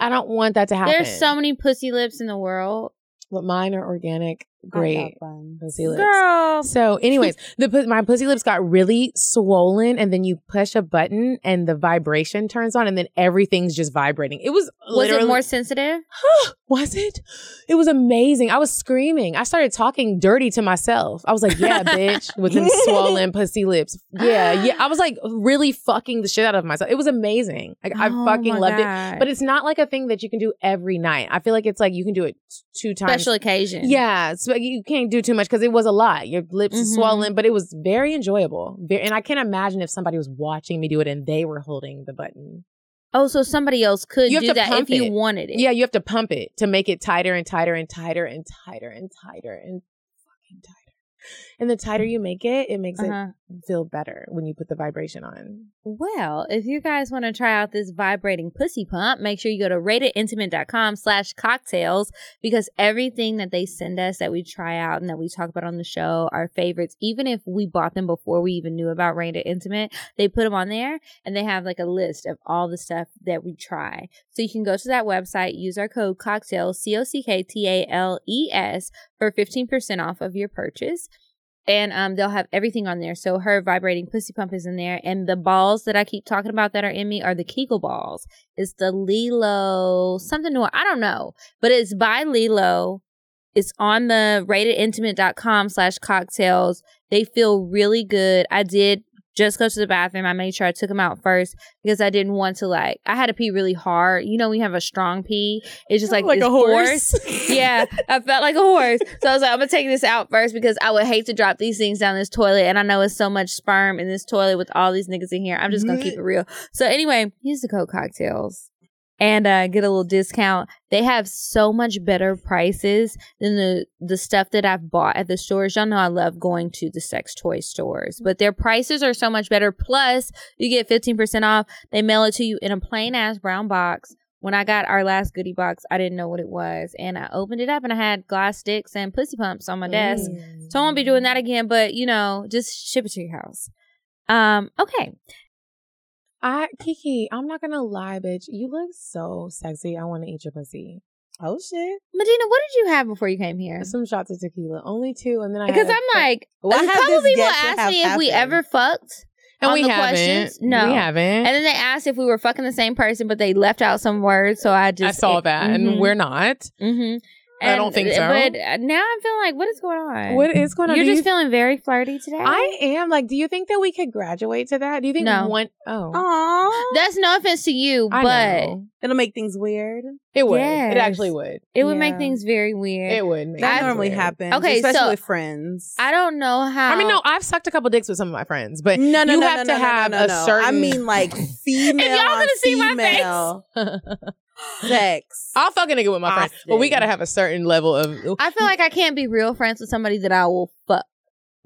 I don't want that to happen. There's so many pussy lips in the world, but mine are organic, great pussy lips. girl. So, anyways, the pu- my pussy lips got really swollen, and then you push a button, and the vibration turns on, and then everything's just vibrating. It was Was literally it more sensitive? was it? It was amazing. I was screaming. I started talking dirty to myself. I was like, yeah, bitch, with them swollen pussy lips. Yeah, yeah. I was like really fucking the shit out of myself. It was amazing. Like I Oh fucking loved it. But it's not like a thing that you can do every night. I feel like it's like you can do it t- two times. special occasion. Yeah, so you can't do too much because it was a lot. Your lips Mhm. swollen, but it was very enjoyable. Ve- And I can't imagine if somebody was watching me do it and they were holding the button. Oh, so somebody else could You have do to that if pump you it. wanted it. Yeah, you have to pump it to make it tighter and tighter and tighter and tighter and tighter and fucking tighter. And the tighter you make it, it makes Uh-huh. it feel better when you put the vibration on. Well, if you guys want to try out this vibrating pussy pump, make sure you go to ratedintimate.com slash cocktails because everything that they send us that we try out and that we talk about on the show, our favorites, even if we bought them before we even knew about Rated Intimate, they put them on there and they have like a list of all the stuff that we try. So you can go to that website, use our code cocktails, C O C K T A L E S, for 15% off of your purchase and um, they'll have everything on there. So her vibrating pussy pump is in there, and the balls that I keep talking about that are in me are the Kegel balls. It's the Lilo something new. I don't know, but it's by Lilo. It's on the ratedintimate.com slash cocktails. They feel really good. I did just go to the bathroom. I made sure I took them out first because I didn't want to like I had to pee really hard. You know, when you have a strong pee. It's just like, Like it's a horse. forced. yeah. I felt like a horse. So I was like, I'm gonna take this out first because I would hate to drop these things down this toilet. And I know it's so much sperm in this toilet with all these niggas in here. I'm just gonna keep it real. So anyway, use the code cocktails. and uh, get a little discount. They have so much better prices than the the stuff that I've bought at the stores. Y'all know I love going to the sex toy stores, but their prices are so much better. Plus, you get fifteen percent off. They mail it to you in a plain ass brown box. When I got our last goodie box, I didn't know what it was, and I opened it up and I had glass sticks and pussy pumps on my desk. So I Mm. won't be doing that again. But you know, just ship it to your house. Um, okay. I Kiki, I'm not gonna lie, bitch. You look so sexy. I want to eat your pussy. Oh shit! Medina, what did you have before you came here? Some shots of tequila, only two, and then I had Because a- I'm like, Why a has couple this people yet to asked have me if we happened? ever fucked, And On we the haven't. questions? No. we haven't. and then they asked if we were fucking the same person, but they left out some words. So I I just Mm-hmm. saw that, and we're not. hmm I don't think so. But uh, now I'm feeling like, what is going on? What is going on? You're Do you just feeling very flirty today. I am like, do you think that we could graduate to that? Do you think No. one oh Aww, That's no offense to you, I but know. it'll make things weird. it would. Yes. It actually would. it would make Yeah. things very weird. It would. Make That it normally weird. happens. Okay, especially so- with friends. I don't know how. I mean, no, I've sucked a couple dicks with some of my friends, but no, no, you no, have no, to no, no, have no, a no. certain. I mean, like female. If y'all on could've seen my face. female Oh, sex. I'll fuck a nigga with my friends, but we gotta have a certain level of. I feel like I can't be real friends with somebody that I will fuck.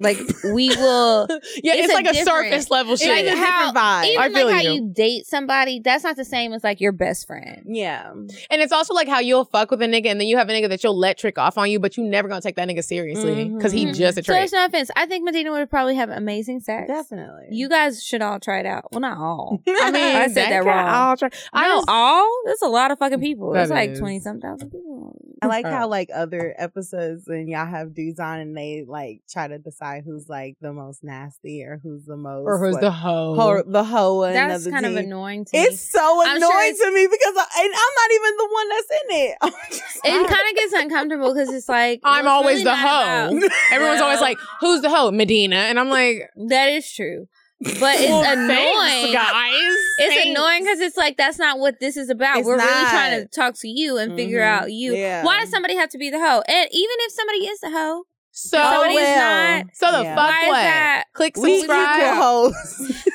Like e-, we will. yeah, it's it's, a like a different- surface level shit. like It's a how- different vibe. even I feel like how you. you date somebody, that's not the same as like your best friend. yeah, And it's also like how you'll fuck with a nigga and then you have a nigga that you'll let trick off on you, but you never gonna take that nigga seriously because Mhm. he just a So trick. it's no offense. I think Medina would probably have amazing sex. definitely. You guys should all try it out. Well, not all. I mean, I said that got wrong. all tri- I I know just- all. That's a lot of fucking people. It's That like is. twenty some thousand people. I like Oh. how like other episodes and y'all have dudes on and they like try to decide who's like the most nasty or who's the most or who's like, the hoe? ho- the hoe and That's the kind of team. annoying to me. It's so I'm annoying sure it's- to me because I, and I'm not even the one that's in it. I'm just It like- kind of gets uncomfortable because it's like I'm well, always it's the really not hoe. about- Everyone's always like, "Who's the hoe?" Medina, and I'm like, that is true, but it's well, thanks, annoying. guys." It's Thanks. annoying because it's like that's not what this is about. It's We're really not. trying to talk to you and figure Mhm. Mm-hmm. out you. Yeah. Why does somebody have to be the hoe? And even if somebody is the hoe, So, somebody is oh, well. not. so the Yeah. fuck Why is what? that? Click we equal subscribe. hoes.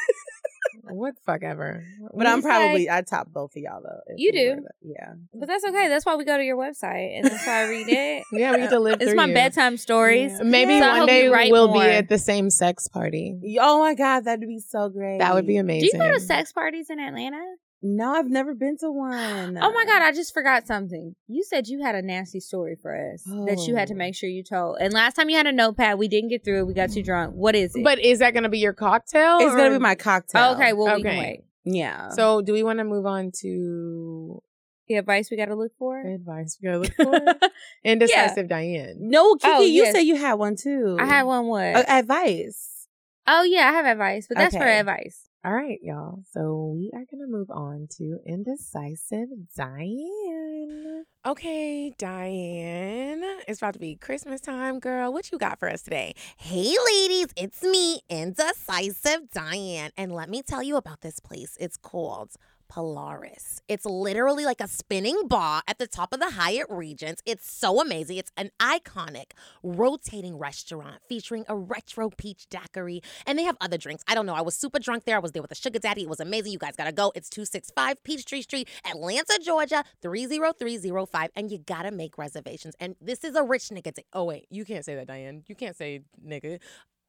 What the fuck ever? but I'm It's probably I top both of y'all though. if You we were do. to- yeah. But that's okay. That's why we go to your website and that's why I read it. Yeah, we get to live. It's through my you. bedtime stories. Maybe So I one hope day you write we'll more. be at the same sex party. Oh my god, that'd be so great. That would be Do amazing. you go to sex parties in Atlanta? No, I've never been to one. Oh my God, I just forgot something. You said you had a nasty story for us that you had to Oh. make sure you told. And last time you had a notepad, we didn't get through it. We got too drunk. What is it? But is that going to be your cocktail? It's gonna or- be my cocktail. Oh, okay, well, we can Okay. wait. Yeah. So, do we want to move on to The advice we got to look for? advice we gotta look for? Indecisive Diane. no, Kiki, Oh, you yes. said you had one too. I had one what? Oh, Uh, advice. oh yeah, I have advice, but that's for Okay. advice. All right, y'all. So we are gonna move on to indecisive Diane. Okay, Diane. It's about to be Christmas time, girl. What you got for us today? Hey, ladies, it's me, Indecisive Diane. And let me tell you about this place. It's called Polaris. It's literally like a spinning bar at the top of the Hyatt Regents. It's so amazing. It's an iconic rotating restaurant featuring a retro peach daiquiri. And they have other drinks. I don't know. I was super drunk there. I was there with a sugar daddy. It was amazing. You guys got to go. It's 265 Peachtree Street, Atlanta, Georgia, 30305. And you got to make reservations. And this is a rich nigga day. Oh wait, you can't say that, Diane. You can't say nigga.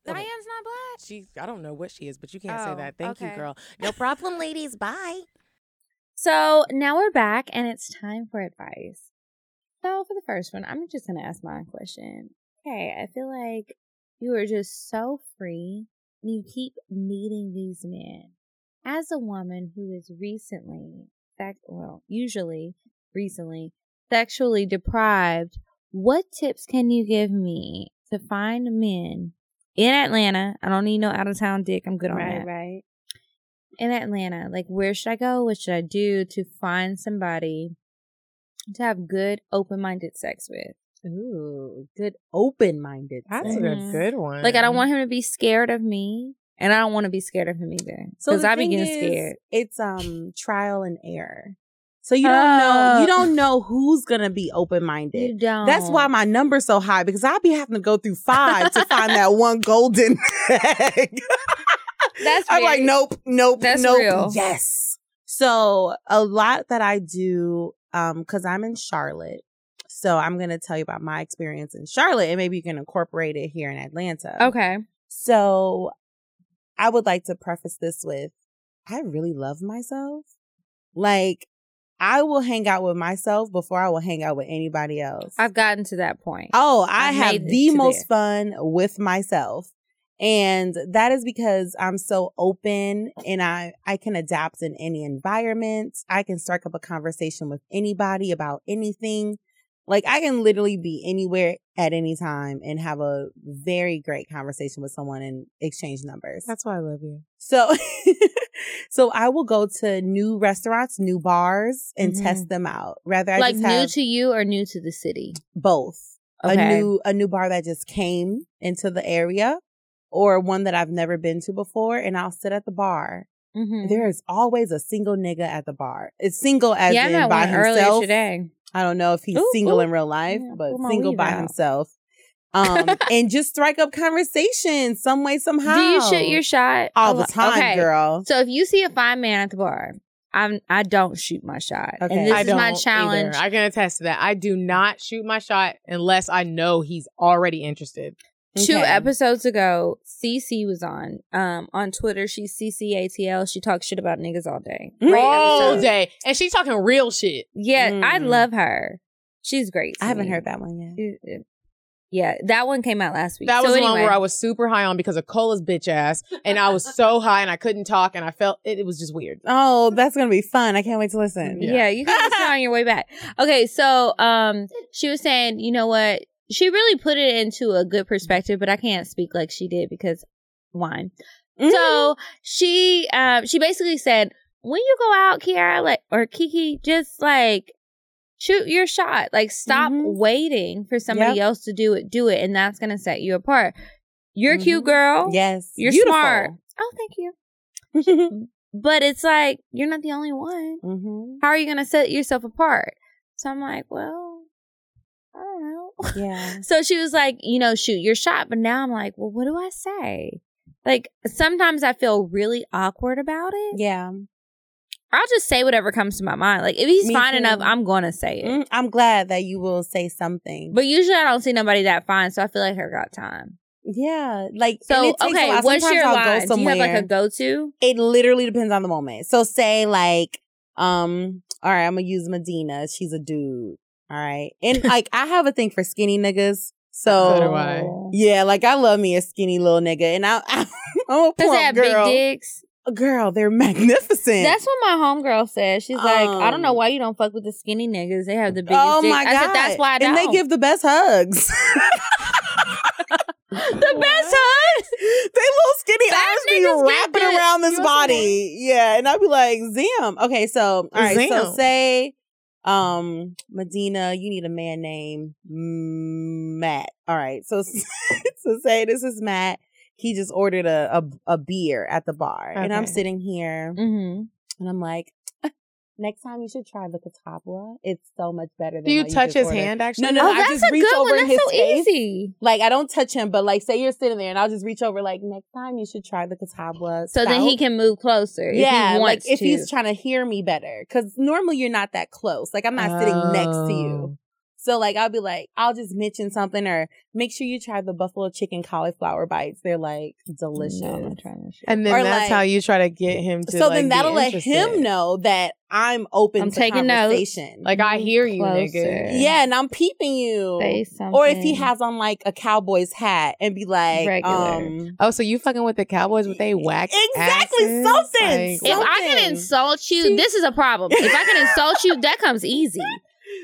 Oh, Okay. not black. She, I don't know what she is, but you can't Oh, say that. Thank okay. you, girl. No problem, ladies. Bye. So now we're back, and it's time for advice. So for the first one, I'm just gonna ask my question. Okay, I feel like you are just so free, and you keep meeting these men. As a woman who is recently, sex, well, usually recently sexually deprived, what tips can you give me to find men in Atlanta? I don't need no out of town dick. I'm good on that Right, right. in Atlanta, like where should I go? What should I do to find somebody to have good, open minded sex with? Ooh, good open minded. That's Mhm. Mm-hmm. a good one. Like I don't want him to be scared of me. And I don't want to be scared of him either. Because I be getting scared. It's um trial and error. So you don't know Oh. you don't know who's gonna be open You minded. don't. That's why my number's so high because I'll be having to go through five to find that one golden egg. That's I'm like, very- nope, nope, That's nope. real. Yes. So a lot that I do, um, because I'm in Charlotte. So I'm gonna tell you about my experience in Charlotte and maybe you can incorporate it here in Atlanta. Okay. So I would like to preface this with I really love myself. Like I will hang out with myself before I will hang out with anybody else. I've gotten to that point. Oh, I I've have made it the to most fun with myself. And that is because I'm so open and I, I can adapt in any environment. I can strike up a conversation with anybody about anything. Like I can literally be anywhere at any time and have a very great conversation with someone and exchange numbers. That's why I love you. So, so I will go to new restaurants, new bars and Mhm. test them out. Rather, I like just new have to you or new to the city? both a Okay. new a new bar that just came into the area or one that I've never been to before and I'll sit at the bar. Mhm. There is always a single nigga at the bar. It's single as Yeah, I in met by one earlier himself. today. I don't know if he's Ooh, single ooh. in real life, Yeah, but pull my single weed by out. himself. Um and just strike up conversation some way somehow. Do you shoot your shot all A the lo- time, okay. girl. So if you see a fine man at the bar, I'm I don't shoot my shot. Okay. And this I is my don't either. challenge. I can attest to that. I do not shoot my shot unless I know he's already interested. Two Okay. episodes ago, CC was on um on Twitter. She's CCATL. She talks shit about niggas all day. Great All episode. day. And she's talking real shit. Yeah, I Mm. love her. She's great. I haven't heard that one yet. that. Yeah, that one came out last week. That So was the one anyway. where I was super high on because of Cola's bitch ass. And I was so high and I couldn't talk and I felt it, it was just weird. Oh, that's gonna be fun. I can't wait to listen. Yeah, you can listen on your way back. Okay, so um, she was saying, you know what? She really put it into a good perspective, but I can't speak like she did because wine. Mm-hmm. So she um, she basically said, when you go out, Kiara, like or Kiki, just like shoot your shot. Like stop Mhm. waiting for somebody else to do it. Do it, and that's gonna set you apart. You're a cute, Mhm. girl. Yes. You're smart. Oh, thank you. smart. But it's like you're not the only one hmm how are you going to set yourself apart? So I'm like, well, I don't know. Mm-hmm. Yeah. So she was like, you know, shoot your shot. But now I'm like, well, what do I say? Like sometimes I feel really awkward about it. Yeah. I'll just say whatever comes to my mind. Like if he's Me fine too. enough, I'm going to say it. Mm, I'm glad that you will say something. But usually I don't see nobody that fine. So I feel like I got time. yeah, like and So, it takes a okay, lot. what's Sometimes your I'll line? Go Do you somewhere. have like a go to? it literally depends on the moment. So say like, um, all right, I'm gonna use Medina. She's a dude. All right, and like I have a thing for skinny niggas. So do So I. yeah, like I love me a skinny little nigga, and I, I am a Does it have plump girl. big dicks? Girl, they're magnificent. That's what my homegirl said. She's like, I don't know Um, why you don't fuck with the skinny niggas. They have the biggest. oh dick." my god! I said that's why I don't. and they give the best hugs. the best hugs. they little skinny Fat arms be niggas get wrapping that. around this You know what I'm body. Yeah. And I'd be like, Zam. Okay, so all right, so Zam. say um Medina, you need a man named Matt. All right. So so say this is Matt. He just ordered a a, a beer at the bar. And I'm Okay. sitting here Mm-hmm. and I'm like, next time you should try the Catawba. It's so much better than Do you what touch just his ordered." hand actually? No, no, Oh, no. I that's just a reach good over one. in That's his so face easy. like I don't touch him, but like say you're sitting there and I'll just reach over like next time you should try the Catawba. So then he stout." can move closer. Yeah, if he like wants if to. he's trying to hear me better, because normally you're not that close. Like I'm not sitting next to Oh. Oh. you, so like I'll be like I'll just mention something or make sure you try the buffalo chicken cauliflower bites. They're like delicious. No, I'm not trying to And then Or that's like- how you try to get him to. so like, then be that'll let interested. him know that I'm open I'm to taking notes. conversation. Like I hear you, Closer. nigga. yeah, and I'm peeping you. Say something. Or if he has on like a cowboy's hat and be like, Regular. um, Oh, so you fucking with the Cowboys with they whack E-, Exactly, asses? something, Like, If I can something. insult you, this is a problem. If I can insult you, that comes easy.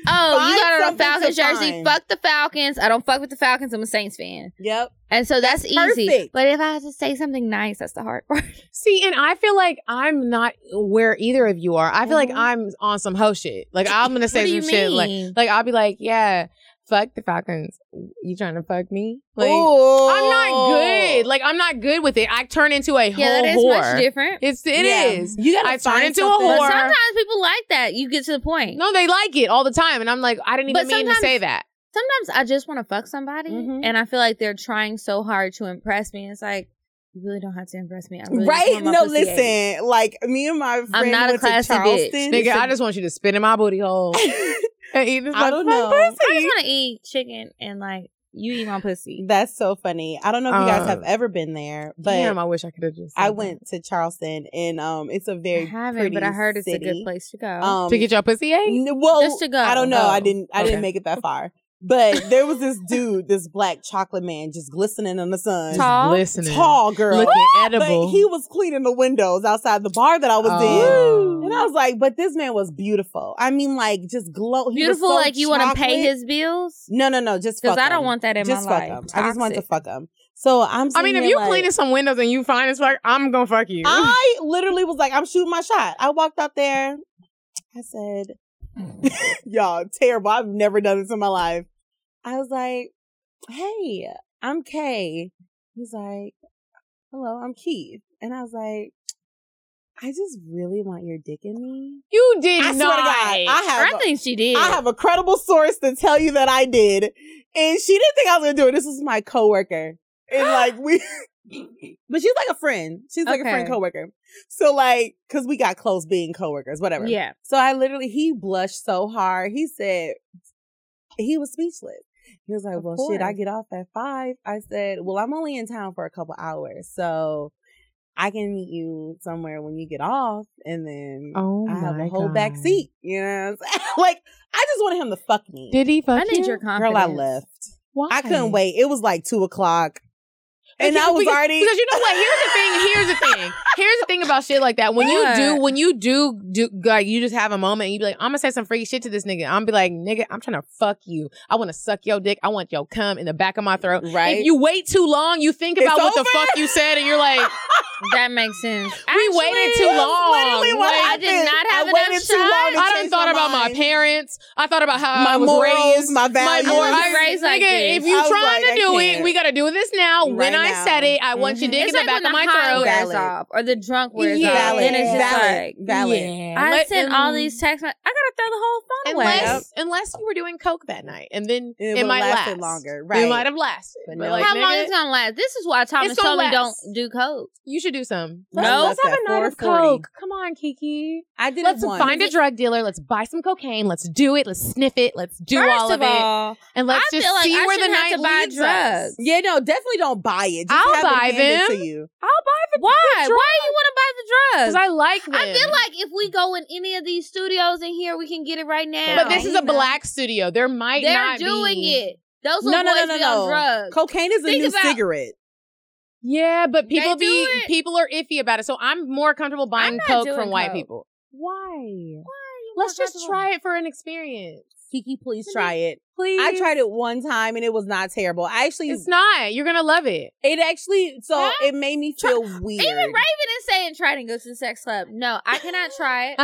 Oh, Find you got on a something Falcons to jersey. find. Fuck the Falcons. I don't fuck with the Falcons. I'm a Saints fan. Yep. And so that's, That's easy. perfect. But if I have to say something nice, that's the hard part. See, and I feel like I'm not where either of you are. I feel Mm-hmm. like I'm on some hoe shit. Like I'm gonna say What do some you shit. Like, mean? like I'll be like, yeah, fuck the Falcons. You trying to fuck me? Like, I'm not good. Like I'm not good with it. I turn into a whole Oh. yeah, that is whore. much different. It's it is. Yeah. You gotta I turn find into a something. But whore. sometimes people like that. You get to the point. No, they like it all the time, and I'm like, I didn't even But mean to sometimes- say that. Sometimes I just want to fuck somebody, Mhm. and I feel like they're trying so hard to impress me. It's like You really don't have to impress me. I really just right? want my No, pussy ate. listen. Like me and my friend not a went to classy bitch. Charleston. Nigga, I just want you to spit in my booty hole and eat this I motherfucking don't know. I just pussy. want to eat chicken and like you eat my pussy. That's so funny. I don't know if you guys have Um, ever been there, but Damn, I wish I could have just. said I that. went to Charleston, and um, it's a I very haven't, pretty but I heard it's a city. good place to go. Um, to get your pussy eh? ate. n- well, Just to go. I don't know. I Oh, didn't. I okay. didn't make it that far. But there was this dude, this black chocolate man, just glistening in the sun, Tall. Tall? listening, Tall girl, looking but edible. he was cleaning the windows outside the bar that I was Oh. in, Um, and I was like, "But this man was beautiful. I mean, like, just glow. he was Beautiful, so like you want to chocolate. pay his bills No, no, no. Just because fuck I don't him. want that in just my fuck life. him. I just want to Toxic. fuck him. So I'm. I mean, sitting if here you like, cleaning some windows and you find as fuck, I'm gonna fuck you. I literally was like, I'm shooting my shot. I walked out there. I said, Mm. y'all, terrible. I've never done this in my life. I was like, hey, I'm Kay. He's like, hello, I'm Keith. And I was like, I just really want your dick in me. you did I swear to not. God, I have I think she did. I have a credible source to tell you that I did. And she didn't think I was gonna do it. This was my coworker. And like we But she's like a friend. She's like a friend Okay. coworker. So like, cause we got close being coworkers, whatever. yeah, So I literally he blushed so hard. He said he was speechless. He was like, Of Well shit, I course. get off at five. I said, Well, I'm only in town for a couple hours, so I can meet you somewhere when you get off and then oh I have my a whole God. back seat. You know, what I'm saying? like I just wanted him to fuck me. Did he fuck I need you? your confidence. Girl, I left. Why? I couldn't wait. It was like two o'clock, and Because- I was because- already because you know what? Here's the thing. Here's the thing. Here's the thing about shit like that. When you What? do, when you do, do like you just have a moment and you be like, I'm gonna say some freaky shit to this nigga. I'm gonna be like, nigga, I'm trying to fuck you. I want to suck your dick. I want your cum in the back of my throat. right. If you wait too long, you think It's about what the over. fuck you said, and you're like, That makes sense. we waited too long. literally what Like, I happened. did not have I enough waited too long shot. to I done change thought about mind. my parents. I thought about how My I was morals, raised. my values. mor- I wasn't raised like nigga, this. If you I was trying like, to I do it, can't. we gotta do it this now. when Right I now. said it, I want your Mhm. dick it's like in the back when of the my high throat. wears Valid. off or the drunk wears Yeah. off. Then it's just Valid. like Valid. Yeah. I Let sent them- all these text. me- I gotta throw the whole phone away. Unless, unless you were doing coke that night, and then It it, would've might last lasted longer, right. It might have lasted. But But, no, like, How long nigga, is it gonna last? This is why Thomas It's gonna Tolan don't last. do coke. you should do some. No. let's Left have at a night of 4:40. coke. Come on, Kiki. I did Let's it once. find a drug dealer. Let's buy some cocaine. Let's do it. Let's sniff it. Let's do First all of it. all, and let's I just feel like see I where the shouldn't have night to buy leads drugs. us. yeah, no, definitely don't buy it. Just I'll have it buy handed them. To you. I'll buy the Why? the Why you wanna buy the Because drugs? I like them. I, feel like if we go in any of these studios in here, we can get it right now. but this is a You know? black studio. There might They're not doing be. it. Those No, little no, no, boys no, be on no. drugs. Cocaine is a Think new about- cigarette. Yeah, but They people do be it. people are iffy about it. So I'm more comfortable buying not coke doing from white coke. people. Why? You want Let's just to- try it for an experience. Kiki, please try it. Please. I tried it one time and it was not terrible. I actually, It's not. You're gonna love it. it actually, so Huh? it made me Try- feel weird. Even Raven is saying try it and go to the sex club. No, I cannot try it.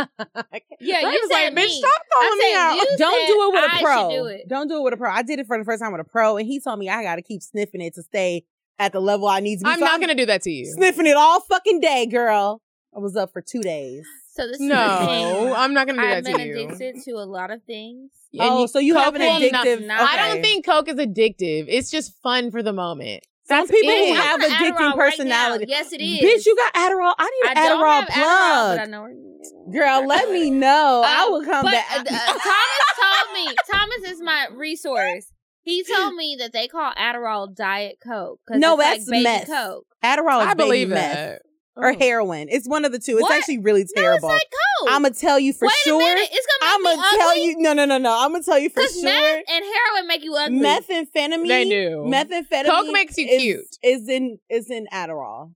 Yeah, you Raven's said like, bitch, me. stop I calling me said out. you don't said do it with I a should pro. do it. not do it with a pro. I did it for the first time with a pro, and he told me I got to keep sniffing it to stay at the level I need to be. I'm So not gonna do that to you. sniffing it all fucking day, girl. I was up for two days. So this is the No, thing. I'm not gonna do I've that been to you. addicted to a lot of things. And oh, so you have an coke will not- addictive. not- I okay. don't think coke is addictive. It's just fun for the moment. some people who it. I'm have on Adderall addicting right personality. now. yes, it is. Bitch, you got Adderall. I need I an don't have Adderall Adderall, plug. but I know where you- Girl, let me know. I Um, will come but, back. uh, uh, Thomas told me. Thomas is my resource. He told me that they call Adderall Diet Coke. 'cause No, it's like that's baby meth. Coke. Adderall is I believe baby meth that. Oh. or heroin. It's one of the two. It's Oh. What? actually really terrible. No, it's like Coke. I'm gonna tell you for Wait sure. a minute. It's gonna I'm make gonna me tell ugly. you. No, no, no, no. I'm gonna tell you for Because sure. meth and heroin make you ugly. Methamphetamine. They do. Methamphetamine. Coke makes you is- cute. Is in is in Adderall.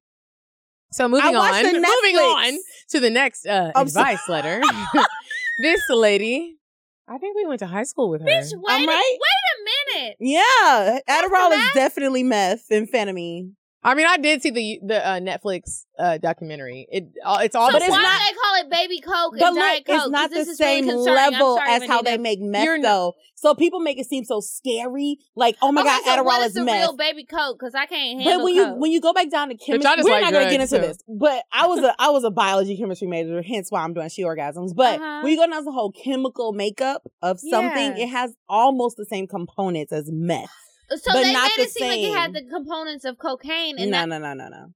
So moving I watched on, the moving Netflix. on to the next uh, I'm so- advice letter. this lady, I think we went to high school with her. Bitch, wait, I'm a- right? wait a minute. Yeah, Adderall is meth? definitely methamphetamine. I mean, I did see the the uh, Netflix uh, documentary. It uh, it's all So the But it's why same. not- do they call it baby Coke But and look, Diet Coke? it's not 'Cause the this is really same concerning. I'm level sorry, as how Vanita. they make meth, You're not- though. So people make it seem so scary. Like, oh my Okay, god, so Adderall what is is the meth. real baby Coke? Because I can't handle But when you Coke. when you go back down to y'all chemistry, just we're like not gonna get drugs, into too. this. But I was a I was a biology chemistry major, hence why I'm doing she orgasms. But Uh-huh. when you go down to the whole chemical makeup of something, Yeah. it has almost the same components as meth. so but they not made the it seem like it same. had the components of cocaine, and no, that, no, no, no, no.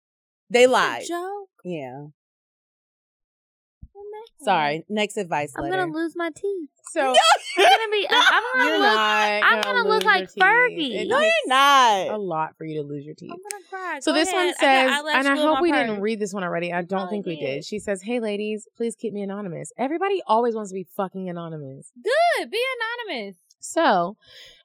They lied. Joe, Uh-huh. Yeah. come back. Sorry. Next advice I'm letter. gonna lose my teeth. So I'm gonna be. I'm gonna you're look. not. I'm gonna look lose your like teeth. Fergie. It No, takes a not. lot for you to lose your teeth. I'm gonna cry. So Go this one ahead. says, I got eyelash and I glue in hope my we purse. didn't read this one already. I don't Oh, I think we did. did. She says, "Hey ladies, please keep me anonymous. Everybody always wants to be fucking anonymous." Good. Be anonymous. So,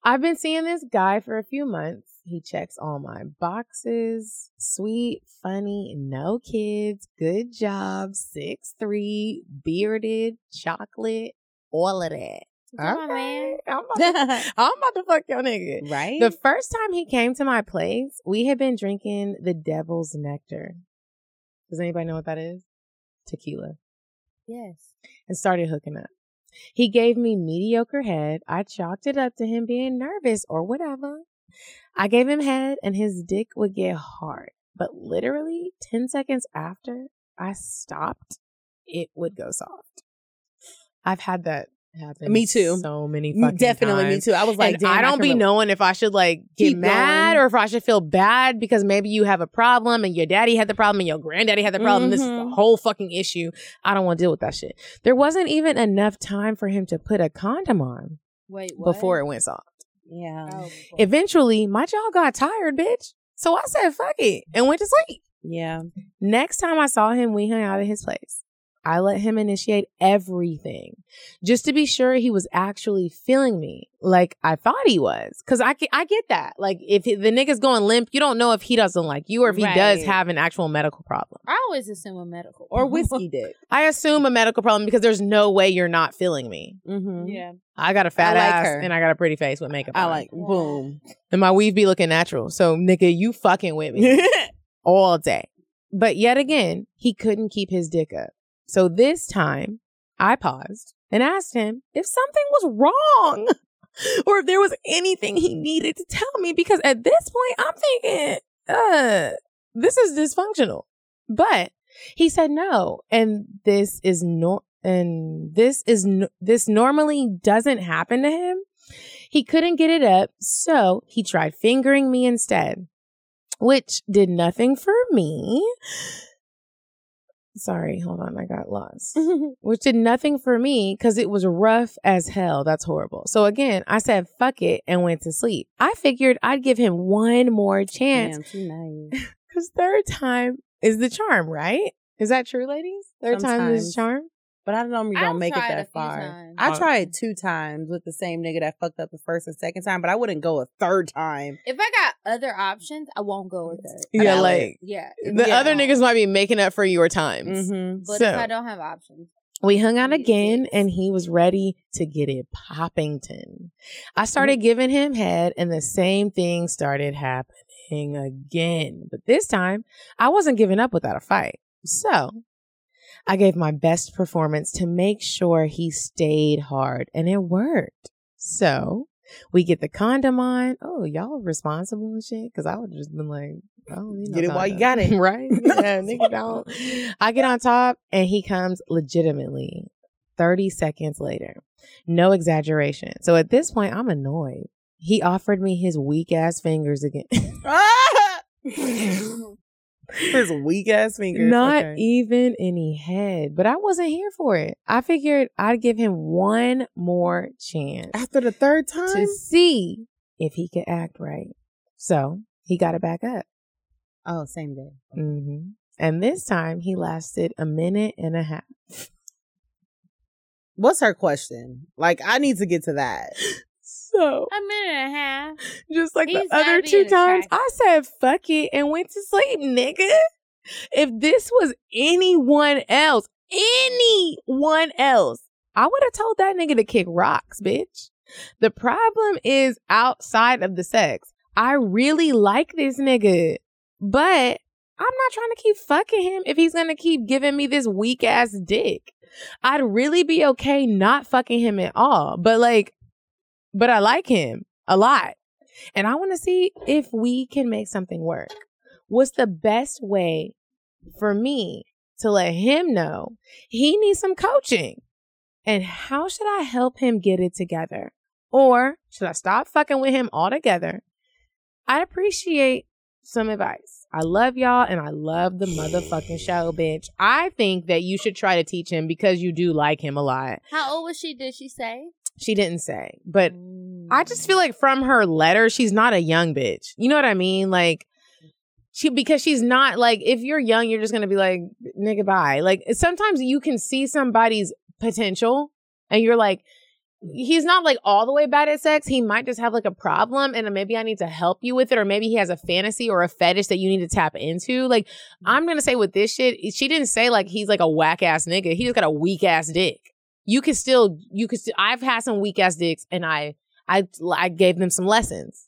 I've been seeing this guy for a few months. He checks all my boxes. Sweet, funny, no kids, good job, six three, bearded, chocolate, all of that. Come on, man. Okay, I'm about, to, I'm about to fuck your nigga. Right? The first time he came to my place, we had been drinking the devil's nectar. Does anybody know what that is? Tequila. Yes. And started hooking up. He gave me mediocre head. I chalked it up to him being nervous or whatever. I gave him head and his dick would get hard. But literally 10 seconds after I stopped, it would go soft. I've had that happen. Me too. So many Me- fucking Definitely times me too. I was like, and damn, I don't can be relate. knowing if I should like get Keep mad going. or if I should feel bad because maybe you have a problem and your daddy had the problem and your granddaddy had the problem. This is the Mhm. whole fucking issue. I don't want to deal with that shit. There wasn't even enough time for him to put a condom on Wait. What? before it went soft. Yeah. Oh, boy. Eventually, my jaw got tired, bitch. So I said, fuck it, and went to sleep. Yeah. Next time I saw him, we hung out at his place. I let him initiate everything just to be sure he was actually feeling me like I thought he was. Cause I, ge- I get that. Like if he- the nigga's going limp, you don't know if he doesn't like you or if he does Right. have an actual medical problem. I always assume a medical Or whiskey dick. I assume a medical problem because there's no way you're not feeling me. Mm-hmm. Yeah. I got a fat like ass her. and I got a pretty face with makeup. I on. like boom. and my weave be looking natural. So nigga, you fucking with me. all day. But yet again, he couldn't keep his dick up. So this time, I paused and asked him if something was wrong or if there was anything he needed to tell me because at this point, I'm thinking, uh, this is dysfunctional. But he said no, and this is no, and this is no, this normally doesn't happen to him. He couldn't get it up, so he tried fingering me instead which did nothing for me. Sorry, hold on, I got lost. which did nothing for me because it was rough as hell. That's horrible. So again, I said fuck it and went to sleep. I figured I'd give him one more chance Damn, too nice. because third time is the charm, right? Is that true, ladies? Third time is Sometimes. the charm. But I don't know if you're I've gonna make it tried a that few far. times. I Oh. tried two times with the same nigga that fucked up the first and second time, but I wouldn't go a third time. If I got other options, I won't go with her. Yeah, Valid. like Yeah. the Yeah. other niggas might be making up for your times. Mm-hmm. But So- if I don't have options, We hung out Yes. again and he was ready to get it poppington. Mm-hmm. I started giving him head and the same thing started happening again. But this time I wasn't giving up without a fight. So I gave my best performance to make sure he stayed hard and it worked. So we get the condom on. Oh, y'all responsible and shit? Cause I would have just been like, oh, you know, Get it while you condom. got it. Right? Yeah, nigga don't. I get on top and he comes legitimately 30 seconds later. No exaggeration. So at this point, I'm annoyed. He offered me his weak ass fingers again. Ah, His weak ass fingers. Not e- Okay. even any head, but I wasn't here for it. I figured I'd give him one more chance. after the third time. to see if he could act right. So he got it back up. oh, same day. hmm And this time he lasted a minute and a half. What's her question? Like, I need to get to that. So a minute and a half. just like the He's gotta other be two in a times, track. I said fuck it and went to sleep, nigga. If this was anyone else, anyone else, I would have told that nigga to kick rocks, bitch. The problem is outside of the sex. I really like this nigga, but I'm not trying to keep fucking him if he's gonna keep giving me this weak ass dick. I'd really be okay not fucking him at all. But like, but I like him a lot. And I wanna see if we can make something work. What's the best way for me to let him know he needs some coaching? And how should I help him get it together? Or should I stop fucking with him altogether? I appreciate some advice. I love y'all and I love the motherfucking show, bitch. I think that you should try to teach him because you do like him a lot. How old was she? Did she say? She didn't say, but I just feel like from her letter, she's not a young bitch. You know what I mean? Like she because she's not like if you're young, you're just gonna be like nigga bye. Like sometimes you can see somebody's potential and you're like, he's not like all the way bad at sex. He might just have like a problem and maybe I need to help you with it, or maybe he has a fantasy or a fetish that you need to tap into. Like I'm gonna say with this shit, she didn't say like he's like a whack ass nigga. He just got a weak ass dick. You could still, you could. St- I've had some weak ass dicks, and I, I, I gave them some lessons,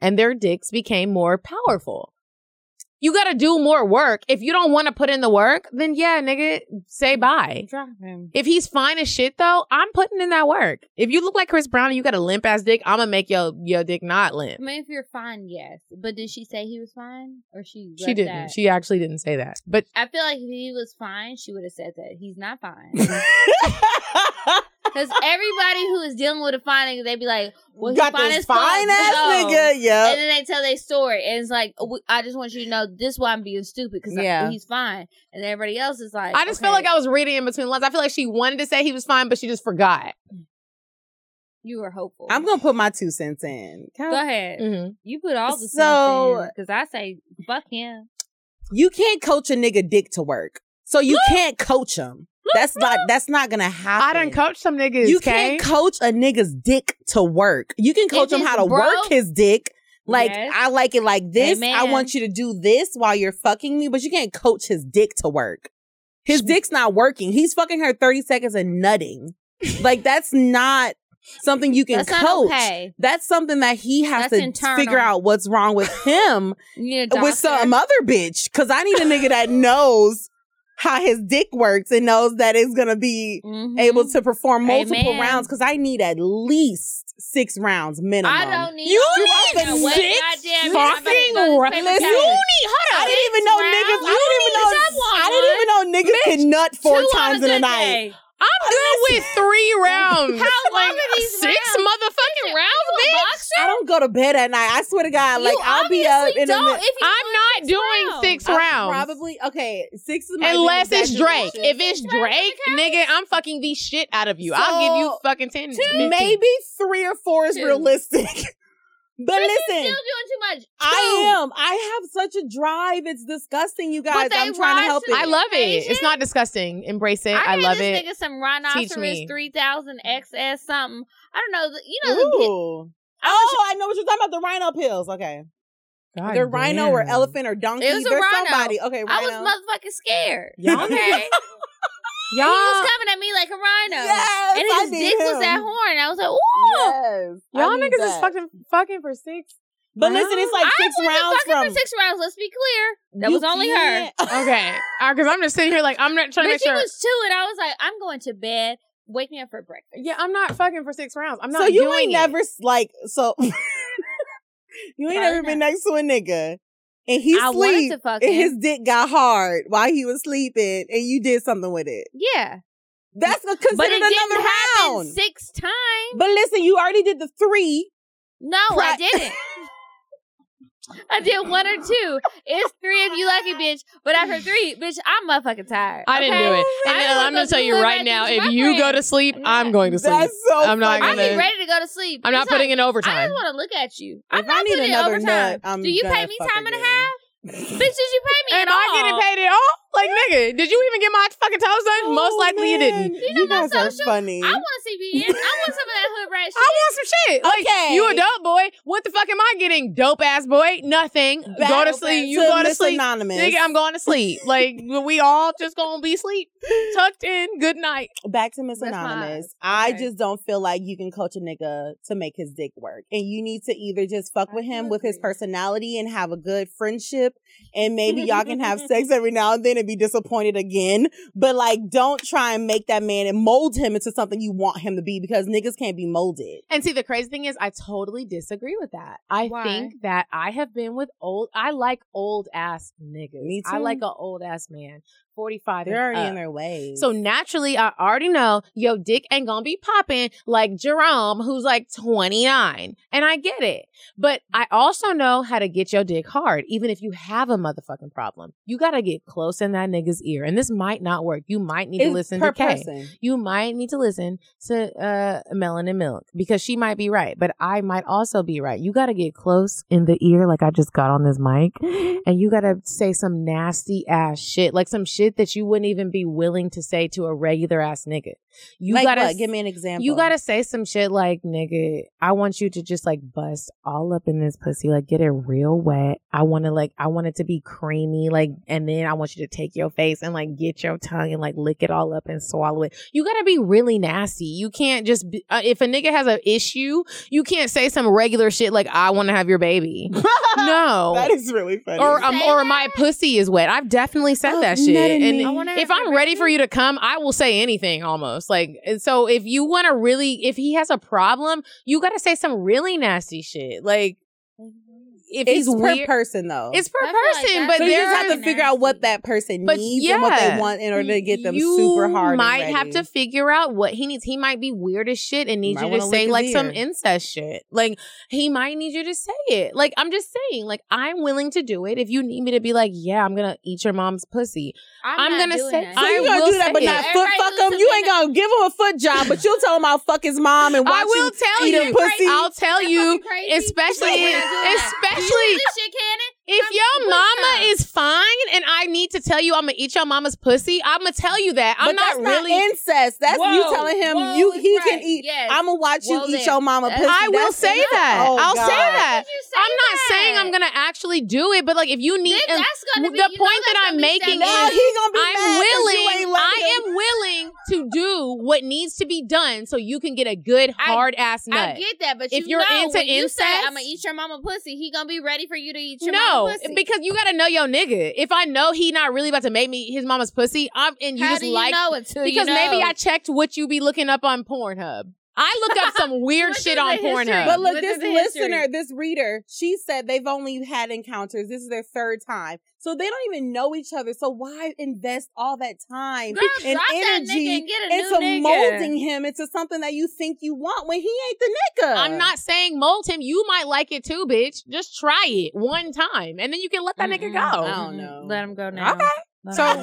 and their dicks became more powerful. You got to do more work. If you don't want to put in the work, then yeah, nigga, say bye. If he's fine as shit though, I'm putting in that work. If you look like Chris Brown and you got a limp ass dick, I'm gonna make your your dick not I limp. mean, if you're fine, yes. But did she say he was fine, or she? She left didn't. that? She actually didn't say that. But I feel like if he was fine, she would have said that he's not fine. Because everybody who is dealing with a fine nigga, they be like, "Well, he Got fine this as fuck, fine ass no." nigga. And Yep. then they tell their story, and it's like, "Oh, "We- I just want you to know this why I'm being stupid because Yeah. he's fine, and everybody else is like, I just feel okay, like I was reading in between lines. I feel like she wanted to say he was fine, but she just forgot. you were hopeful. I'm gonna put my two cents in. Can I- Go ahead. You put all the So- so because I say fuck him. You can't coach a nigga dick to work, so you can't coach him. That's not. That's not gonna happen. I done coached some niggas. You Kay. can't coach a nigga's dick to work. You can coach him it's how to work broke- his dick. Like Yes. I like it like this. I Amen. want you to do this while you're fucking me, but you can't coach his dick to work. His dick's not working. He's fucking her 30 seconds and nutting. like that's not something you can That's coach. not okay. That's something that he has That's to internal. figure out what's wrong with him You need a with doctor. some other bitch. Cause I need a nigga that knows how his dick works and knows that it's gonna be Mhm. able to perform multiple Amen. rounds because I need at least six rounds minimum. I don't need. You I'm need about to go- wait, six goddamn it, I'm about to fucking go to rounds. this You paper need, towel. hold on. I didn't even know Six niggas. rounds? I didn't even know. I didn't even know niggas can nut four Two on times in a good night. day. I'm good with three rounds. How uh, long Like, are these six rounds? motherfucking rounds, You a bitch. boxer? I don't go to bed at night. I swear to God, You like I'll be up obviously in a don't minute. if you I'm not doing rounds. six I'm rounds. Probably okay. Six is my Unless it's Drake. If it's Drake, nigga, I'm fucking the shit out of you. I'll give you So, fucking 10. 15. maybe three or four is Two. realistic. But But listen, you're still doing too much. Eh, I am. I have such a drive. It's disgusting, you guys. they I'm trying to rise help to it. I love it. Asian? It's not disgusting. Embrace it. I, I, gave love this it. nigga some me. rhinoceros three thousand XS something. I don't know. the- You know, the bit- Ooh. oh, I know what you're talking about. The rhino pills. Okay. God They're rhino or damn. elephant or donkey. It was a They're rhino. somebody. Okay, Oh, rhino. I was motherfucking scared. Y'all- Okay, Y'all, he was coming at me like a rhino, Yes, and I his did dick him. was that horn. I was like, ooh. Yes. I y'all need niggas is that. fucking fucking for six. But listen, it's like I six wasn't rounds fucking from. for six rounds. Let's be clear. That You was only her. can't- Okay, because I'm just sitting here like I'm not trying to But make she sure. was two, and I was like, I'm going to bed. Wake me up for breakfast. yeah, I'm not fucking for six rounds. I'm not. So you doing ain't it. never like so. You ain't Probably never been not. next to a nigga and he I wanted sleep to fuck and him. his dick got hard while he was sleeping and you did something with it. Yeah, That's a, considered but it didn't another happen round. six times. But listen, you already did the three. No, Pri- I didn't. I did one or two. It's three if you lucky, bitch. But after three, bitch, I'm motherfucking tired. I didn't okay? do it. I And didn't then I'm go gonna tell do you it right back now, to if my you go to friend. sleep, I'm I'm not. going to sleep. That's so. I'm not fucking- I gonna- be ready to go to sleep. I'm not Besides, putting in I overtime. just want to look at you. I'm If I not need putting in another overtime. nut, I'm do you gonna pay me fuck time and a again. half? bitch, did you pay me and at I all? getting paid at all? Like, nigga, did you even get my fucking toes done? Oh, Most likely you man. didn't. You know You my guys are social? funny. I want to see BN. I want some of that hood rat I shit. want some shit. Like, Okay. you a dope boy. What the fuck am I getting? Dope ass boy. Nothing. Back go to sleep. You to go to Miss sleep. Anonymous. Nigga, I'm going to sleep. Like, we all just gonna be sleep. Tucked in. Good night. Back to Miss That's my eyes. Anonymous. I Okay. just don't feel like you can coach a nigga to make his dick work. And you need to either just fuck I with him do with his agree. personality and have a good friendship. And maybe y'all can have sex every now and then and be disappointed again. But like, don't try and make that man and mold him into something you want him to be because niggas can't be molded. And see, the crazy thing is, I totally disagree with that. I Why? think that I have been with old. I like old ass niggas. Me I too. like an old ass man. 45. They're already in up. their way. So naturally, I already know yo dick ain't gonna be popping like Jerome, who's like 29. And I get it. But I also know how to get your dick hard, even if you have a motherfucking problem. You gotta get close in that nigga's ear. And this might not work. You might need to It's listen per to Kay. person. You might need to listen to uh Melanin Milk because she might be right, but I might also be right. You gotta get close in the ear, like I just got on this mic, and you gotta say some nasty ass shit, like some shit that you wouldn't even be willing to say to a regular ass nigga. You Like gotta what? give me an example. you gotta say some shit like, nigga, I want you to just like bust all up in this pussy, like get it real wet. I wanna like, I want it to be creamy, like, and then I want you to take your face and like get your tongue and like lick it all up and swallow it. You gotta be really nasty. You can't just, be, uh, if a nigga has an issue, you can't say some regular shit like, I wanna have your baby. no. That is really funny. or um, or my pussy is wet. I've definitely said Oh, that shit. And if I'm ready for you to come, I will say anything almost. Like and so if you want to really if he has a problem, you got to say some really nasty shit. Like if it's he's per weird person though. it's per I feel like person, that's but so you there just have to figure out what that person But needs and what yeah. they want in order to get them you super hard. and might ready. have to figure out what he needs. He might be weird as shit and needs Might you to wanna lick say his like some ear. incest shit. Like he might need you to say it. Like I'm just saying, like I'm willing to do it if you need me to be like, yeah, I'm gonna eat your mom's pussy. I'm not gonna doing say- that. So I you gonna will do that, but say not it. foot Everybody fuck listen him. You to ain't me. gonna give him a foot job, but you'll tell him I'll fuck his mom and watch I will him tell eat you. a pussy. I'll tell you, fucking crazy. especially, You're not doing that. especially this shit, Cannon. if I'm your with mama her. is fine and I need to tell you I'm gonna eat your mama's pussy. I'm gonna tell you that. I'm but that's not really. not incest. That's you Whoa, telling him whoa you is he right. can eat. Yes. I'm gonna watch you Whoa eat there. your mama That's- pussy. I will That's say enough. that. Oh, I'll God. say that. Did you say I'm not saying I'm that? gonna actually do it, but like if you need, Then and that's gonna be the you know point that's gonna that I'm be making sad. Now is he gonna be I'm mad 'cause you willing. ain't let him. I am willing to do what needs to be done so you can get a good I- hard ass nut. I get that, but If you you're know, into when you say, incest- I'm gonna eat your mama pussy. He gonna be ready for you to eat your no, mama pussy. because you gotta know your nigga. If I know he not really about to make me his mama's pussy, I'm and you how just do you like know it? Till you because know. maybe I checked what you be looking up on Pornhub. I look up some weird Look shit at on the history. Pornhub. But Um, look, look this at the history. listener, this reader, she said they've only had encounters. This is their third time. So they don't even know each other. So why invest all that time Girl, and drop that nigga energy and get a into new nigga. molding him into something that you think you want when he ain't the nigga? I'm not saying mold him. You might like it too, bitch. Just try it one time, and then you can let that nigga go. Oh. I don't know. Let him go now. Okay. Let So- him go.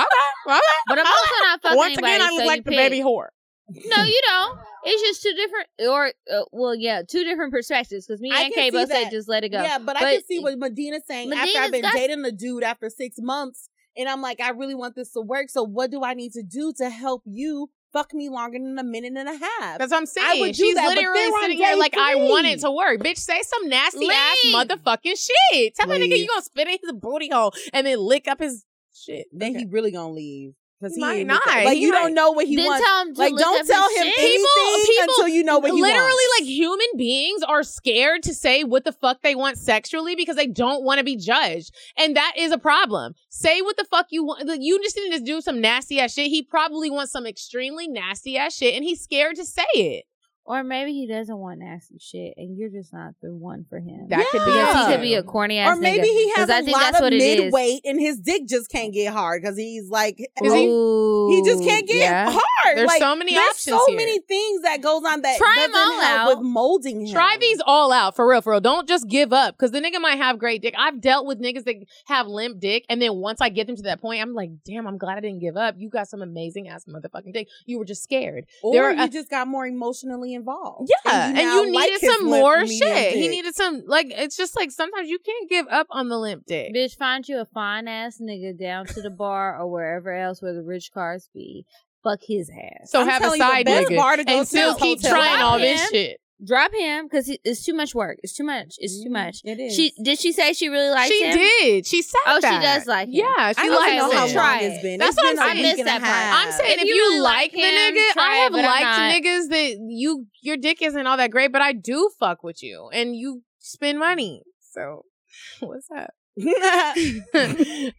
Okay, okay. But I'm also not fucking Once anybody. again, I look so like you the pick. baby whore. No, you don't. It's just two different, or uh, well, yeah, two different perspectives. Because me I and can Kay see both said that. just let it go. Yeah, but, I can see what Medina's saying after Medina's I've been got- dating the dude after six months. And I'm like, I really want this to work. So what do I need to do to help you fuck me longer than a minute and a half? That's what I'm saying. Uh, would do She's that, but literally they're on sitting here day like, I want it three. to work. Bitch, say some nasty ass Leave. motherfucking shit. Tell that nigga Leave. you gonna spit in his booty hole and then lick up his shit. then he really gonna leave because He he, might ain't with not. it. Like He you might- don't know what he then wants. tell him to Like look don't up tell his him shit. anything people- until you know what he Literally, wants. like human beings are scared to say what the fuck they want sexually because they don't want to be judged, and that is a problem. Say what the fuck you want. Like, you just need to do some nasty ass shit. He probably wants some extremely nasty ass shit, and he's scared to say it. Or maybe he doesn't want nasty shit, and you're just not the one for him. That could be Yeah. Because it, he too. could be a corny ass. or maybe nigga. he has 'Cause I a think lot that's of what it is. midweight and his dick just can't get hard because he's like Is he- Ooh, he just can't get yeah. hard. There's like, so many there's options so here. many things that goes on that Try 'em doesn't all help out. with molding him. Try these all out for real, for real. Don't just give up because the nigga might have great dick. I've dealt with niggas that have limp dick, and then once I get them to that point, I'm like, damn, I'm glad I didn't give up. You got some amazing ass motherfucking dick. You were just scared. or there are- you just got more emotionally involved. Yeah, and you, now like needed his some limp more medium shit. He dick. needed some like it's just like sometimes you can't give up on the limp dick. Bitch, find you a fine ass nigga down to the bar or wherever else where the rich cars be. Fuck his ass. So I'm have a telling you, the side best bar to nigga go and to still is keep hotel trying all bar. this shit. Drop him because it's too much work. It's too much. It's too much. Mm-hmm. It is. She did she say she really likes she him? did. She said Oh, she that. does like him. Yeah, she I likes don't know him. how Try long it. it's been. That's It's what been I'm a week saying. I missed and a that part. half. I'm saying if, If you, you really like, like the him, try nigga, I it, have but I'm liked not- niggas that you your dick isn't all that great, but I do fuck with you and you spend money. So what's up?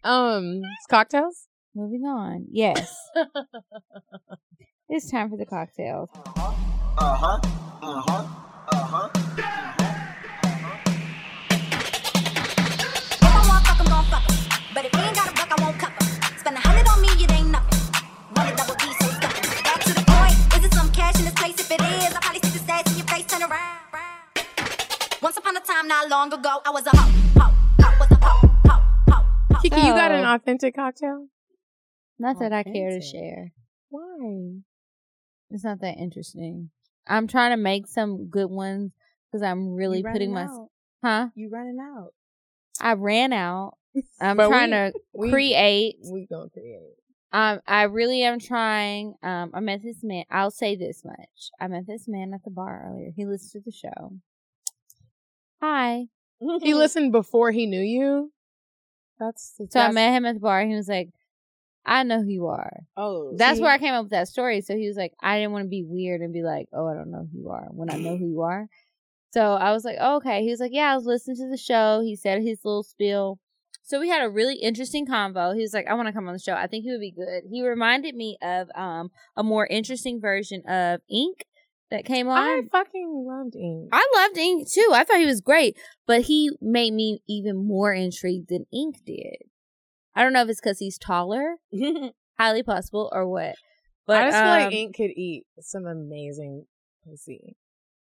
um cocktails? Moving on. Yes. it's time for the cocktails. If I want fuck, I'm gon' fuck 'em. But if we ain't got a buck, I won't cup 'em. Spend a hundred on hoe. I was a hoe. Hoe. Hoe. Was a hoe. Hoe. Hoe. Hoe. Kiki, you got an Oh. So- authentic cocktail? Not that I care to Authentic. share. Why? It's not that interesting. I'm trying to make some good ones because I'm really putting my huh. You running out. I ran out. I'm But trying we- to we- create. We gonna create. Um, I really am trying. Um, I met this man. I'll say this much. I met this man at the bar earlier. He listened to the show. Hi. He listened before he knew you. That's So I that's- met him at the bar. He was like, "I know who you are." Oh, That's see? where I came up with that story. So he was like, I didn't want to be weird and be like, oh, I don't know who you are when I know who you are. So I was like, oh, okay. He was like, yeah, I was listening to the show. He said his little spiel. So we had a really interesting convo. He was like, I want to come on the show. I think he would be good. He reminded me of um a more interesting version of Ink that came on. I fucking loved Ink. I loved Ink too. I thought he was great, but he made me even more intrigued than Ink did. I don't know if it's because he's taller, highly possible, or what. But I just feel um, like Ink could eat some amazing pussy.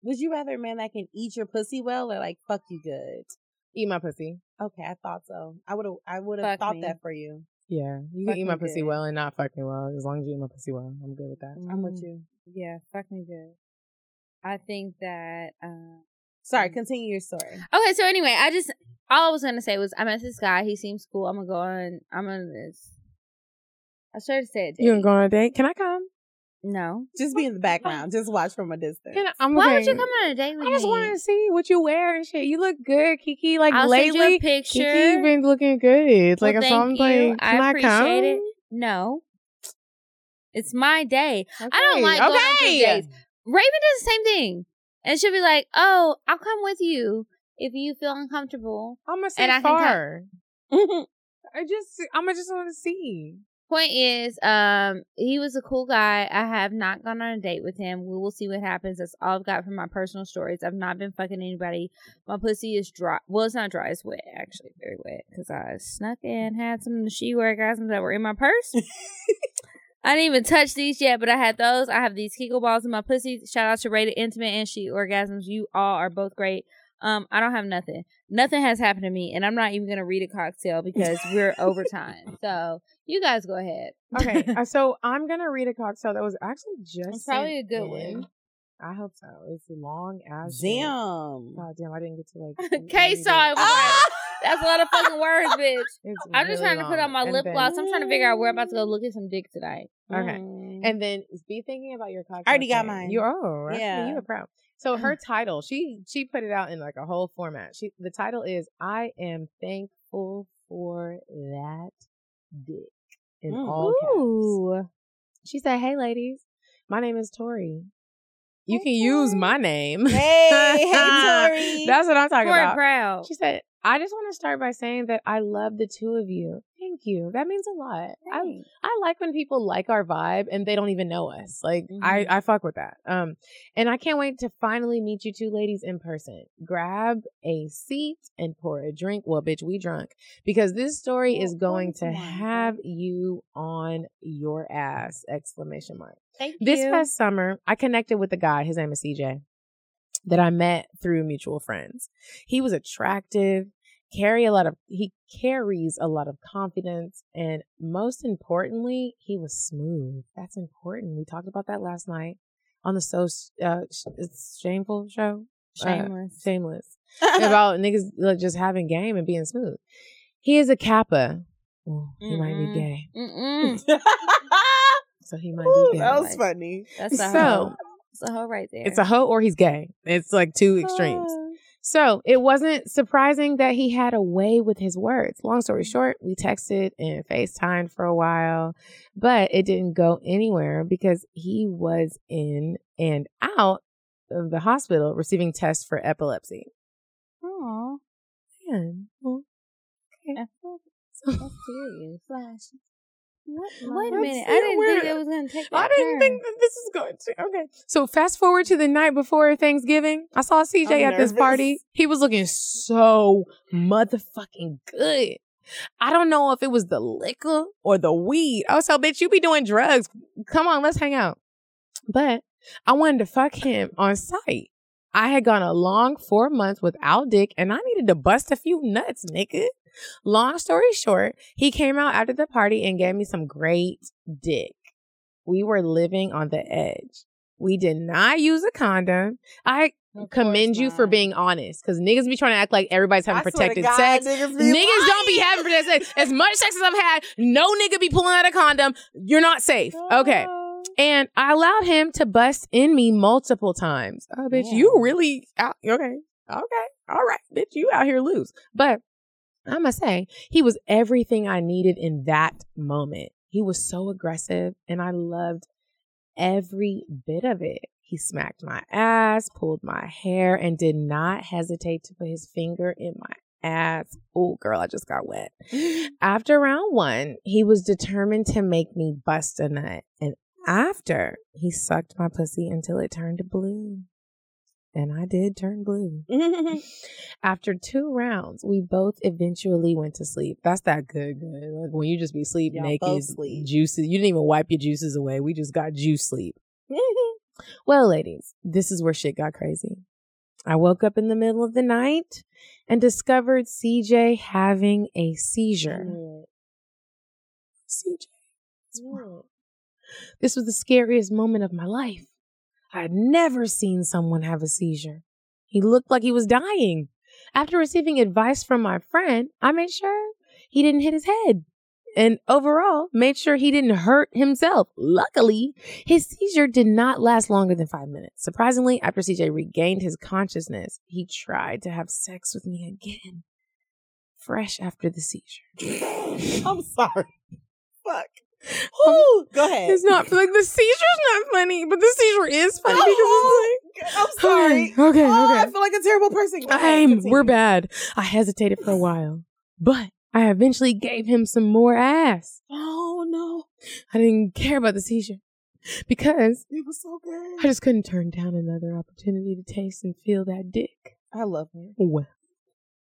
Would you rather a man that can eat your pussy well or like fuck you good? Eat my pussy. Okay, I thought so. I would have. I would Fuck have thought me. that for you. Yeah, you Fuck can eat my me pussy good. Mm-hmm. well and not fuck me well. As long as you eat my pussy well, I'm good with that. I'm with Mm. you. Yeah, fuck me good. I think that. um, Uh, Sorry, Mm. continue your story. okay, so anyway, I just all I was gonna say was I met this guy. He seems cool. I'm gonna go on. I'm gonna. This. I should have said it. You can go on a date. Can I come? no. Just be in the background. Just watch from a distance. Can I, I'm Why would okay. you come on a date with I just me? want to see what you wear and shit. You look good, Kiki. Like I'll lately, send you a Kiki, picture. you've been looking good. Well, Like so, I'm thank you. like, can I, appreciate it. come? No. It's my day. I Okay, don't like going on okay. date dates. Raven does the same thing. And she'll be like, Oh, I'll come with you if you feel uncomfortable. I'm gonna And I Mm-hmm. say can come- far. I just, I'm just want to see. Point is, um, he was a cool guy. I have not gone on a date with him. We will see what happens. That's all I've got from my personal stories. I've not been fucking anybody. My pussy is dry. Well, it's not dry. It's wet, actually, very wet because I snuck in, had some of the she wear guys that were in my purse. I didn't even touch these yet, but I had those. I have these Kegel balls in my pussy. Shout out to Rated Intimate and She Orgasms. You all are both great. Um, I don't have nothing. Nothing has happened to me, and I'm not even gonna read a cocktail because we're over time. So you guys go ahead. Okay, uh, so I'm gonna read a cocktail that was actually just. It's probably sent a good in. one. I hope so. It's long as shit. Damn. God damn, I didn't get to like. Kay read saw it. it. That's a lot Ah! of fucking words, bitch. It's I'm just really trying to put long. on my And lip then- gloss. I'm trying to figure out where I'm about to go look at some dick tonight. Okay. Mm. And then be thinking about your cocktail. already got tonight. mine. You oh okay, Yeah. you a pro. So her title, she she put it out in like a whole format. She the title is I am thankful for that dick in Mm. all caps. She said, "Hey ladies, my name is Tori. You can use my name. Hey, hey, Tori. That's what I'm talking Corey about. Proud. She said, I just want to start by saying that I love the two of you. Thank you. That means a lot. I, I like when people like our vibe and they don't even know us. Like I, I fuck with that. Um, and I can't wait to finally meet you two ladies in person. Grab a seat and pour a drink. Well, bitch, we drunk because this story is going to have you on your ass! Exclamation mark. Thank This past summer, I connected with a guy. His name is CJ that I met through mutual friends. He was attractive, carry a lot of he carries a lot of confidence, and most importantly, he was smooth. That's important. We talked about that last night on the so uh, Sh- it's shameful show. Uh, Shameless. shameless about niggas like, just having game and being smooth. He is a Kappa. Ooh, he might be Mm-mm. Mm-hmm. gay, Mm. Mm-mm. so he might Ooh, be gay. that was funny. That's a So- hoe. It's a hoe right there. It's a hoe or he's gay. It's like two extremes. So it wasn't surprising that he had a way with his words. Long story short, we texted and FaceTimed for a while, but it didn't go anywhere because he was in and out of the hospital receiving tests for epilepsy. Aw, Man, well, that's so- so- that's serious. What? Well, Wait a that's minute. I so didn't weird. think it was gonna take. I That didn't turn. think that this was going to. Okay. So fast forward to the night before Thanksgiving. I saw CJ I'm at this nervous. party. He was looking so motherfucking good. I don't know if it was the liquor or the weed. I was like, bitch, you be doing drugs. Come on, let's hang out. But I wanted to fuck him on sight. I had gone a long four months without dick and I needed to bust a few nuts, nigga. Long story short, he came out after the party and gave me some great dick. We were living on the edge. We did not use a condom. I commend you for being honest because niggas be trying to act like everybody's having protected sex. Niggas, Niggas don't be having protected sex. As much sex as I've had, no nigga be pulling out a condom. You're not safe. Okay. And I allowed him to bust in me multiple times. Oh, bitch, Yeah. you really out. Okay. Okay. All right. Bitch, you out here loose. But I must say, he was everything I needed in that moment. He was so aggressive and I loved every bit of it. He smacked my ass, pulled my hair, and did not hesitate to put his finger in my ass. Oh, girl, I just got wet. After round one, he was determined to make me bust a nut. And after, he sucked my pussy until it turned blue. And I did turn blue. After two rounds, we both eventually went to sleep. That's that good, good. Like when you just be sleep Y'all naked, both sleep. juices. You didn't even wipe your juices away. We just got juice sleep. well, ladies, this is where shit got crazy. I woke up in the middle of the night and discovered CJ having a seizure. CJ. is wrong. This was the scariest moment of my life. I had never seen someone have a seizure. He looked like he was dying. After receiving advice from my friend, I made sure he didn't hit his head and overall made sure he didn't hurt himself. Luckily, his seizure did not last longer than five minutes. Surprisingly, after CJ regained his consciousness, he tried to have sex with me again, fresh after the seizure. I'm sorry. Fuck. Whew. Go ahead. It's not like the seizure's not funny, but the seizure is funny because Oh, it's I'm like sorry. Okay, okay. Oh, I okay. feel like a terrible person. Go ahead, I'm continue. we're bad. I hesitated for a while, but I eventually gave him some more ass. Oh no, I didn't care about the seizure because it was so good. I just couldn't turn down another opportunity to taste and feel that dick. I love him. Well,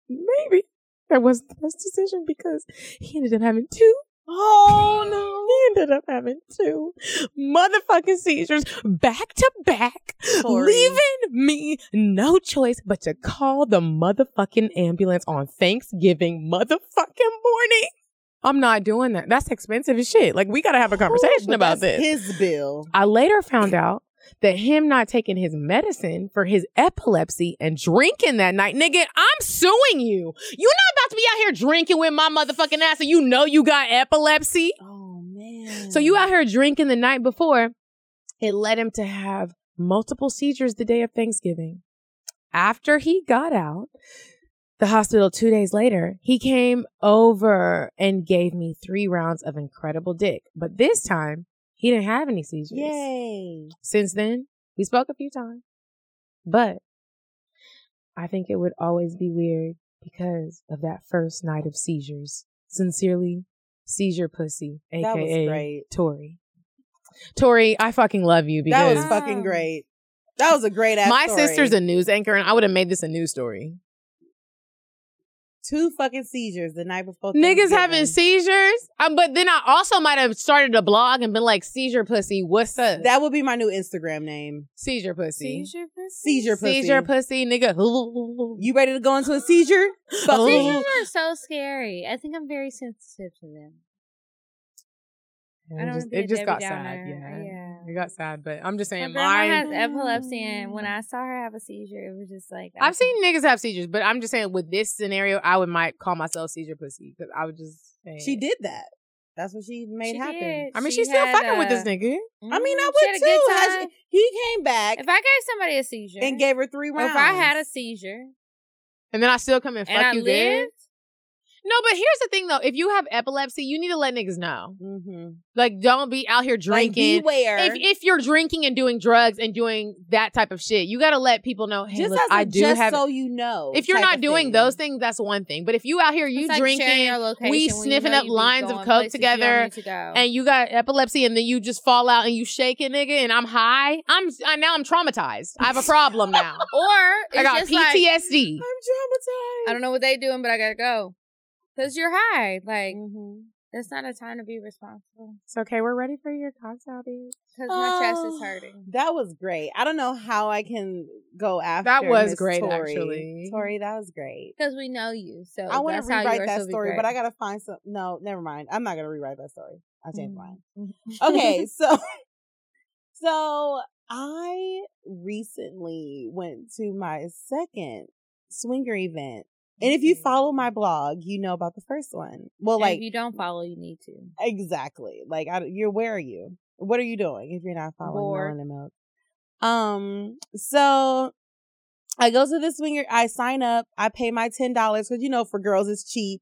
maybe that wasn't the best decision because he ended up having two. Oh no! He ended up having two motherfucking seizures back to back, Sorry. leaving me no choice but to call the motherfucking ambulance on Thanksgiving motherfucking morning. I'm not doing that. That's expensive as shit. Like we gotta have a Ooh, conversation but about this. that's His bill. I later found out that him not taking his medicine for his epilepsy and drinking that night, nigga, I'm suing you. You're not about to be out here drinking with my motherfucking ass and you know you got epilepsy. Oh man. So you out here drinking the night before. It led him to have multiple seizures the day of Thanksgiving. After he got out, the hospital two days later, he came over and gave me three rounds of incredible dick. But this time, he didn't have any seizures. Yay. Since then, we spoke a few times. But I think it would always be weird because of that first night of seizures. Sincerely, seizure pussy, aka That was great. Tori. Tori, I fucking love you That because was fucking great. That was a great ass. my story. sister's a news anchor and I would have made this a news story. two fucking seizures the night before. Niggas having Thanksgiving. seizures, um, but then I also might have started a blog and been like, "Seizure pussy, what's up? That would be my new Instagram name. seizure pussy, Seizure pussy. seizure pussy, nigga." You ready to go into a seizure? Fuck Oh. me. Seizure? Seizures are so scary. I think I'm very sensitive to them. I it don't just, wanna be it a just got Debbie sad. Downer. Yeah. Yeah. It got sad, but I'm just My saying grandma mine. has epilepsy, and when I saw her have a seizure, it was just like I Mm. I've seen niggas have seizures, but I'm just saying with this scenario, I would might call myself seizure pussy because I would just say She did that. That's what she made She happen. did. I mean, She she's still had, fucking with this uh, nigga. I mean, I Mm-hmm. Mhm. would She had a good too. How she- time. he came back If I gave somebody a seizure and gave her three or rounds. if I had a seizure And then I still come and fuck and I you good. lived, No, but here's the thing though: if you have epilepsy, you need to let niggas know. mm-hmm. Like, don't be out here drinking. beware. if, if you're drinking and doing drugs and doing that type of shit, you got to let people know. Hey, just look, as a I do just have. so you know. if you're type not of doing thing. those things, that's one thing. But if you out here, you it's like sharing drinking, your location we when you sniffing know up you be lines of going coke places you don't together need to go. and you got epilepsy and then you just fall out and you shake it, nigga, and I'm high. I'm I, now I'm traumatized. I have a problem now. or it's I got just like PTSD. I'm traumatized. I don't know what they doing, but I gotta go because you're high. Like Mhm. That's not a time to be responsible It's okay. We're ready for your cocktail, dude. because my chest Oh. is hurting. That was great. I don't know how I can go after was Miss great, Tori. actually. Tori, that was great. Because we know you, so I want Oh, that's to how rewrite yours that will be story, great. but I gotta find some. No, never mind. I'm not gonna rewrite that story. I Mm. changed mine. Okay, so so I recently went to my second swinger event, and if you Mm-hmm. follow my blog, you know about the first one. Well, And like if you don't follow, you need to. Exactly. Like, I, you're where are you? What are you doing if you're not following Bored. Melon and Milk? Um. So I go to this swinger. I sign up. I pay my ten dollars because you know for girls it's cheap.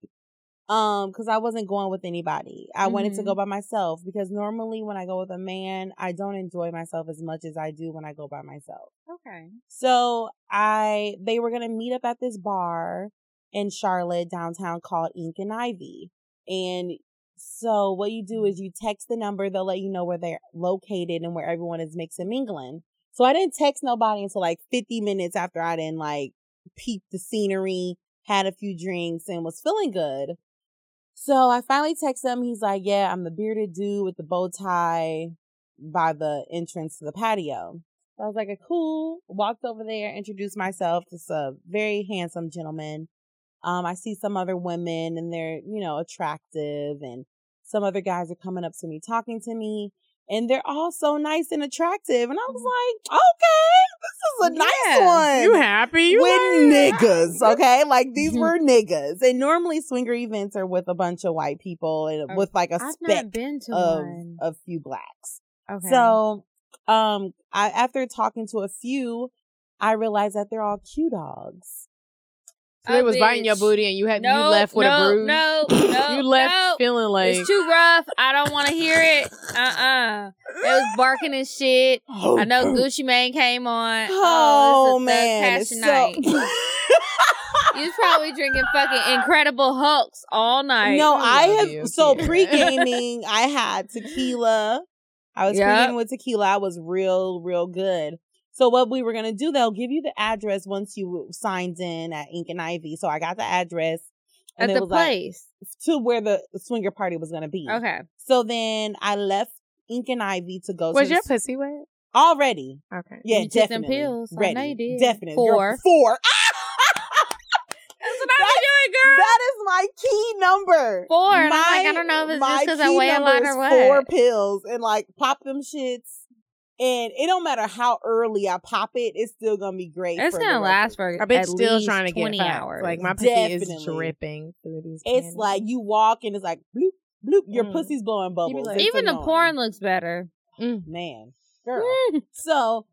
Um, because I wasn't going with anybody. I wanted to Mhm. go by myself because normally when I go with a man, I don't enjoy myself as much as I do when I go by myself. Okay. So I they were gonna meet up at this bar in Charlotte downtown called Ink and Ivy. And so what you do is you text the number, they'll let you know where they're located and where everyone is mixing mingling. So I didn't text nobody until like fifty minutes after I didn't like peep the scenery, had a few drinks and was feeling good. So I finally text him. He's like, Yeah, I'm the bearded dude with the bow tie by the entrance to the patio. So I was like, cool. Walked over there, introduced myself. It's a very handsome gentleman. Um, I see some other women and they're, you know, attractive and some other guys are coming up to me, talking to me, and they're all so nice and attractive. And I was like, okay, this is a nice one You happy? You with like- niggas, okay? Like these Mm-hmm. were niggas. And normally swinger events are with a bunch of white people and Oh, with like a I've speck not been to of one. a few blacks. Okay. So um I after talking to a few, I realized that they're all cute dogs. So they A was biting your bitch. booty and you had no, you left with no, a bruise. No, no, you left no. feeling like it's too rough. I don't want to hear it. Uh uh It was barking and shit. I know Gucci Mane came on. it's Oh, a thug man. passion night. You was probably drinking fucking Incredible Hulks all night. no, I love have you, so Kiara. pre gaming. I had tequila. I was Yep. pre gaming with tequila. I was real, real good. So what we were gonna do, they'll give you the address once you signed in at Ink and Ivy. So I got the address at it the was like, mm. place. to where the swinger party was gonna be. okay. So then I left Ink and Ivy to go. was to your the- pussy wet? already? Okay. Yeah, You took them definitely. pills. I Ready. know you did. Definitely. Girl, Four. Four. That's what I was doing, That is my key number. Four. And I'm like, I don't know if it's my just 'cause I key weigh a number lot is or what. Four pills and like pop them shits, and it don't matter how early I pop it, it's still gonna be great. It's for the gonna last record. for I bet at still least trying to get 20 fucked. hours. Like my pussy is Definitely. dripping through these. It's panties. like you walk and it's like bloop bloop. Your Mm. pussy's blowing bubbles. like- It's Even the annoying. porn Mm. looks better. man, girl. So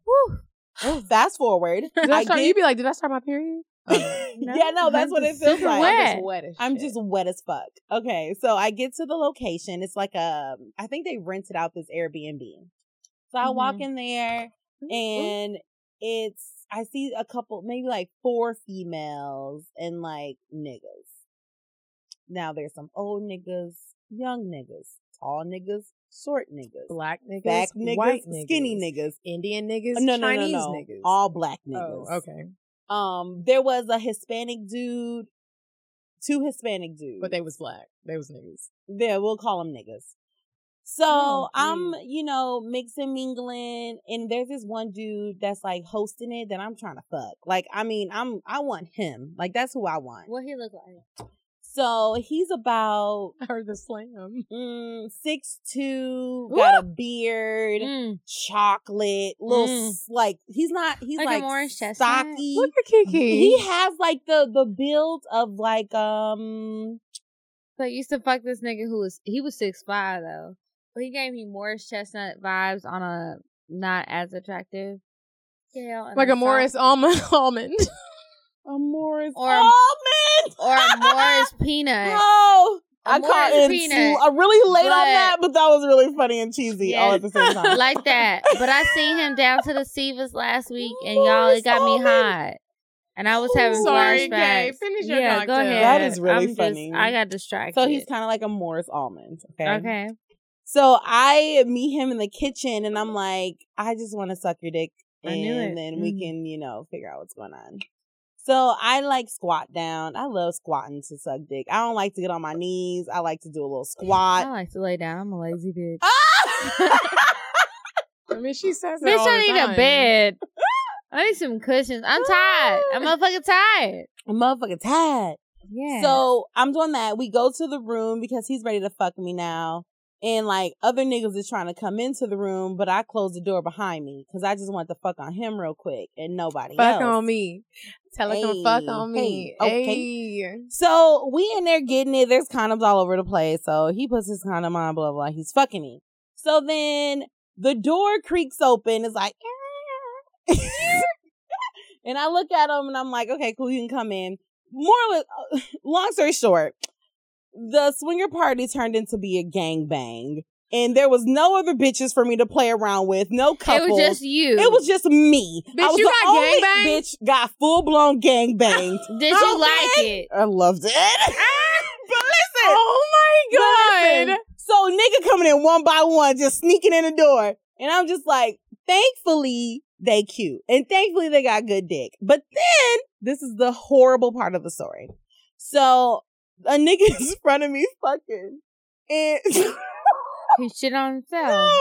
fast forward. Did I I start, get- you'd be like, did I start my period? Oh, yeah, no, that's what it feels super like. wet. I'm just wet as fuck. Okay, so I get to the location. It's like a, I think they rented out this Airbnb. So I Mm-hmm. walk in there and it's, I see a couple, maybe like four females and like niggas. Now there's some old niggas, young niggas, tall niggas, short niggas, black niggas, black niggas, white skinny niggas. uh, Indian niggas, No, no, no, Chinese no. niggas. All black niggas. oh, okay. Um, there was a Hispanic dude, two Hispanic dudes. But they was black. They was niggas. Yeah, we'll call them niggas. So Oh, I'm, you know, mixing, mingling, and there's this one dude that's like hosting it that I'm trying to fuck. Like, I mean, I'm I want him. Like, that's who I want. What he look like? So he's about I heard the slam. mm, six two, got a beard, Mm. chocolate, little Mm. s- like he's not he's Like an like, orange chestnut? stocky. Look at Kiki. He has like the the build of like um But used to fuck this nigga who was he was six five though. But he gave me Morris Chestnut vibes on a not as attractive scale. and like I a saw- Morris almond. almond. a Morris Or a- almond or a Morris Peanut. Oh, A I caught Morris it. peanut. sl- I really late But- on that, but that was really funny and cheesy all at the same time. like that. But I seen him down to the Sevas last week, and y'all, it got me Morris hot, and I was having flashbacks. Sorry, Kay. Finish your yeah, go cocktail. ahead. That is really I'm just- funny. I got distracted. so he's kind of like a Morris almond. Okay. okay. So I meet him in the kitchen, and I'm like, I just want to suck your dick, I knew and it. then we Mm. can, you know, figure out what's going on. So I like squat down. I love squatting to suck dick. I don't like to get on my knees. I like to do a little I squat. like to lay down. I'm a lazy bitch. I mean, she says that Bitch, all I the need a time. bed. I need some cushions. I'm tired. I'm motherfucking tired. I'm motherfucking tired. Yeah. So I'm doing that. We go to the room because he's ready to fuck me now. And like other niggas is trying to come into the room, but I close the door behind me because I just want to fuck on him real quick and nobody Fuck else. on me. Tell her come fuck Hey, on me. hey, okay. Hey. So we in there getting it. There's condoms all over the place. So he puts his condom on, blah, blah, blah. He's fucking me. So then the door creaks open. It's like, "Ah." and I look at him and I'm like, okay, cool. You can come in. More or less, uh, long story short, the swinger party turned into be a gangbang. And there was no other bitches for me to play around with. No it couples. was just you. It was just me. Bitch, I was you the got only gangbanged? Bitch got full blown gangbanged. Did you Oh, like it? I loved it. Ah, but listen. Oh my but god. listen, So nigga coming in one by one, just sneaking in the door. And I'm just like, thankfully they cute. And thankfully they got good dick. But then this is the horrible part of the story. So a nigga is in front of me fucking. And He shit on himself. no,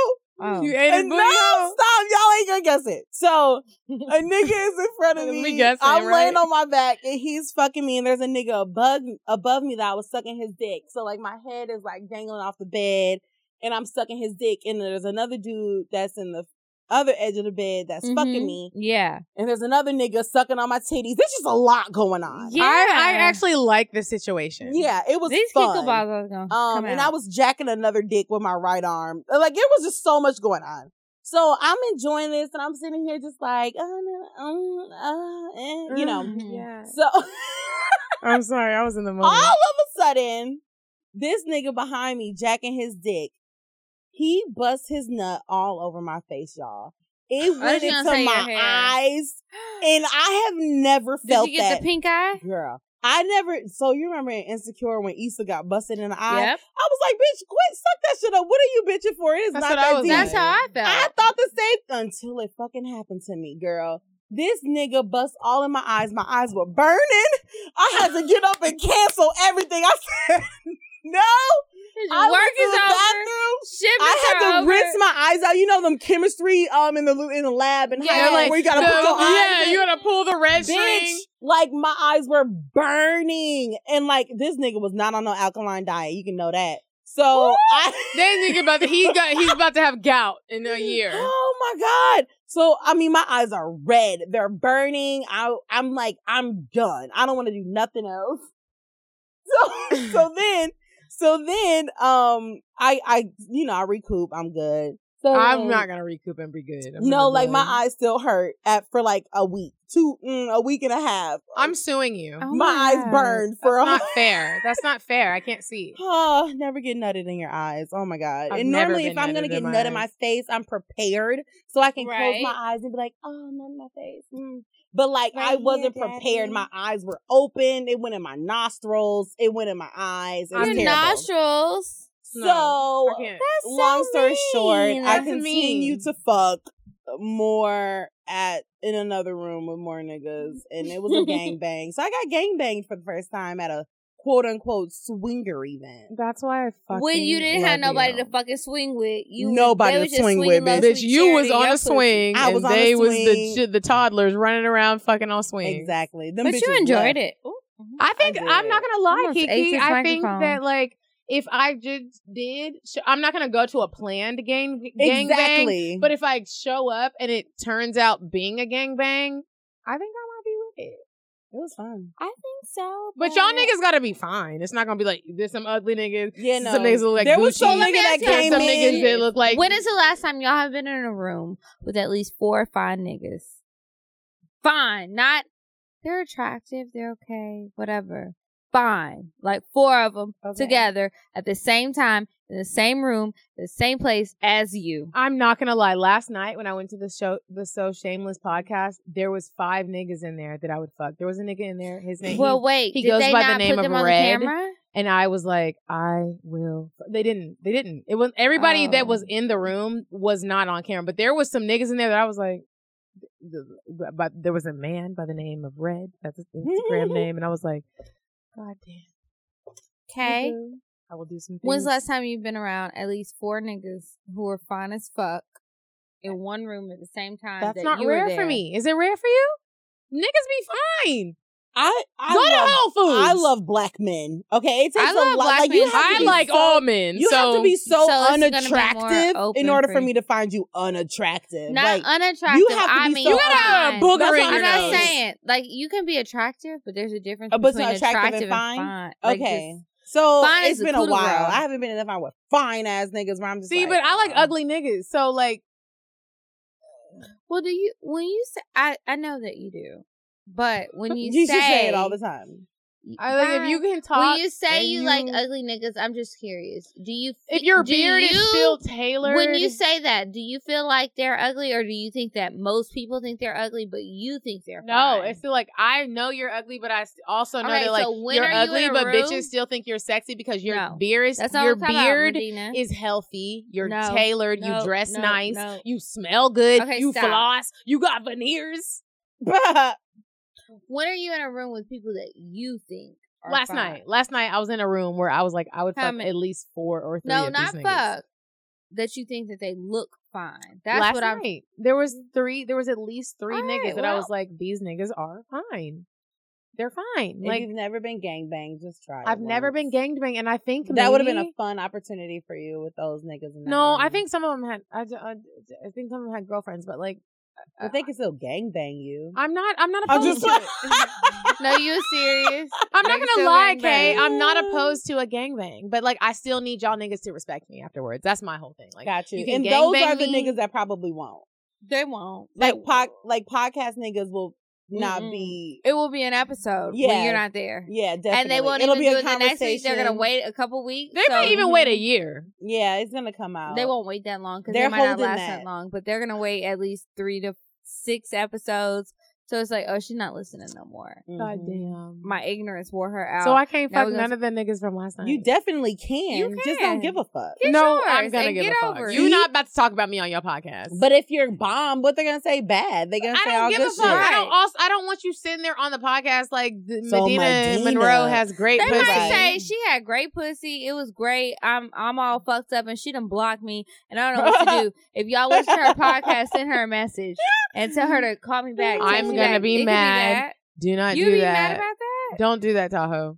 Oh. You ate his and booty no, hole? stop. Y'all ain't gonna guess it. So a nigga is in front of We me. guessing, I'm right? laying on my back and he's fucking me, and there's a nigga above above me that I was sucking his dick. So like my head is like dangling off the bed, and I'm sucking his dick, and there's another dude that's in the other edge of the bed that's Mhm. Mm-hmm. fucking me, Yeah. and there's another nigga sucking on my titties. There's just a lot going on. Yeah. I, I actually like this situation. Yeah, it was These fun. kickle balls are going to Um, come and out. I was jacking another dick with my right arm. Uh, Like it was just so much going on. So I'm enjoying this, and I'm sitting here just like, uh, no, um, uh, eh, you know. Mhm. Yeah. So all I'm sorry, I was in the moment. Oh. of a sudden, this nigga behind me jacking his dick, he busts his nut all over my face, y'all. It went gonna into say your my hair. eyes, and I have never Did felt you get that. the pink eye? Girl, I never. So you remember in Insecure when Issa got busted in the eye? Yep. I was like, bitch, quit, suck that shit up. What are you bitching for? It is That's not what I that was deep. That's like- how I felt. I thought the same until it fucking happened to me, girl. This nigga bust all in my eyes. My eyes were burning. I had to get up and cancel everything. I said, no. His I work went to is the over. bathroom. Shipments I had are to over. rinse my eyes out. You know them chemistry um in the in the lab and Yeah, high school like, where you gotta the- put your eyes. Yeah, in. you gotta pull the red Bitch, string. like my eyes were burning, and like this nigga was not on no alkaline diet. You can know that. So I Then nigga about to, he got he's about to have gout in a year. Oh my god! So I mean, my eyes are red. They're burning. I I'm like I'm done. I don't want to do nothing else. So so then so then um I I you know I recoup. I'm good. So I'm then- not gonna recoup and be good. I'm No, gonna like my run. eyes still hurt at for like a week, two, mm, a week and a half. I'm suing you. Oh my, eyes God. burned for a That's not fair. That's not fair. I can't see. Oh, never get nutted in your eyes. Oh my god! I've and never normally, been if I'm nutted gonna in get my nut in my eyes. face, I'm prepared, so I can close Right. my eyes and be like, "Oh, nut in my face." Mm. But like, Right I here, wasn't prepared. Daddy. My eyes were open. It went in my nostrils. It went in my eyes. It was Your I'm terrible. nostrils. No, I so, can't. long story short, I That's continue mean. to fuck more at in another room with more niggas, and it was a gangbang. so I got gangbanged for the first time at a quote unquote swinger event. That's why I fucking when you didn't have nobody to fucking swing with, you was- Nobody they to was just swing with, swinging low, bitch. Bitch, sweet you was charity, on your a pussy. swing, I was and on a they was swing. the the toddlers running around fucking on swing. Exactly. Them But you bitches enjoyed left. Mm-hmm. it. I think I am did. not gonna lie, Almost ate Kiki. this I think microphone. that like if I just did, sh- I'm not gonna go to a planned gang gang bang. Exactly. But if I show up and it turns out being a gang bang, I think I might be with it. it was fun. I think so. But y'all niggas gotta be fine. It's not gonna be like there's some ugly niggas. Yeah, no. Some niggas look like there Gucci. was some Let nigga me that ask y'all there's came some something. niggas in. that look like when is the last time y'all have been in a room with at least four or five niggas? Fine, not they're attractive, they're okay, whatever. Fine, like four of them together at the same time in the same room, the same place as you. I'm not gonna lie. Last night when I went to the show, the So Shameless podcast, there was five niggas in there that I would fuck. There was a nigga in there. His name. Well, wait, he did goes they by the not name put of them on Red. the camera? and I was like, I will. They didn't. They didn't. It was everybody that was Oh. in the room was not on camera, but there was some niggas in there that I was like, the, the- but there was a man by the name of Red. That's his Instagram name, and I was like, God damn. Okay. nigga, I will do some. Things. When's the last time you've been around at least four niggas who were fine as fuck in one room at the same time? That's that not you were rare for there? me. Is it rare for you? Niggas be fine. I, I Go to love, Whole Foods. I love black men. Okay, it takes I love a lot. black like, men. you have to I be like so, all men. You so have to be So so, it's gonna be more unattractive in open order for for me to find you unattractive. Not like, unattractive. you have to I be mean, so You gotta have a fine. booger That's in what your I'm nose. not saying like you can be attractive, but there's a difference Uh, but it's between not attractive attractive, and fine? Like, okay. just- so fine it's is a been a poodle while. girl. I haven't been in the fight with fine ass niggas where I'm just See, like, but I like uh, ugly niggas. So like well, do you when you say I I know that you do, but when you, You say, "Ah," should say it all the time. I like if you can talk When you say and you, like ugly niggas, I'm just curious. Do you fe- if your do beard you- is still tailored When you say that, do you feel like they're ugly, or do you think that most people think they're ugly, but you think they're No, fine? it's still like I know you're ugly, but I s- also know Okay, that like so when you're are you ugly, in a but room? bitches still think you're sexy because your No. beard is that's not your what I'm talking about, beard Medina. is healthy. You're No, tailored. no, you dress no, nice. no. You smell good. Okay, you stop. floss. You got veneers. when are you in a room with people that you think are last fine? night, last night I was in a room where I was like, I would How fuck many- at least four or three. No, of not Oh, these niggas. fuck. That you think that they look fine. That's last what I'm. night there was three. There was at least three All niggas right, that I well- was like, these niggas are fine. They're fine. If Like you've never been gangbanged, just try. it I've never once. been gangbang, and I think That would have been maybe- a fun opportunity for you with those niggas. In that No, I room. think some of them had. I, d- I d- I think some of them had girlfriends, but like, But they can still gangbang you. I'm not. I'm not I'm opposed just- to it. No, you serious? I'm They can not gonna still lie, gangbang. Kay. I'm not opposed to a gangbang, but like, I still need y'all niggas to respect me afterwards. That's my whole thing. Like, Got you. you can and those gangbang are the me. niggas that probably won't. They won't. Like pod, like podcast niggas will not Mm-mm. be. It will be an episode when Yeah. you're not there, Yeah, definitely. and they won't It'll even be do a it the next week. They're gonna conversation. wait a couple weeks. they so- may even wait a year. Yeah, it's gonna come out. They won't wait that long because they They're might not holding last that. that. long. But they're gonna wait at least three to six episodes. So it's like, oh, she's not listening no more. Mhm. God damn. Mm-hmm. My ignorance wore her out. Mm. so I can't Now fuck we gonna- none of the niggas from last night. You definitely can. You Just don't can. give a fuck. Get no, yours I'm gonna and give get a fuck. over it. You're not about to talk about me on your podcast. But if you're bomb, what they're gonna say bad? They're gonna I say don't all give good a fuck. I shit. don't also. I don't want you sitting there on the podcast like the So Medina, Medina- Monroe has great They pussy. might Right. say she had great pussy. It was great. I'm I'm all Mm. fucked up and she done blocked me and I don't know what to do. If y'all listen to her podcast, send her a message and tell her to call me back. text I'm me gonna back. be It could mad. Do that. not You do be mad that. about that? Don't do that, Tahoe.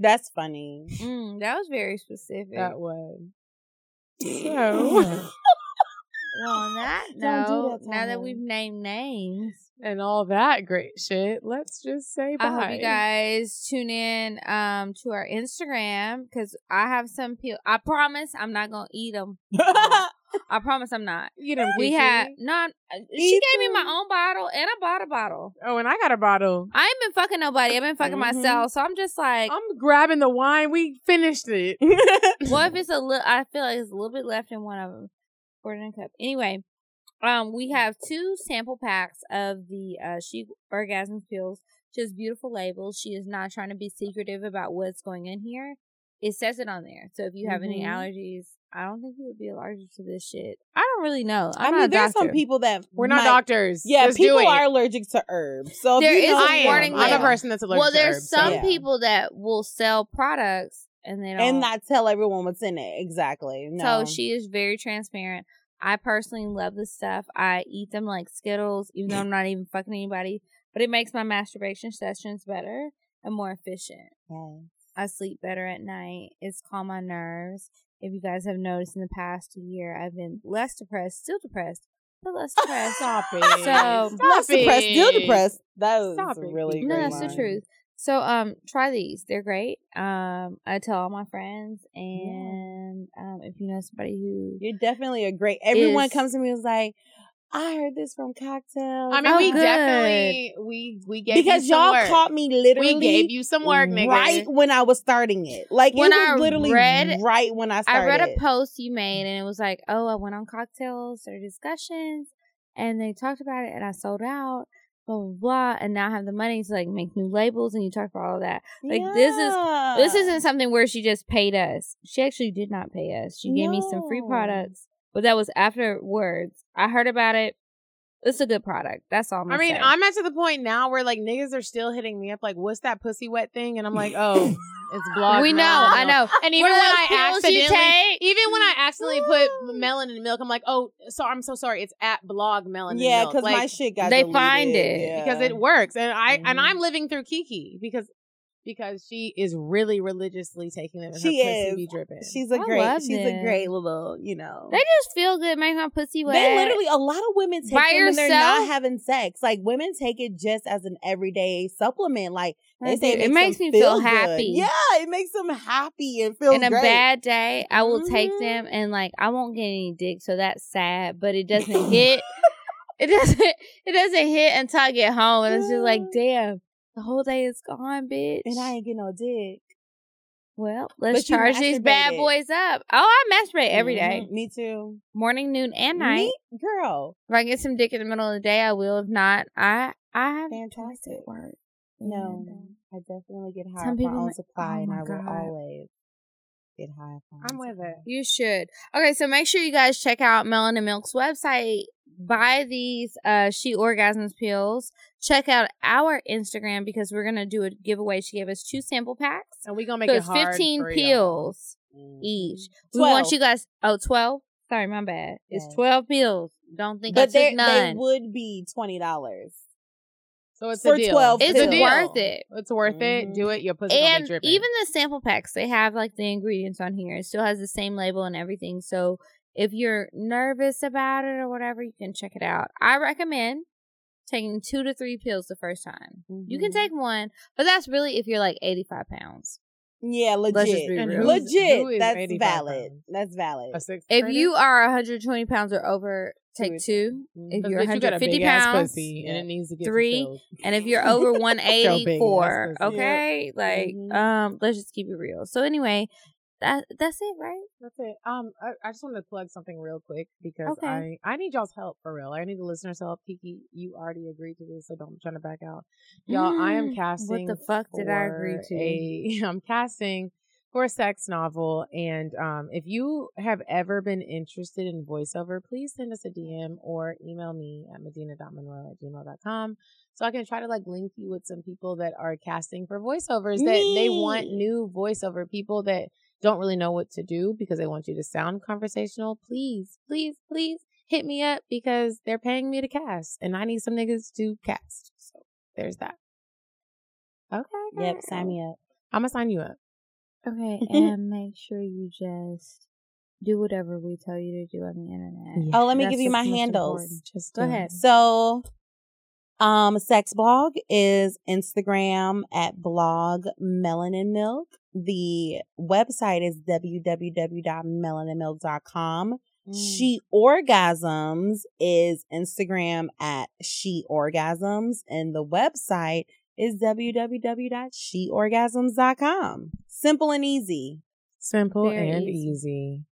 That's funny. Mm, that was very specific. That was. So well, on that Don't do note, that, now that Tyler. we've named names, and all that great shit. Let's just say bye. I hope you guys tune in um to our Instagram because I have some peel. I promise I'm not gonna eat them. I promise I'm not. You done We peachy. had not. uh, She gave me my own bottle, and I bought a bottle. Oh, and I got a bottle. I ain't been fucking nobody. I've been fucking Mhm. myself. So I'm just like, I'm grabbing the wine. We finished it. what if it's a little? I feel like it's a little bit left in one of them, Gordon cup. Anyway, um, we have two sample packs of the uh, she orgasm pills. She has beautiful labels. She is not trying to be secretive about what's going in here. It says it on there. So if you have any Mhm. allergies, I don't think you would be allergic to this shit. I don't really know. I I'm mean, not a there's doctor. some people that We're not might- doctors. Yeah, Let's people do it. are allergic to herbs. So if There you is know a I am. warning I'm a label. person that's allergic. well, to there's herbs, so- some yeah. people that will sell products and they don't. and not tell everyone what's in it. Exactly. No. So she is very transparent. I personally love this stuff. I eat them like Skittles, even though I'm not even fucking anybody. But it makes my masturbation sessions better and more efficient. Yeah. I sleep better at night. It's calm my nerves. If you guys have noticed in the past year, I've been less depressed, still depressed, but less depressed. Stop it. So- Less depressed, still it. depressed. That was Stop it, really people. No, great that's the line. truth. So um try these. They're great. Um I tell all my friends and um if you know somebody who You're definitely a great. Everyone Is- comes to me and is like, I heard this from cocktail. I mean, Oh, we good. definitely we we gave because you some y'all work. caught me literally. we gave you some work, nigga. right when I was starting it. Like When it was I literally read- right when I started. I read a post you made and it was like, Oh, I went on cocktails or discussions and they talked about it and I sold out, blah blah blah, and now I have the money to like make new labels and you talked about all that. Like, this is- Yeah. This isn't something where she just paid us. She actually did not pay us. She gave me some free No. products, but that was afterwards. I heard about it. It's a good product. That's all I'm I mean, say. I'm at to the point now where like niggas are still hitting me up, like, "What's that pussy wet thing?" And I'm like, "Oh, it's blog. we know, I know. And One even of when those I pills you accidentally, take. even when I accidentally put melon in milk, I'm like, "Oh, so I'm so sorry. It's at blog melon." in Yeah, milk. because like, my shit got they deleted. find it, Yeah. because it works, and I and Mhm. I'm living through Kiki because because she is really religiously taking them. And She her pussy is. Be dripping. She's a I great. love She's a them. great little. You know. They just feel good making my pussy wet. They literally a lot of women take By them and they're not yourself? having sex. Like women take it just as an everyday supplement. Like I they say, do. it makes them me feel good. happy. Yeah, it makes them happy and feels in a great. bad day, I will take Mhm. them and like I won't get any dick, so that's sad. But it doesn't hit. it doesn't. It doesn't hit until I get home, and it's just like, damn, the whole day is gone, bitch. and I ain't getting no dick. well, let's But you charge these bad masturbated. boys up. Oh, I masturbate every day, Mhm. Me too. morning, noon, and night. Me, girl. If I get some dick in the middle of the day, I will. If not, I I have Fantastic. at work. No, And, uh, I definitely get high Some off my people own might- supply, oh and my I will God. always get high. off my own I'm with supply. it. You should. Okay, so make sure you guys check out Melon and Milk's website. Buy these uh she orgasms pills. Check out our Instagram because we're gonna do a giveaway. She gave us two sample packs. and we gonna make So it it's hard fifteen for y'all. pills Mm-hmm. each. We 12. want you guys oh 12? Sorry, my bad. It's Yeah. twelve pills. Don't think I But took they they none. would be twenty dollars. So it's For a deal. 12 it's It's a deal. worth it. It's worth it. Mhm. Do it. Your pussy gonna be and dripping. even the sample packs they have like the ingredients on here it still has the same label and everything so if you're nervous about it or whatever you can check it out i recommend taking two to three pills the first time you can Mhm. take one but that's really if you're like 85 pounds Mm-hmm. Yeah, legit. let's just be And real who's- legit. who is That's 85 valid. pounds? That's valid. a six. if grader? you are 120 pounds or over Two take or two if Mm-hmm. Cause you're bitch, you got a 150 big ass pounds pussy and Yeah. it needs to get Three. fulfilled. And if you're over 184, pussy. okay? Like, Mhm. um, let's just keep it real. So anyway, that that's it, right? That's it. Um, I, I just wanted to plug something real quick because Okay. I I need y'all's help for real. I need the listeners' help. Kiki, you already agreed to this, so don't try to back out, y'all. I am Mm, casting. What the fuck did I agree for to? A, I'm casting for a sex novel, and um, if you have ever been interested in voiceover, please send us a DM or email me at medina.monroe at gmail.com. So I can try to like link you with some people that are casting for voiceovers that they want Me. new voiceover people that don't really know what to do because they want you to sound conversational, please, please, please hit me up because they're paying me to cast and I need some niggas to cast. So there's that. Okay. Yep, sign me up. I'm going to sign you up. Okay, and make sure you just do whatever we tell you to do on the internet. Oh, let me That's give you my what's most handles. Mm-hmm. important. Just Go do it. ahead. So, um, sex blog is Instagram at blog melanin milk. The website is www.melaninmilk.com. Mm, Mm. She orgasms is Instagram at she orgasms, and the website is www.sheorgasms.com. Simple and easy. Simple Very and easy. easy.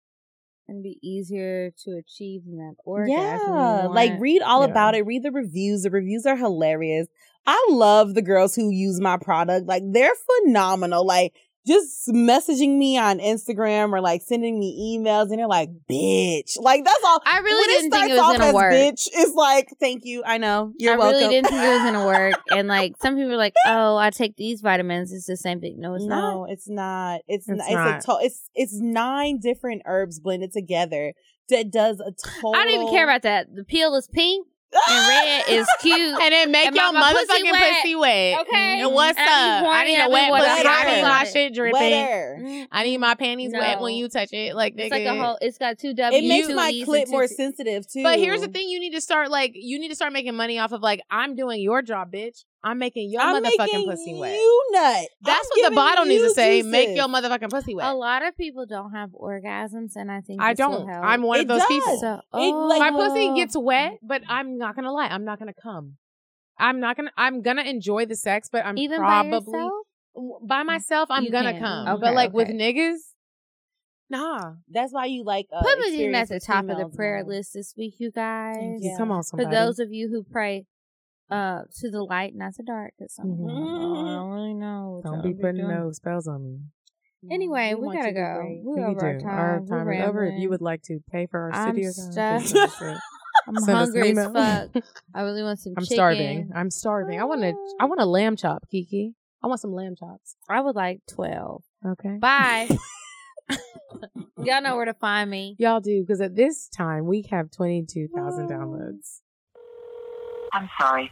And be easier to achieve than that orgasm. you Yeah, like want. read all Yeah. about it. Read the reviews. The reviews are hilarious. I love the girls who use my product. Like they're phenomenal. Like just messaging me on Instagram or like sending me emails, and they're like, "Bitch!" Like that's all. I really when didn't think it starts was off gonna as work. Bitch, it's like, thank you. I know you're I welcome. really didn't think it was gonna work. And like some people are like, "Oh, I take these vitamins. It's the same thing." No, it's not. no, it's not. It's, n- It's it's not. a to- it's it's nine different herbs blended together that does a total. I don't even care about that. The peel is pink and red is cute. And it make And your my- my pussy motherfucking wet. pussy wet. Okay. And what's And I up? be I horny, need I a be wet wet. pussy. I Wetter. need my shit dripping. Wetter. I need my panties wet when No. you touch it. Like, It's like nigga. a whole. It's got two W's. it makes two my E's, clit and two more T's. sensitive too. But here's the thing: you need to start like you need to start making money off of like I'm doing your job, bitch. I'm making your I'm motherfucking making pussy wet. you nut. That's I'm what the giving bottle needs to you say: make juices. your motherfucking pussy A wet. lot of people don't have orgasms, and I think I this will don't. help. I'm one It of those people. does. So, It, like- My oh. pussy gets wet, but I'm not gonna lie. I'm not gonna come. I'm not gonna. I'm gonna enjoy the sex, but I'm even probably by yourself. Mm, by myself. I'm You gonna can't. come, Okay, but like with okay. niggas, nah. That's why you like uh, Put Medina at experience the with top of the females prayer more. list this week, you guys. you. Yeah. Come on, For somebody. those of you who pray uh, to the light, not the dark, because some Mhm. I Mm-hmm. don't really know. what don't y'all be putting doing. no spells on me. Anyway, we, want gotta you to be go. great. We're We over our do. time. Our We're time is over. If you rambling. would like to pay for our I'm studio time, please stuffed. do so. I'm Send us an hungry as email. fuck. I really want some I'm chicken. Oh. starving. I'm starving. I want to. I want a lamb chop, Kiki. I want some lamb chops. I would like 12. Okay. Bye. Y'all know where to find me. Y'all do because at this time we have twenty two thousand Oh. downloads. I'm sorry,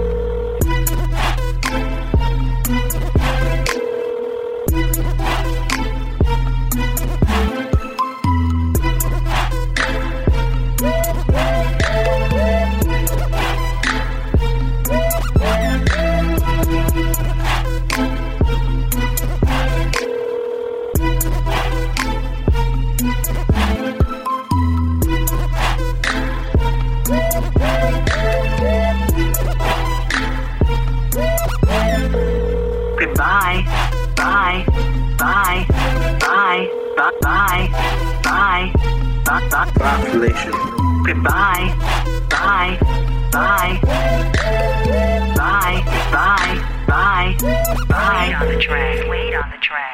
Goodbye. Bye. Bye. Bye. Bye. Bye. Bye. Bye. Bye. Population. Goodbye. Bye. Bye. Bye. Bye. Bye. Bye. Wait on the track. Wait on the track.